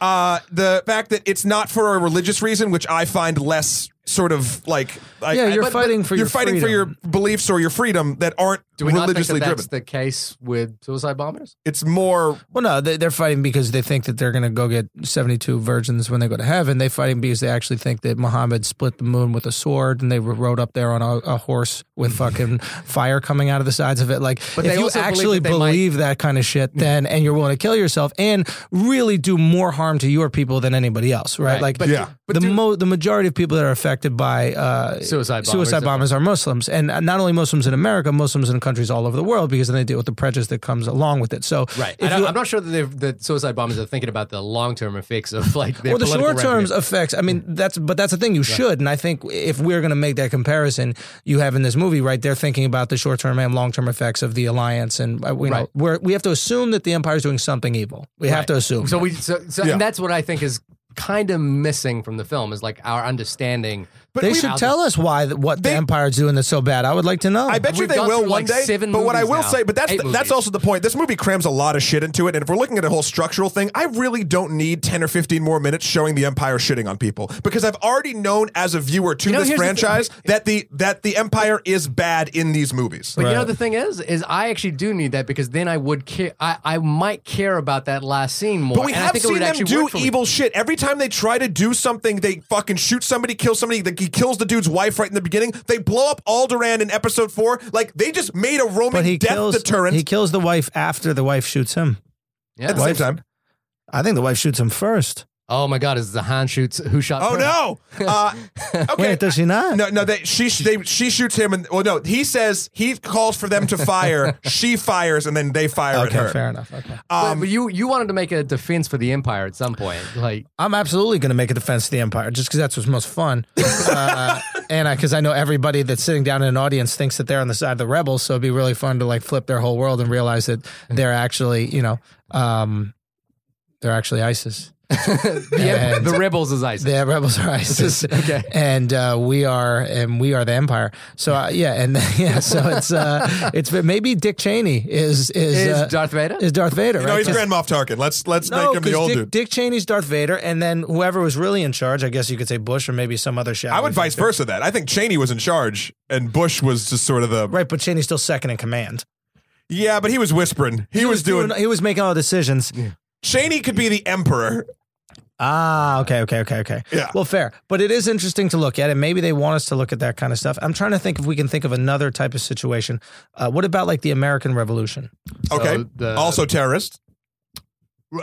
S1: uh, the fact that it's not for a religious reason, which I find less sort of like. like
S3: Yeah,
S1: I-
S3: you're
S1: but-
S3: fighting
S1: but
S3: for
S1: you're
S3: your
S1: fighting for your
S3: freedom.
S1: beliefs or your freedom that aren't
S2: Do we not think
S1: religiously
S2: that that's
S1: driven.
S2: the case with suicide bombers?
S1: it's more
S3: Well, no, they, they're fighting because they think that they're going to go get seventy-two virgins when they go to heaven. They're fighting because they actually think that Muhammad split the moon with a sword, and they were- rode up there on a, a horse with fucking fire coming out of the sides of it. Like,
S2: But
S3: if
S2: they
S3: you
S2: also believe
S3: actually
S2: that they might-
S3: believe that kind of shit, then and you're willing to kill yourself and really do more harm to your people than anybody else, right?
S2: Right,
S3: Like,
S2: but-
S1: Yeah.
S2: but
S3: the
S2: do-
S3: mo- the majority of people that are affected by uh,
S2: Suicide bombers.
S3: suicide bombers are Muslims, and not only Muslims in America, Muslims in countries all over the world, because then they deal with the prejudice that comes along with it. So,
S2: Right.
S3: if
S2: And I-
S3: you-
S2: I'm not sure that they've- that suicide bombers are thinking about the long term effects of like their
S3: or the
S2: political
S3: short terms
S2: revenue.
S3: effects. I mean,
S1: Mm.
S3: that's but that's the thing. You should, and I think if we're going to make that comparison, you have in this movie, right? They're thinking about the short term and long term effects of the alliance, and uh, we know
S2: Right.
S3: we're, we have to assume that the empire's doing something evil. We have to assume.
S2: So we so, so
S1: Yeah.
S2: and that's what I think is kind of missing from the film is like our understanding. But
S3: they should tell us why th- what
S1: They-
S3: the empire's doing that's so bad. I would like to know.
S1: I bet you
S2: We've
S1: they
S2: gone
S1: will
S2: through,
S1: one
S2: like,
S1: day.
S2: seven
S1: but what I
S2: movies
S1: will
S2: now.
S1: say, but that's
S2: Eight
S1: the, that's
S2: movies.
S1: also the point. This movie crams a lot of shit into it, and if we're looking at a whole structural thing, I really don't need ten or fifteen more minutes showing the Empire shitting on people because I've already known as a viewer to
S2: You know,
S1: this
S2: here's the thing.
S1: franchise that the that the Empire is bad in these movies.
S2: But you know the thing is, is I actually do need that because then I would care. I, I might care about that last scene more.
S1: But we
S2: and I
S1: have
S2: think it
S1: seen
S2: would
S1: them
S2: actually
S1: do
S2: work for me.
S1: evil shit. Every time they try to do something, they fucking shoot somebody, kill somebody. Like he kills the dude's wife right in the beginning. They blow up Alderaan in episode four. Like they just made a Roman
S3: but he
S1: death
S3: kills
S1: deterrent
S3: he kills the wife after the wife shoots him.
S1: at
S2: Yeah.
S1: the same time.
S3: I think the wife shoots him first.
S2: Oh my God! Is the Han shoots who shot?
S1: Oh
S2: first?
S1: no! Uh, okay,
S3: Wait, does she not?
S1: No, no. They, she they, she shoots him, and well, no, he says he calls for them to fire. she fires, and then they fire
S3: Okay,
S1: at her.
S3: fair enough. Okay.
S2: But- but you you wanted to make a defense for the Empire at some point, like
S3: I'm absolutely going to make a defense to the Empire just because that's what's most fun. uh, and because I, know everybody that's sitting down in an audience thinks that they're on the side of the rebels. So it'd be really fun to like flip their whole world and realize that they're actually, you know, um, they're actually ISIS.
S2: the, the rebels is ISIS.
S3: The rebels are ISIS. okay. And uh, we are, and we are the empire. So uh, yeah, and yeah, so it's uh, it's maybe Dick Cheney is is,
S2: Is
S3: uh,
S2: Darth Vader?
S3: is Darth Vader.
S1: No,
S3: right?
S1: he's
S3: 'Cause-
S1: Grand Moff Tarkin. Let's let's make him the
S3: 'cause
S1: old
S3: Dick,
S1: dude.
S3: Dick Cheney's Darth Vader, and then whoever was really in charge, I guess you could say Bush or maybe some other shadow.
S1: I would vice versa that. I think Cheney was in charge, and Bush was just sort of the
S3: Right, but Cheney's still second in command.
S1: yeah. But he was whispering. He, was, doing,
S3: He was making all the decisions.
S1: Cheney could be the emperor.
S3: Ah, okay, okay, okay, okay.
S1: Yeah.
S3: Well, fair, but it is interesting to look at, and maybe they want us to look at that kind of stuff. I'm trying to think if we can think of another type of situation. Uh, what about like the American Revolution?
S1: Okay.
S2: the-
S1: also terrorist.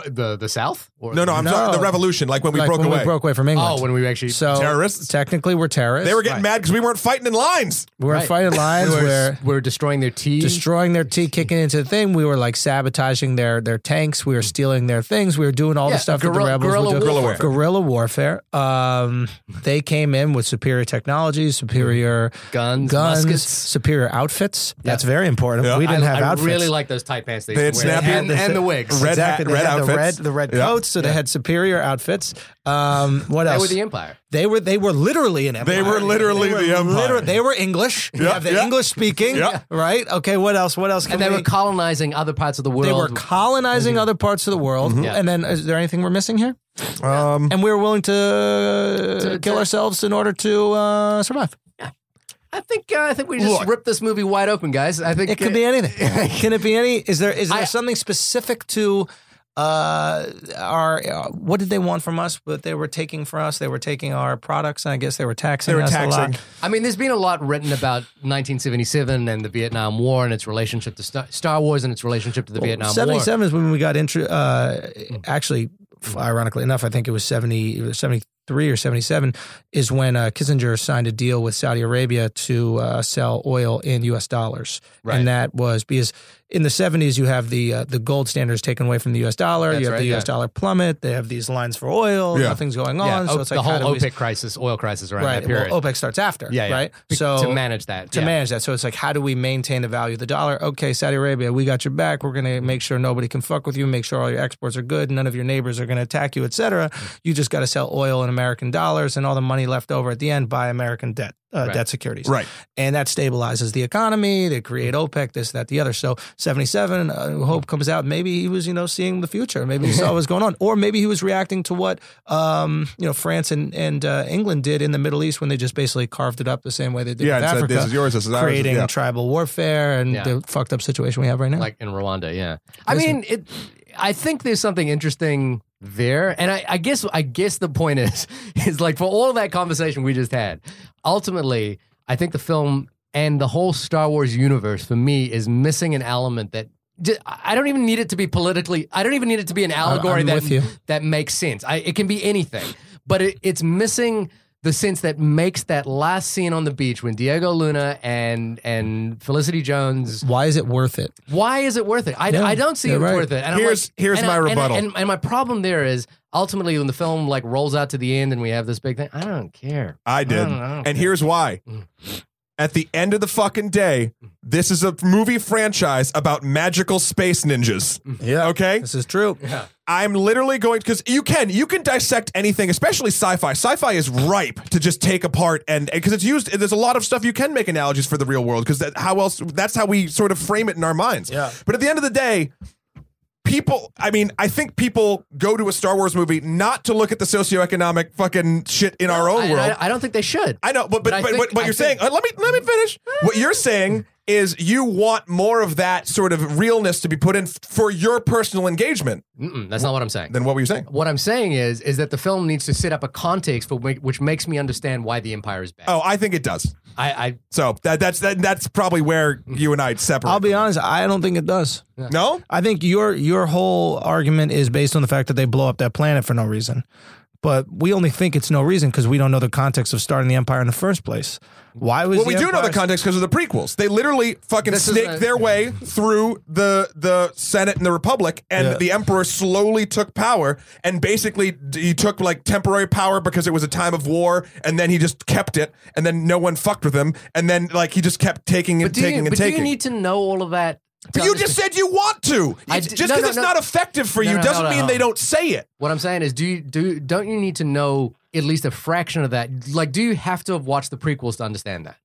S2: the the South? Or
S1: No, no. I'm
S3: No.
S1: talking the revolution, like when we
S3: like
S1: broke
S3: when
S1: away.
S3: we broke away from England.
S2: Oh, when we actually
S3: so
S1: Terrorists?
S3: Technically, we're terrorists.
S1: they were getting mad because we weren't fighting in lines.
S3: we were
S2: Right.
S3: fighting lines.
S2: we're,
S3: where
S2: we're destroying their tea.
S3: destroying their tea, kicking into the thing. We were like sabotaging their their tanks. We were stealing their things. We were doing all
S2: Yeah,
S3: the stuff that
S2: guerrilla-
S3: the
S2: guerrilla
S3: rebels were doing.
S2: warfare.
S3: Guerrilla warfare. Um, they came in with superior technology, superior
S2: Mm-hmm. Guns,
S3: guns,
S2: muskets.
S3: superior outfits. That's very important.
S1: Yeah.
S3: We didn't
S2: I,
S3: have
S2: I
S3: outfits.
S2: really like those tight pants they
S1: They
S2: used to
S1: had
S2: wear.
S1: snappy-
S2: and, and the wigs.
S1: Red
S3: exactly.
S1: hat-
S3: They
S1: red outfits.
S3: had the red, the red
S1: Yeah.
S3: coats. So they had superior outfits. Um, what
S2: They
S3: else?
S2: were the Empire.
S3: They were they were literally an empire.
S1: They were literally
S3: They were
S1: the empire.
S3: they were English. We
S1: Yeah,
S3: have the
S1: yeah.
S3: English speaking,
S1: Yeah.
S3: right? Okay, what else? What else? Can
S2: And they
S3: we- Mm-hmm.
S2: were colonizing other parts of the world.
S3: They were colonizing other parts of the world.
S2: Yeah.
S3: And then, is there anything we're missing here?
S1: Um,
S3: And we were willing to,
S2: To-
S3: kill
S2: to-
S3: ourselves in order to uh, survive.
S2: I think uh, I think we just
S1: Look.
S2: ripped this movie wide open, guys. I think
S3: It could be anything. Can it be any? Is there is there
S2: I-
S3: something specific to uh, our uh, what did they want from us? What they were taking from us? They were taking our products, and I guess they were taxing
S1: They were
S3: us a
S1: taxing.
S3: lot.
S2: I mean, there's been a lot written about 1977 and the Vietnam War and its relationship to Star, Star Wars and its relationship to the Vietnam War.
S3: 77 is when we got intro. Uh,
S2: Hmm.
S3: actually, ironically enough, I think it was 70, it was 73 or 77 is when uh, Kissinger signed a deal with Saudi Arabia to uh, sell oil in U.S. dollars.
S2: Right.
S3: And that was because in the 70s, you have the uh, the gold standards taken away from the U.S. dollar.
S2: That's
S3: you have
S2: right,
S3: the U.S.
S2: yeah.
S3: dollar plummet. They have these lines for oil.
S1: Yeah.
S3: Nothing's going on.
S2: Yeah,
S3: so
S2: O-
S3: it's
S2: the
S3: like how
S2: whole
S3: do we-
S2: OPEC crisis, oil crisis around
S3: Right.
S2: that period.
S3: Well, OPEC starts after.
S2: yeah, yeah.
S3: Right.
S2: Be-
S3: So
S2: oh, to manage that.
S3: to
S2: yeah.
S3: manage that. So it's like, how do we maintain the value of the dollar? Okay, Saudi Arabia, we got your back. We're going to make sure nobody can fuck with you, make sure all your exports are good, none of your neighbors are going to attack you, et cetera. You just got to sell oil in American dollars and all the money left over at the end buy American debt, uh,
S2: Right.
S3: debt securities.
S1: Right.
S3: And that stabilizes the economy. They create OPEC, this, that, the other. So 77, uh, Hope comes out. Maybe he was, you know, seeing the future. Maybe he saw what was going on. Or maybe he was reacting to what, um, you know, France and, and uh, England did in the Middle East when they just basically carved it up the same way they did
S1: Yeah,
S3: with
S1: it's
S3: Africa
S1: like, this is yours. This is ours.
S3: creating
S1: yeah.
S3: tribal warfare and
S2: Yeah.
S3: the fucked up situation we have right now.
S2: like in Rwanda. Yeah, I
S3: There's a-
S2: mean, it. I think there's something interesting there, and I, I guess I guess the point is is like for all that conversation we just had, ultimately, I think the film and the whole Star Wars universe for me is missing an element that. j- I don't even need it to be politically. I don't even need it to be an allegory
S3: I'm
S2: that
S3: with you.
S2: that makes sense. I, it can be anything, but it, it's missing the sense that makes that last scene on the beach when Diego Luna and and Felicity Jones
S3: why is it worth it?
S2: why is it worth it? I,
S3: Yeah,
S2: I don't see
S3: you're
S2: it
S3: right.
S2: worth it. And
S1: Here's-
S2: I'm like,
S1: here's
S2: and
S1: my
S2: I- and I-
S1: rebuttal.
S2: And, and my problem there is ultimately when the film like rolls out to the end and we have this big thing, I don't care.
S1: I did.
S2: don't know.
S1: And here's why.
S3: Mm.
S1: At the end of the fucking day, this is a movie franchise about magical space ninjas.
S3: Yeah.
S1: Okay?
S3: This is true.
S1: I'm literally going because you can you can dissect anything, especially sci-fi. Sci-fi is ripe to just take apart and because it's used. There's a lot of stuff you can make analogies for the real world because that how else that's how we sort of frame it in our minds.
S3: Yeah.
S1: But at the end of the day, people. I mean, I think people go to a Star Wars movie not to look at the socioeconomic fucking shit in our own
S2: I,
S1: world.
S2: I, I don't think they should.
S1: Oh, I know, but but
S2: But I
S1: but,
S2: think-
S1: what, what
S2: I
S1: you're saying.
S2: think-
S1: uh, let me let me finish. What you're saying is you want more of that sort of realness to be put in f- for your personal engagement.
S2: Mm-mm, that's not what I'm saying.
S1: Then what were you saying?
S2: What I'm saying is is that the film needs to set up a context for whi- which makes me understand why the empire is bad.
S1: Oh, I think it does.
S2: I, I
S1: So that that's that, that's probably where you and I separate.
S3: I'll be honest. I don't think it does.
S1: no,
S3: I think your your whole argument is based on the fact that they blow up that planet for no reason. But we only think it's no reason because we don't know the context of starting the empire in the first place. Why was
S1: well, we
S3: the
S1: do know the
S3: Empire-
S1: context because of the prequels. They literally fucking
S2: This is
S1: snaked
S2: a-
S1: their way through the the Senate and the Republic, and
S3: Yeah.
S1: the Emperor slowly took power, and basically d- he took like temporary power because it was a time of war, and then he just kept it, and then no one fucked with him, and then like he just kept taking and
S2: but do
S1: taking
S2: you,
S1: and
S2: but
S1: taking.
S2: do you need to know all of that? to
S1: but you
S2: understand-
S1: just said you want to.
S2: I
S1: It's-
S2: d-
S1: just
S2: no,
S1: because
S2: no,
S1: it's
S2: no.
S1: not effective for
S2: No,
S1: you
S2: no,
S1: doesn't
S2: no, no,
S1: mean
S2: no.
S1: they don't say it.
S2: What I'm saying is, do you do don't you need to know at least a fraction of that? Like, do you have to have watched the prequels to understand that?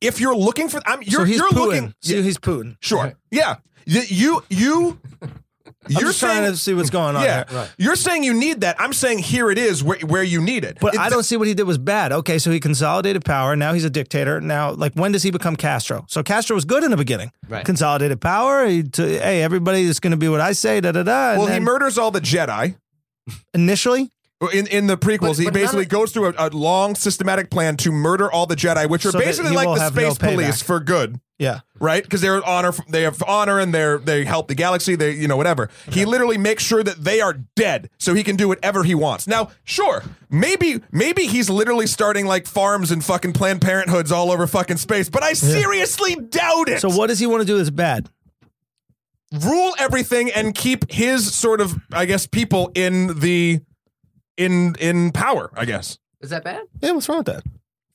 S1: If you're looking for, I'm you're
S3: So he's
S1: you're
S3: Putin.
S1: looking.
S3: So he's Putin.
S1: Sure. Yeah. Y- You you
S3: I'm
S1: you're
S3: just trying
S1: saying
S3: to see what's going on.
S1: yeah.
S3: here.
S1: You're saying you need that. I'm saying here it is where where you need it.
S3: But
S1: It-
S3: I don't see what he did was bad. Okay, so he consolidated power. Now he's a dictator. Now, like, when does he become Castro? So Castro was good in the beginning.
S2: Right.
S3: Consolidated power. He t- hey, everybody is going to be what I say. Da da da. And
S1: Well, he
S3: then
S1: murders all the Jedi.
S3: initially.
S1: In in the prequels,
S2: But-
S1: he
S2: but none
S1: basically
S2: of-
S1: goes through a, a long systematic plan to murder all the Jedi, which are
S3: So that
S1: basically
S3: he
S1: like
S3: will
S1: the
S3: have no
S1: space police
S3: payback.
S1: for good,
S3: Yeah.
S1: right? Because they're honor, they have honor, and they're they help the galaxy. They you know whatever. He literally makes sure that they are dead, so he can do whatever he wants. Now, sure, maybe maybe he's literally starting like farms and fucking Planned Parenthoods all over fucking space, but I seriously doubt it
S3: So what does he want to do that's bad?
S1: rule everything and keep his sort of I guess people in the in in power, I guess.
S2: Is that bad?
S3: Yeah, what's wrong with that?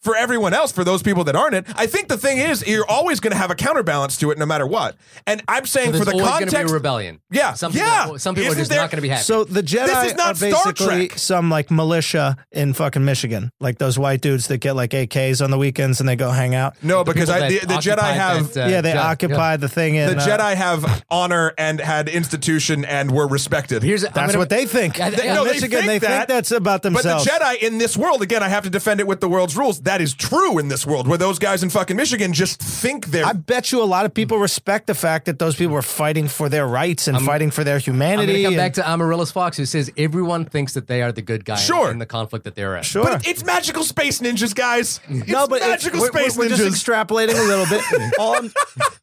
S1: For everyone else, for those people that aren't it, I think the thing is you're always going to have a counterbalance to it no matter what. And I'm saying
S2: There's
S1: for the
S2: always going to be a
S1: context
S2: rebellion.
S1: Yeah,
S2: Some
S1: yeah.
S2: People, some people
S1: Isn't
S2: are just
S1: there-
S2: not going to be happy.
S3: So the Jedi
S1: This is not
S3: are
S1: Star
S3: basically
S1: Trek.
S3: some like militia in fucking Michigan, like those white dudes that get like AKs on the weekends and they go hang out.
S1: No, because
S2: People
S1: I the,
S2: that
S1: the Jedi
S2: occupied
S1: have
S2: that, uh,
S3: yeah, they
S2: job.
S3: occupy the thing in
S1: the
S3: uh,
S1: Jedi have honor and had institution and were respected.
S2: Here's I'm
S3: That's
S2: gonna-
S3: what they think.
S2: Yeah, they-
S3: In
S2: no,
S1: they
S3: Michigan,
S1: think
S3: they
S1: that,
S3: think that's about
S1: but the
S3: themselves.
S1: Jedi in this world, again, I have to defend it with the world's rules. that is true in this world where those guys in fucking Michigan just think they're
S3: I bet you a lot of people respect the fact that those people were fighting for their rights and fighting for their
S2: I'm going to
S3: humanity.
S2: come
S3: and-
S2: back to Amaryllis Fox, who says everyone thinks that they are the good guy
S1: Sure.
S2: in the conflict that they're in.
S3: sure.
S1: But it's magical space ninjas, guys. It's
S3: no, but it's-
S1: magical
S3: we're, we're-
S1: space
S3: we're
S1: ninjas.
S3: just extrapolating a little bit. all, I'm,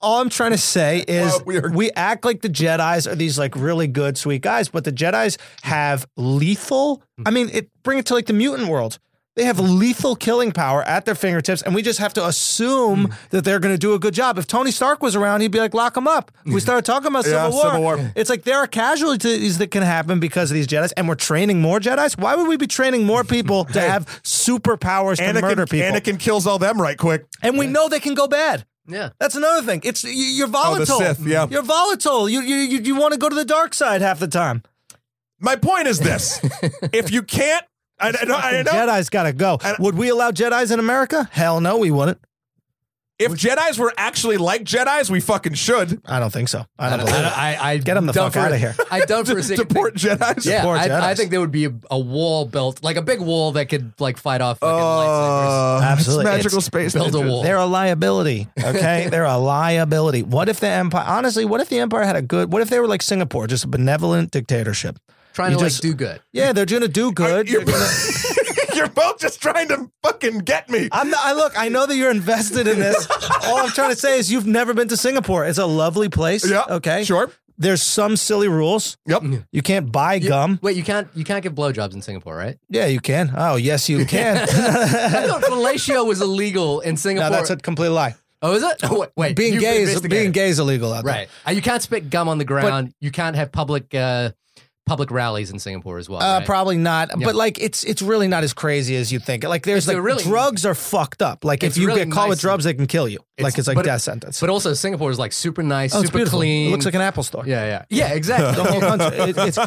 S3: all I'm trying to say is
S1: Well, we
S3: we,
S1: are-
S3: act like the Jedi's are these like really good, sweet guys, but the Jedi's have lethal. I mean, it bring it to like the mutant world. They have lethal killing power at their fingertips, and we just have to assume
S1: Hmm.
S3: that they're going to do a good job. If Tony Stark was around, he'd be like, "Lock him up." We started talking about
S1: Yeah,
S3: Civil War.
S1: Civil War.
S3: It's like there are casualties that can happen because of these Jedi's, and we're training more Jedi's. Why would we be training more people to have superpowers to murder
S1: Anakin,
S3: people?
S1: Anakin kills all them right quick.
S3: and we know they can go bad.
S2: Yeah.
S3: That's another thing. It's you- you're
S1: Oh, the
S3: volatile.
S1: Sith, yeah.
S3: You're volatile. You you you, you want to go to the dark side half the time.
S1: My point is this: if you can't, I, I, don't- I don't-
S3: Jedi's got to go.
S1: And-
S3: Would we allow Jedi's in America? Hell no, we wouldn't.
S1: if Jedi's were actually like Jedi's, we fucking should
S3: I don't think so. I
S2: I,
S3: don't
S2: don't,
S3: believe
S2: I,
S3: it.
S2: don't- I, I
S3: Get 'em the
S2: don't
S3: fuck outta
S2: for-
S3: here.
S2: I don't for a second.
S1: deport
S2: think-
S1: Jedi's.
S2: Yeah,
S3: Deport
S2: I, I
S3: Jedis.
S2: think there would be a, a wall built, like a big wall that could like fight off fucking lightsabers.
S1: Uh,
S3: Absolutely.
S1: it's magical
S3: It's-
S1: space.
S2: Build a
S1: ninjas.
S2: wall.
S3: They're a liability. Okay, they're a liability. What if the empire? Honestly, what if the empire had a good? What if they were like Singapore, just a benevolent dictatorship?
S2: Trying
S3: You
S2: to like
S3: just-
S2: do good.
S3: Yeah, they're gonna do good.
S1: You're, you're both just trying to fucking get me.
S3: I'm not, I look. I know that you're invested in this. All I'm trying to say is you've never been to Singapore. It's a lovely place.
S1: Yeah,
S3: Okay.
S1: sure.
S3: There's some silly rules.
S1: Yep.
S3: You can't buy gum.
S2: Wait, you can't you can't get blowjobs in Singapore, right?
S3: Yeah, you can. Oh, yes, you can.
S2: I thought fellatio was illegal in Singapore.
S3: no, that's a complete lie.
S2: oh, is it? Oh, wait, wait,
S3: Being
S2: you've
S3: gay is
S2: investigated.
S3: being gay is illegal out there.
S2: right? Uh, you can't spit gum on the ground. you can't have public uh, public rallies in Singapore as well.
S3: Uh,
S2: right?
S3: Probably not, but like it's it's really not as crazy as you think. Like there's
S2: It's
S3: like
S2: a really-
S3: drugs are fucked up. Like if
S2: It's
S3: you
S2: really
S3: get caught with
S2: nice-
S3: drugs, they can kill you. like it's like
S2: but-
S3: death sentence.
S2: But also, Singapore is like super nice,
S3: Oh, it's
S2: super
S3: beautiful.
S2: clean.
S3: It looks like an Apple store.
S2: yeah, yeah, yeah, exactly.
S3: the whole country. It- it's,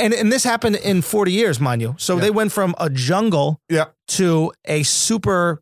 S3: and, and this happened in 40 years, mind you. So they went from a jungle
S1: Yeah.
S3: to a super,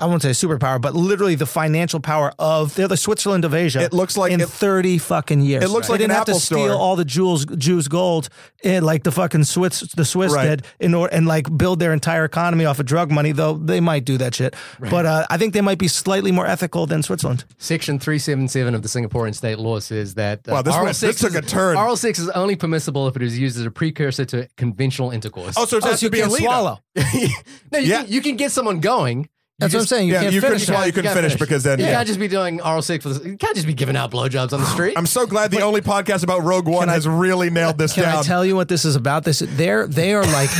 S3: I won't say superpower, but literally the financial power of, they're the Switzerland of Asia.
S1: It looks like
S3: in
S1: it-
S3: 30 fucking years.
S1: It looks
S3: They
S1: like
S3: didn't
S1: an
S3: have
S1: Apple
S3: to steal
S1: store.
S3: all the jewels, Jews' gold eh, like the fucking Swiss, the Swiss
S1: Right.
S3: did in order and like build their entire economy off of drug money, though they might do that shit. But uh, I think they might be slightly more ethical than Switzerland.
S2: Section 377 of the Singaporean state law says that uh,
S1: Wow, this went-
S2: RL6
S1: this took
S2: is-
S1: a turn.
S2: RL6 is only permissible if it is used as a precursor to conventional intercourse.
S1: Oh, so it
S3: Oh,
S1: has to
S3: so you
S1: be a
S3: can
S1: leader.
S3: swallow.
S2: no, you,
S1: yeah.
S2: can, you can get someone going. You
S3: That's what I'm
S2: just-
S3: saying. You
S1: Yeah,
S3: can't
S1: you couldn't
S3: finish.
S1: swallow. You couldn't
S2: can't
S1: finish because then.
S2: You
S1: Yeah.
S2: can't just be doing RL6 for this. You can't just be giving out blowjobs on the street.
S1: I'm so glad the only podcast about Rogue One has really nailed this
S3: Can
S1: down.
S3: I tell you what this is about? This they're they are like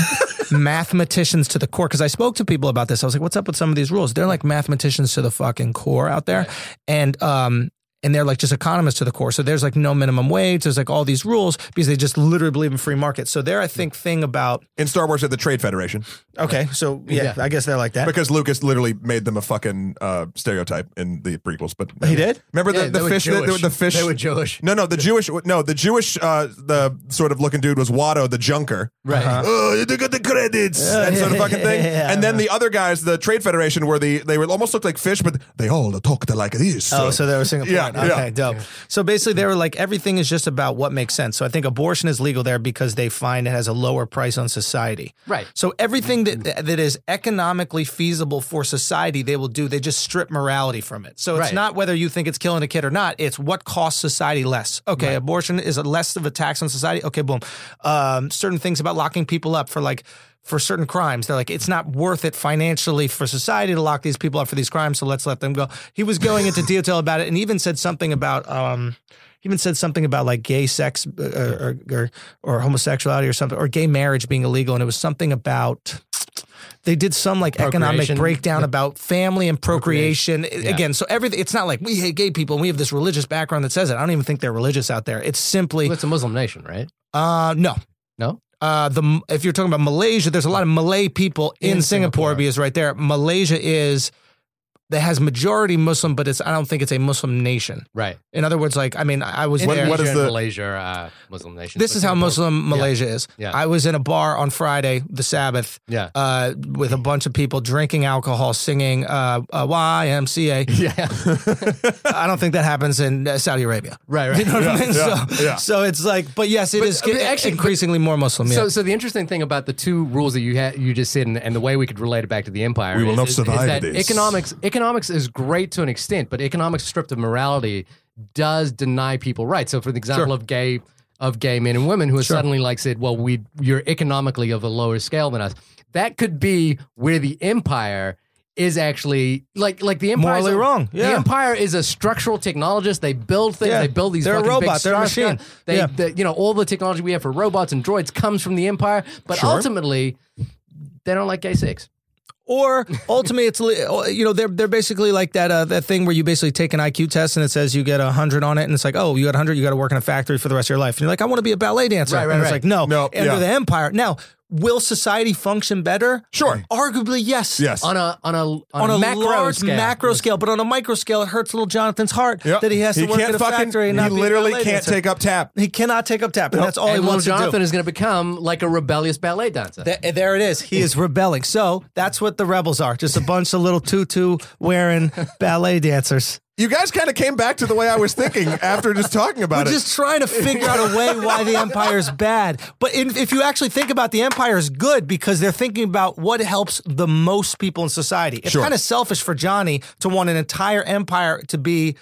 S3: mathematicians to the core. Because I spoke to people about this. I was like, "What's up with some of these rules?" They're like mathematicians to the fucking core out there, and um. And they're like just economists to the core. So there's like no minimum wage. There's like all these rules because they just literally believe in free market. So there, I think thing about
S1: in Star Wars at the Trade Federation
S3: okay. So yeah, I guess they're like that.
S1: because Lucas literally made them a fucking uh, stereotype in the prequels. But
S3: He did?
S1: Remember
S2: Yeah,
S1: the,
S2: they
S1: the
S2: were
S1: fish? The,
S2: Jewish.
S1: the fish.
S2: They were Jewish.
S1: No, no, the Jewish. No, the Jewish. Uh, the sort of looking dude was Watto, the junker.
S2: Right. Uh-huh.
S1: Oh, you got the credits. That sort of fucking thing.
S3: Yeah.
S1: And then the other guys, the Trade Federation, were the they were almost looked like fish, but they all talked like this.
S3: Oh, so they were Singaporean.
S1: Yeah,
S3: okay,
S1: yeah.
S3: dope. So basically, they were like, everything is just about what makes sense. So I think abortion is legal there because they find it has a lower price on society.
S2: Right.
S3: So everything that that is economically feasible for society, they will do. They just strip morality from it. So it's
S2: Right.
S3: not whether you think it's killing a kid or not. It's what costs society less. Okay, abortion is a less of a tax on society. Okay, boom. Um, certain things about locking people up for like. For certain crimes, they're like it's not worth it financially for society to lock these people up for these crimes, so let's let them go. He was going into detail about it, and even said something about um, he even said something about like gay sex uh, or, or or homosexuality or something or gay marriage being illegal, and it was something about they did some like economic
S2: Procreation.
S3: breakdown about family and procreation. Again, so everything it's not like we hate gay people and we have this religious background that says it. I don't even think they're religious out there. It's simply
S2: Well, it's a Muslim nation, right?
S3: uh no.
S2: No?
S3: Uh, the if you're talking about Malaysia, there's a lot of Malay people in,
S2: In
S3: Singapore,
S2: Singapore.
S3: because right there, Malaysia is that has majority Muslim, but it's I don't think it's a Muslim nation.
S2: Right.
S3: In other words, like I mean, I I was
S1: What-
S3: there.
S1: what is
S2: Indonesia and
S1: the-
S2: Malaysia are, uh, Muslim nation?
S3: this is how Muslim Malaysia is.
S2: Yeah.
S3: I was in a bar on Friday, the Sabbath,
S2: Yeah.
S3: uh, with a bunch of people drinking alcohol, singing uh, uh, YMCA.
S2: yeah.
S3: I don't think that happens in uh, Saudi Arabia.
S2: right. Right.
S3: You know what I mean?
S1: yeah,
S3: so,
S1: yeah.
S3: so it's like, but yes, it
S2: But,
S3: is
S2: I mean,
S3: get-
S2: actually, but-
S3: increasingly more Muslim. Yeah.
S2: So, so the interesting thing about the two rules that you had, you just said, and, and the way we could relate it back to the empire,
S1: We will
S2: is,
S1: not
S2: is-
S1: survive
S2: is that
S1: this.
S2: Economics, economics is great to an extent, but economics stripped of morality does deny people rights. So, for the example of gay of gay men and women who are suddenly like said, "Well, we you're economically of a lower scale than us," that could be where the empire. Is actually like like the empire
S3: Morally wrong,
S2: The
S3: yeah.
S2: empire is a structural technologist. They build things.
S3: Yeah.
S2: They build these.
S3: They're a
S2: fucking big
S3: robot. They're a
S2: Strauss gun.
S3: machine.
S2: They,
S3: Yeah.
S2: the, you know, all the technology we have for robots and droids comes from the Empire, but ultimately, they don't like gay sex.
S3: or ultimately, it's li- or, you know they're they're basically like that uh, that thing where you basically take an IQ test and it says you get hundred on it, and it's like oh you got hundred, you got to work in a factory for the rest of your life, and you're like I want to be a ballet dancer,
S2: Right, right,
S3: and it's
S2: right.
S3: like no,
S1: No,
S3: under
S1: yeah.
S3: the empire now. Will society function better?
S1: Sure.
S3: arguably yes.
S1: Yes.
S2: On a on a on,
S3: on a,
S2: macro
S3: large
S2: scale.
S3: macro scale, but on a micro scale, it hurts little Jonathan's heart
S1: Yep.
S3: that he has to work
S1: can't
S3: in a
S1: fucking-
S3: factory. And
S1: he
S3: not be a
S1: literally
S3: ballet
S1: can't
S3: dancer.
S1: take up tap.
S3: He cannot take up tap, and that's all
S2: and
S3: he
S2: little
S3: wants to do.
S2: Jonathan is going to become like a rebellious ballet dancer.
S3: Th- there it is. He is rebelling. So that's what the rebels are. Just a bunch of little tutu wearing ballet dancers.
S1: You guys kind of came back to the way I was thinking after just talking about it.
S3: Just trying to figure out a way why the empire's bad. But in, if you actually think about the empire is good because they're thinking about what helps the most people in society. It's
S1: Sure.
S3: kind of selfish for Johnny to want an entire empire to be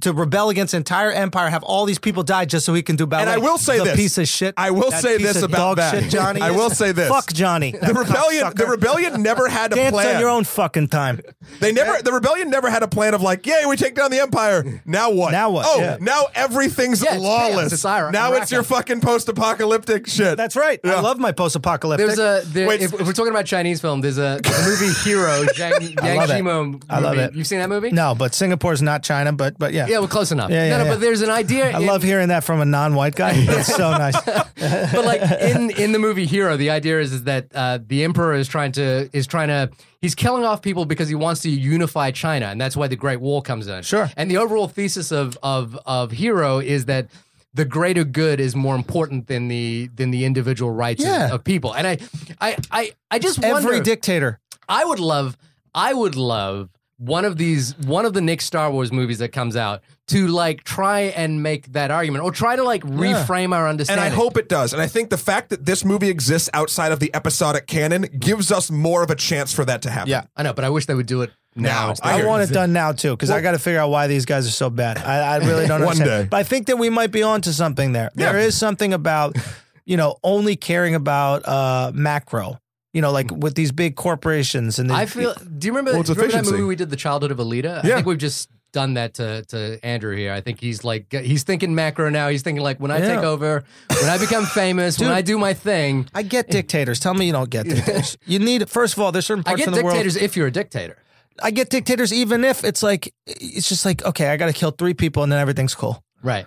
S3: to rebel against an entire empire, have all these people die just so he can do ballet.
S1: And I will say
S3: the
S1: this.
S3: piece of shit.
S1: I will
S3: that
S1: say
S3: piece
S1: this
S3: of
S1: about
S3: dog
S1: that.
S3: shit, Johnny.
S1: I
S3: is.
S1: will say this.
S3: Fuck Johnny.
S1: the rebellion, the rebellion never had a
S3: Dance
S1: plan.
S3: on your own fucking time.
S1: They never, the rebellion never had a plan of like, yay, we take down the empire. Now what?
S3: Now what?
S1: Oh,
S3: Yeah.
S1: now everything's
S2: Yeah, it's
S1: lawless.
S2: chaos. It's Iraq-
S1: now
S2: Iraq.
S1: it's your fucking post-apocalyptic shit.
S3: That's right.
S1: Yeah.
S3: I love my post-apocalyptic.
S2: There's a there,
S1: Wait.
S2: if, if we're talking about Chinese film, there's a, there's a movie Hero Yang, Yang
S3: love it.
S2: Shimo movie.
S3: I love it.
S2: You've seen that movie?
S3: no, but Singapore's not China, but but yeah.
S2: Yeah, well, close enough.
S3: Yeah, yeah,
S2: no, no,
S3: yeah.
S2: but there's an idea.
S3: I
S2: in-
S3: love hearing that from a non-white guy. That's so nice.
S2: but like in in the movie Hero, the idea is is that uh, the emperor is trying to is trying to he's killing off people because he wants to unify China, and that's why the Great Wall comes in.
S3: Sure.
S2: And the overall thesis of of of Hero is that. The greater good is more important than the than the individual rights of-
S3: Yeah.
S2: of, people, and I, I, I, I just wonder.
S3: Every dictator.
S2: I would love, I would love one of these, one of the next Star Wars movies that comes out to like try and make that argument, or try to like reframe our
S1: and
S2: understanding.
S1: I hope it does. And I think the fact that this movie exists outside of the episodic canon gives us more of a chance for that to happen.
S3: Yeah.
S2: I know, but I wish they would do it now.
S1: Now.
S2: instead.
S1: I
S3: I
S1: hear
S3: want
S1: you.
S3: it done now too, because I got to figure out why these guys are so bad. I, I really don't
S1: One
S3: understand.
S1: day.
S3: But I think that we might be onto something there.
S1: Yeah.
S3: There is something about, you know, only caring about uh, macro. You know, like with these big corporations and the,
S2: I feel. Do you remember,
S1: Well, it's
S2: remember that
S1: efficiency.
S2: movie we did, The Childhood of Alita?
S1: Yeah.
S2: I think we've just done that to, to Andrew here. I think he's like he's thinking macro now. He's thinking like when I
S3: Yeah.
S2: take over, when I become famous, when I do my thing.
S3: I get dictators. Tell me you don't get dictators. you need first of all, there's certain
S2: I
S3: parts
S2: get
S3: of the world
S2: dictators if you're a dictator.
S3: I get dictators even if it's like it's just like okay, I got to kill three people and then everything's cool.
S2: Right.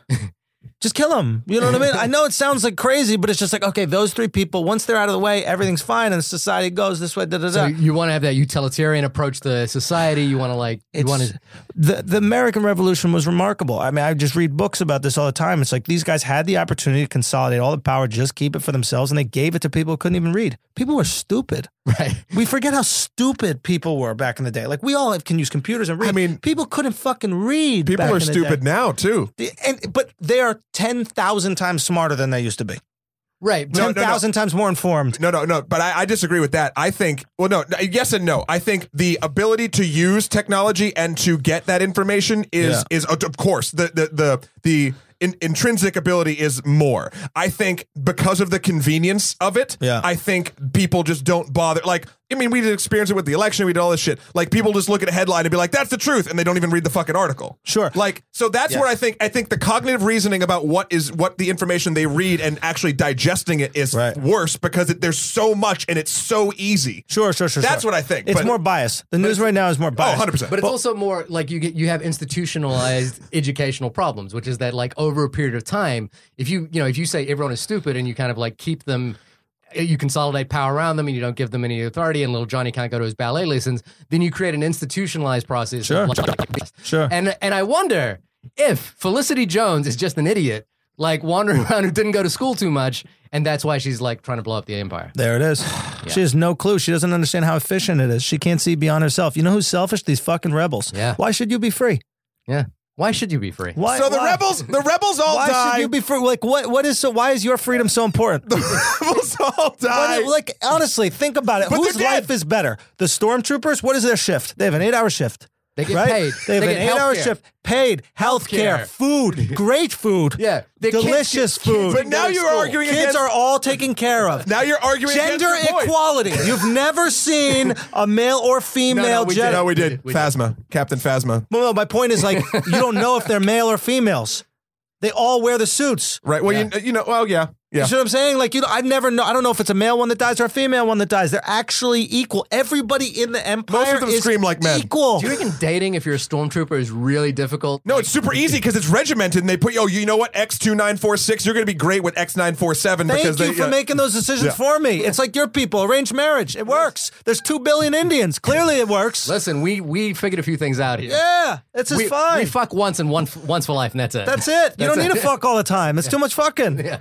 S3: Just kill them. You know what I mean? I know it sounds like crazy, but it's just like okay, those three people once they're out of the way, everything's fine, and society goes this way. Da da
S2: So
S3: da.
S2: you want to have that utilitarian approach to society. You want to like you
S3: It's-
S2: want to
S3: the the American Revolution was remarkable. I mean, I just read books about this all the time. It's like these guys had the opportunity to consolidate all the power, just keep it for themselves, and they gave it to people who couldn't even read. People were stupid.
S2: right.
S3: We forget how stupid people were back in the day. Like we all have, can use computers and read.
S1: I mean,
S3: people couldn't fucking read.
S1: People
S3: back
S1: are
S3: in the day.
S1: stupid now too.
S3: The- and but they are ten thousand times smarter than they used to be.
S2: Right.
S1: No,
S3: Ten
S1: no,
S3: thousand
S1: no.
S3: times more informed.
S1: No, no, no. But I, I disagree with that. I think, well, no, no, yes and no. I think the ability to use technology and to get that information is is of course the the the the. In, intrinsic ability is more. I think because of the convenience of it,
S3: Yeah.
S1: I think people just don't bother. Like, I mean, we did experience it with the election. We did all this shit. Like, people just look at a headline and be like, "That's the truth," and they don't even read the fucking article.
S3: Sure.
S1: Like, so that's where I think I think the cognitive reasoning about what is what the information they read and actually digesting it is
S3: Right.
S1: worse because it, there's so much and it's so easy.
S3: Sure, sure, sure.
S1: That's
S3: sure.
S1: what I think,
S3: It's
S1: but-
S3: more biased. The news right now is more
S1: Oh,
S3: biased.
S1: 100%.
S2: But it's also more like you get you have institutionalized educational problems, which is that like over a period of time, if you you know if you say everyone is stupid and you kind of like keep them you consolidate power around them and you don't give them any authority, and little Johnny can't go to his ballet lessons, then you create an institutionalized process. of
S1: Sure.
S2: like-
S1: Sure.
S2: And and I wonder if Felicity Jones is just an idiot, like wandering around who didn't go to school too much, and that's why she's like trying to blow up the empire.
S3: There it is. She has no clue. She doesn't understand how efficient it is. She can't see beyond herself. You know who's selfish? These fucking rebels.
S2: Yeah.
S3: Why should you be free?
S2: Yeah. Why should you be free?
S3: Why?
S1: so the
S3: why?
S1: rebels, the rebels all
S3: Why
S1: die.
S3: should you be free? Like, what? What is so? Why is your freedom so important?
S1: rebels all
S3: What
S1: die.
S3: is- like, honestly, think about it.
S1: But they're
S3: Whose
S1: dead.
S3: life is better? The stormtroopers. What is their shift? They have an eight-hour shift.
S2: They get
S3: right?
S2: paid.
S3: They have
S2: They
S3: an
S2: get
S3: eight-hour
S2: healthcare.
S3: shift. Paid healthcare,
S2: Healthcare.
S3: food, great food.
S2: Yeah. The kids- kids
S3: delicious
S2: go
S3: food.
S1: But
S2: to
S1: now you're
S2: school.
S1: arguing
S3: Kids
S1: against.
S3: are all taken care of.
S1: now you're arguing
S3: Gender
S1: against your point.
S3: equality. You've never seen a male or female
S2: No, no, we
S3: Jedi.
S2: did.
S1: No, we did.
S2: We did.
S1: Phasma, Captain Phasma.
S3: Well, no, my point is like you don't know if they're male or females. They all wear the suits.
S1: Right. Well, you, you know. Well, yeah. Yeah.
S3: You see what I'm saying? Like you, I never know. I don't know if it's a male one that dies or a female one that dies. They're actually equal. Everybody in the empire
S1: Most of them
S3: is
S1: scream like men.
S3: Equal.
S2: Do you reckon dating if you're a stormtrooper is really difficult?
S1: No, it's super easy because it's regimented, and they put, oh, you know what, X two nine four six, you're going to be great with X nine four seven
S3: Thank
S1: because
S3: you
S1: they.
S3: for
S1: yeah.
S3: making those decisions
S1: Yeah.
S3: for me. It's like your people arranged marriage. It works. There's two billion Indians. Clearly, it works.
S2: Listen, we we figured a few things out here.
S3: yeah, it's just
S2: we,
S3: fine.
S2: we fuck once and one f- once for life, and that's it.
S3: That's it. You
S2: That's
S3: don't need
S2: it.
S3: to fuck all the time. It's too much fucking.
S2: Yeah.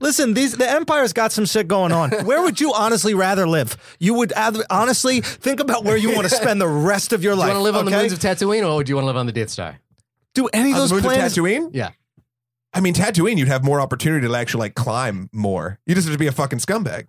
S3: Listen, these the empire's got some shit going on. Where would you honestly rather live? You would ath- honestly think about where you want to spend the rest of your
S2: Do
S3: life.
S2: you want to live on the
S3: okay?
S2: moons of Tatooine, or do you want to live on the Death Star?
S3: Do any of
S1: On Uh, the
S3: those
S1: moons of
S3: planets?
S1: Tatooine.
S2: Yeah.
S1: I mean, Tatooine, you'd have more opportunity to actually like climb more. You just have to be a fucking scumbag.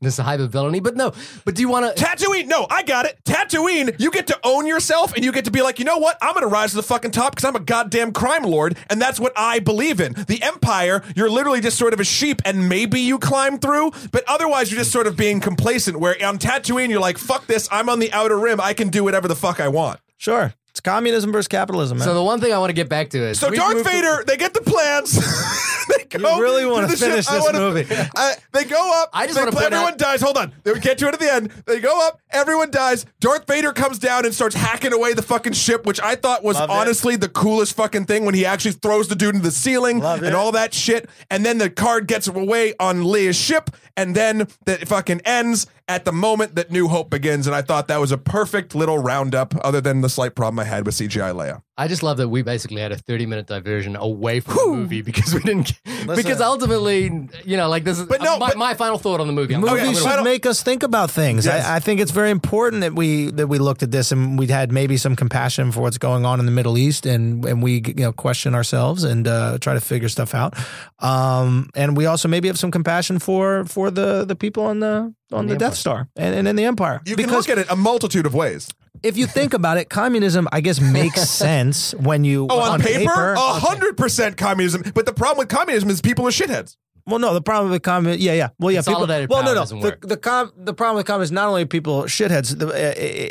S2: This is a hive of villainy, but no. But do you want to?
S1: Tatooine, no, I got it. Tatooine, you get to own yourself, and you get to be like, you know what, I'm going to rise to the fucking top because I'm a goddamn crime lord, and that's what I believe in. The Empire, you're literally just sort of a sheep, and maybe you climb through, but otherwise you're just sort of being complacent. Where on Tatooine, you're like, fuck this, I'm on the outer rim, I can do whatever the fuck I want.
S3: Sure, it's communism versus capitalism, man.
S2: So the one thing I want to get back to is
S1: So
S2: we've
S1: Darth
S2: moved to-
S1: Vader, they get the plans. they go
S3: really wanna
S1: to the ship.
S3: finish
S1: I
S3: this
S1: wanna-
S3: movie.
S1: I- they go up.
S2: I just
S1: they
S2: wanna
S1: pl-
S2: point
S1: everyone
S2: out-
S1: dies. Hold on. They get to it at the end. They go up. Everyone dies. Darth Vader comes down and starts hacking away the fucking ship, which I thought was
S3: Loved it.
S1: honestly the coolest fucking thing when he actually throws the dude into the ceiling
S3: Loved
S1: and
S3: it.
S1: all that shit. And then the card gets away on Leia's ship, and then that fucking ends at the moment that New Hope begins. And I thought that was a perfect little roundup, other than the slight problem I had with CGI Leia.
S2: I just love that we basically had a 30 minute diversion away from the movie because we didn't. Because
S3: Listen.
S2: ultimately, you know, like this is
S1: But no,
S2: my,
S1: but-
S2: my final thought on the movie. I'm-
S1: Okay,
S3: Movies
S1: I
S3: should
S1: don't-
S3: make us think about things.
S1: Yes.
S3: I, I think it's very important that we that we looked at this and we had maybe some compassion for what's going on in the Middle East and and we you know question ourselves and uh, try to figure stuff out. Um, and we also maybe have some compassion for for the the people on the on the, Death Star and, and in the Empire.
S1: You can look at it a multitude of ways.
S3: if you think about it, communism I guess makes sense when you
S1: Oh, on, paper, a hundred percent communism. But the problem with communism is people are shitheads.
S3: Well, no, the problem with communism, yeah, yeah, well, yeah,
S2: Consolidated
S3: people, well,
S2: power
S3: no, no,
S2: doesn't
S3: the,
S2: work.
S3: the com, the problem with communism is not only people shitheads, the,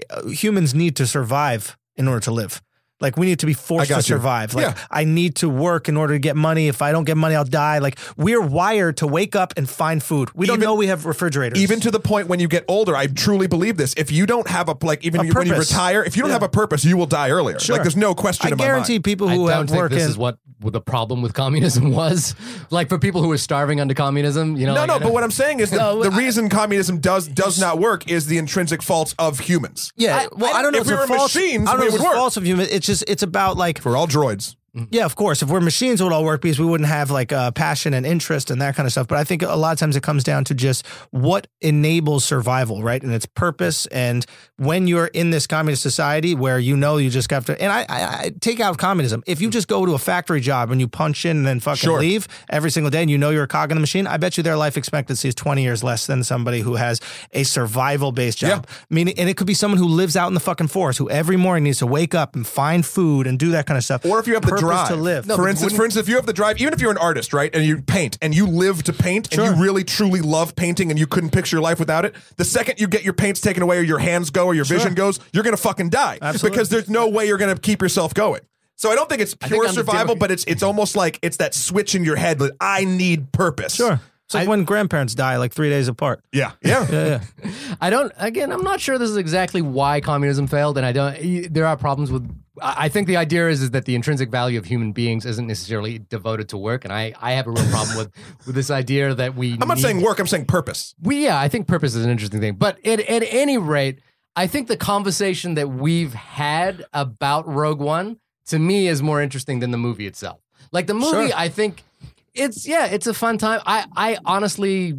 S3: uh, uh, uh, humans need to survive in order to live. Like we need to be forced
S1: I
S3: to
S1: got you.
S3: survive. Like
S1: Yeah.
S3: I need to work in order to get money. If I don't get money, I'll die. Like we're wired to wake up and find food. We don't
S1: Even-
S3: know we have refrigerators.
S1: Even to the point when you get older, I truly believe this. If you don't have a like, even
S3: A
S1: when you
S3: purpose.
S1: retire, if you don't have a purpose, you will die earlier.
S3: Sure.
S1: Like, there's no question.
S3: I
S1: in
S3: guarantee people
S2: I
S3: who
S2: don't
S3: have
S2: think
S3: work
S2: this
S3: in
S2: is what the problem with communism was. Like for people who were starving under communism, you know.
S1: My mind.
S2: like,
S1: No,
S2: I
S1: no,
S2: don't-
S1: but what I'm saying is that
S2: No,
S1: the
S2: I-
S1: reason communism does does not work is the intrinsic faults of humans.
S3: yeah.
S2: I-
S3: well, I, don't know
S1: if
S3: if,
S1: we
S3: it's
S1: were
S3: a false.
S1: machines,
S3: I don't
S1: we
S3: know if
S1: would
S3: it's a
S1: work.
S3: false of human. It's just it's about like
S1: We're all droids.
S3: Yeah, of course. If we're machines, it would all work because we wouldn't have like uh, passion and interest and that kind of stuff. But I think a lot of times it comes down to just what enables survival, right? And its purpose. And when you're in this communist society where you know you just have to, and I, I, I take out communism. If you just go to a factory job and you punch in and then fucking
S1: Sure.
S3: leave every single day and you know you're a cog in the machine, I bet you their life expectancy is 20 years less than somebody who has a survival based job. Meaning, and it could be someone who lives out in the fucking forest who every morning needs to wake up and find food and do that kind of stuff
S1: Or if you have the
S3: purpose
S1: drive
S3: to live.
S1: for instance, for instance, if you have the drive, even if you're an artist, right, and you paint and you live to paint and you really truly love painting and you couldn't picture your life without it, the second you get your paints taken away or your hands go or your vision goes, you're gonna fucking die
S3: Absolutely.
S1: because there's no way you're gonna keep yourself going. So I don't think it's pure
S2: I'm the
S1: survival,
S2: Democrat.
S1: but it's it's almost like it's that switch in your head that I need purpose.
S3: It's like when grandparents die, like three days apart.
S1: Yeah. Yeah.
S2: I don't. Again, I'm not sure this is exactly why communism failed, and I don't. y- There are problems with I I think the idea is is that the intrinsic value of human beings isn't necessarily devoted to work, and I, I have a real problem with, with this idea that we.
S1: I'm not
S2: need-
S1: saying work. I'm saying purpose.
S2: we yeah, I think purpose is an interesting thing. But at, at any rate, I think the conversation that we've had about Rogue One to me is more interesting than the movie itself. Like the movie, I think it's yeah, it's a fun time. I I honestly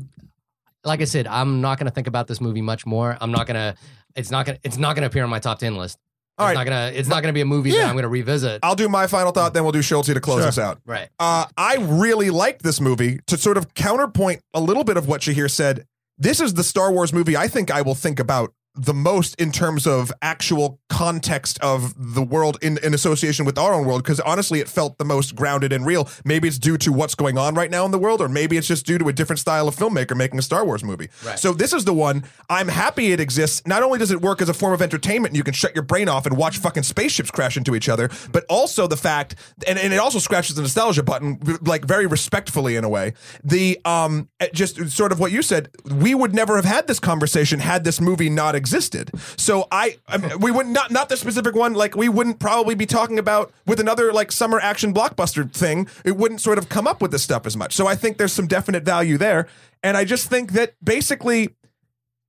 S2: like I said, I'm not gonna think about this movie much more. I'm not gonna it's not gonna it's not gonna appear on my top ten list.
S1: All
S2: it's
S1: right. Uh,
S2: not gonna it's not gonna be a movie that I'm gonna revisit.
S1: I'll do my final thought, then we'll do Schultzy to close us out.
S2: right.
S1: Uh, I really liked this movie to sort of counterpoint a little bit of what Shahir said. This is the Star Wars movie I think I will think about the most in terms of actual context of the world in, in association with our own world because honestly it felt the most grounded and real maybe it's due to what's going on right now in the world or maybe it's just due to a different style of filmmaker making a star wars movie
S2: Right.
S1: so this is the one i'm happy it exists not only does it work as a form of entertainment and you can shut your brain off and watch fucking spaceships crash into each other but also the fact and, and it also scratches the nostalgia button like very respectfully in a way the um just sort of what you said we would never have had this conversation had this movie not existed so i, I mean, we would not not this specific one like we wouldn't probably be talking about with another like summer action blockbuster thing it wouldn't sort of come up with this stuff as much so i think there's some definite value there and i just think that basically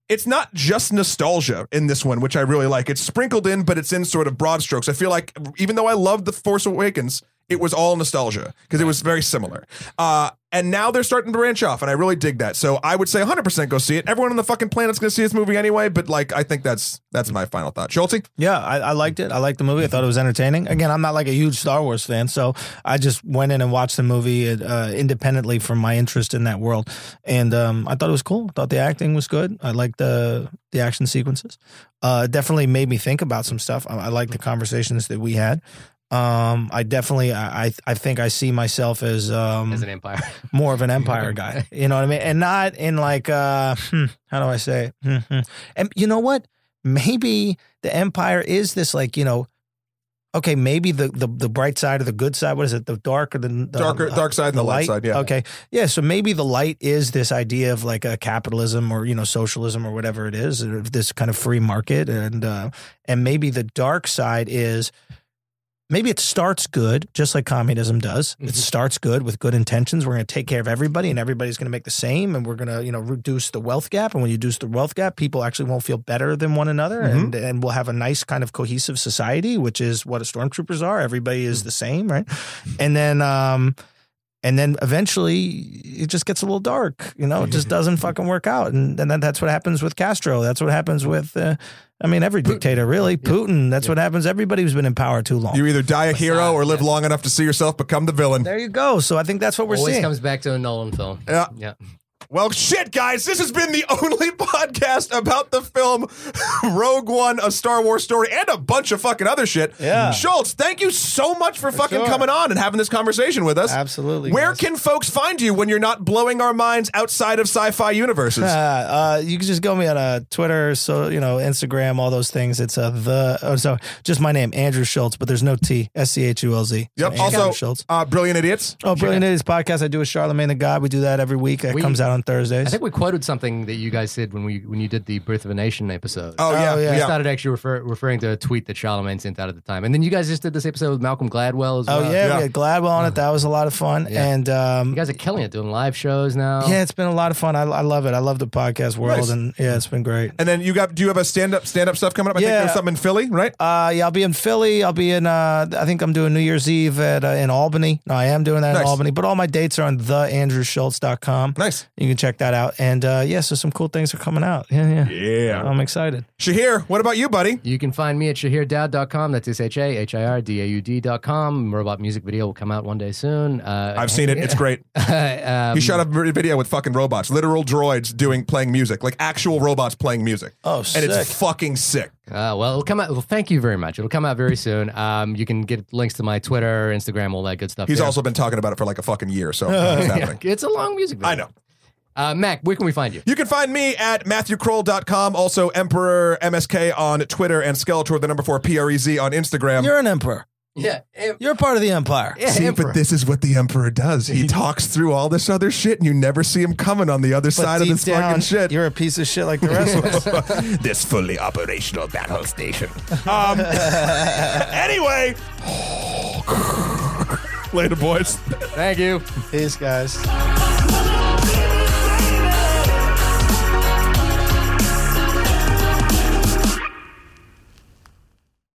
S1: it's not just nostalgia in this one, which I really like. It's sprinkled in, but it's in sort of broad strokes. I feel like even though I loved The Force Awakens, it was all nostalgia because it was very similar. Uh, and now they're starting to branch off, and I really dig that. So I would say 100% go see it. Everyone on the fucking planet's going to see this movie anyway, but like, I think that's that's my final thought. Schulte?
S3: Yeah, I, I liked it. I liked the movie. I thought it was entertaining. Again, I'm not like a huge Star Wars fan, so I just went in and watched the movie uh, independently from my interest in that world, and um, I thought it was cool. I thought the acting was good. I liked the the action sequences. Uh, it definitely made me think about some stuff. I, I liked the conversations that we had. Um, I definitely, I, I, I think I see myself as um,
S2: As an empire.
S3: more of an empire guy. You know what I mean? And not in like, uh, hmm, how do I say? it? Hmm, hmm. and you know what? Maybe the empire is this like, you know, okay, maybe the the, the bright side or the good side. What is it? The dark or the, the
S1: Darker,
S3: uh,
S1: dark side and the, light, side, yeah.
S3: Okay. Yeah. So maybe the light is this idea of like a capitalism or you know socialism or whatever it is, or this kind of free market, and uh, and maybe the dark side is maybe it starts good, just like communism does. It
S1: Mm-hmm.
S2: Mhm.
S3: starts good with good intentions. We're going to take care of everybody, and everybody's going to make the same, and we're going to you know reduce the wealth gap. And when you reduce the wealth gap, people actually won't feel better than one another,
S1: Mm-hmm.
S3: and and we'll have a nice kind of cohesive society, which is what stormtroopers are. Everybody
S1: Mm.
S3: is the same, right? And then. um and then eventually it just gets a little dark, you know, it just doesn't fucking work out. And, and then that's what happens with Castro. That's what happens with, uh, I mean, every dictator really, Putin. That's what happens. Everybody who's been in power too long.
S1: You either die a hero or live long enough to see yourself become the villain.
S3: there you go. So I think that's what we're
S2: Always
S3: seeing.
S2: comes back to a Nolan film.
S1: Yeah.
S2: Yeah.
S1: Well, shit, guys, this has been the only podcast about the film Rogue One, a Star Wars story, and a bunch of fucking other shit.
S3: Yeah.
S1: Schultz, thank you so much for, fucking
S3: sure.
S1: coming on and having this conversation with us.
S3: Absolutely,
S1: Where
S3: guys.
S1: can folks find you when you're not blowing our minds outside of sci fi universes?
S3: Uh, uh, you can just go me on uh, Twitter, so you know Instagram, all those things. It's uh, the oh, so just my name, Andrew Schultz, but there's no T, S C H U L Z. So
S1: yep.
S3: Andrew
S1: Also,
S3: Schultz.
S1: uh, Brilliant Idiots.
S3: Oh, brilliant! Idiots podcast I do with Charlemagne the God. We do that every week. It
S2: We-
S3: comes out on Thursdays.
S2: I think we quoted something that you guys said when we when you did the Birth of a Nation episode.
S1: Oh, yeah.
S3: Oh, yeah.
S1: yeah.
S2: I started actually refer, referring to a tweet that Charlemagne sent out at the time, and then you guys just did this episode with Malcolm Gladwell as
S3: Oh
S2: well.
S3: yeah,
S1: Yeah.
S3: we had Gladwell on it. That was a lot of fun,
S2: Yeah.
S3: and um,
S2: you guys are killing it doing live shows now.
S3: yeah, it's been a lot of fun. I, I love it. I love the podcast world,
S1: Nice.
S3: and yeah, it's been great.
S1: And then you got, do you have a stand up stand up stuff coming up? I think
S3: Yeah.
S1: there's something in Philly, right?
S3: Uh, yeah, I'll be in Philly. I'll be in. Uh, I think I'm doing New Year's Eve at uh, in Albany. No, I am doing that
S1: Nice.
S3: in Albany. But all my dates are on theandrewschultz.com.
S1: Nice.
S3: You can check that out. And uh, yeah, so some cool things are coming out. Yeah, yeah.
S1: Yeah.
S3: I'm excited.
S1: Shahir, what about you, buddy?
S2: You can find me at shahirdad.com. That's S H A H I R D A U D.com. Robot music video will come out one day soon. Uh,
S1: I've seen it. It's great.
S2: um,
S1: He shot a v- video with fucking robots, literal droids doing playing music, like actual robots playing music.
S3: Oh,
S1: and
S3: sick.
S1: it's fucking sick.
S2: Uh, well, it'll come out. Well, thank you very much. It'll come out very soon. Um, you can get links to my Twitter, Instagram, all that good stuff.
S1: He's
S2: there.
S1: also been talking about it for like a fucking year, so it's happening.
S2: It's a long music video.
S1: I know.
S2: Uh, Mac, where can we find you?
S1: You can find me at MatthewKroll.com, also Emperor MSK on Twitter and Skeletor the number four PREZ on Instagram.
S3: You're an emperor.
S2: Yeah. em-
S3: You're part of the empire.
S2: yeah,
S1: See,
S2: emperor.
S1: but this is what the Emperor does. He talks through all this other shit, and you never see him coming on the other
S3: But
S1: side of
S3: deep
S1: this
S3: down,
S1: fucking shit.
S3: You're a piece of shit like the rest of us.
S1: this fully operational battle station. Um, anyway,
S6: Bye. Later, boys.
S7: Thank you.
S3: Peace, guys.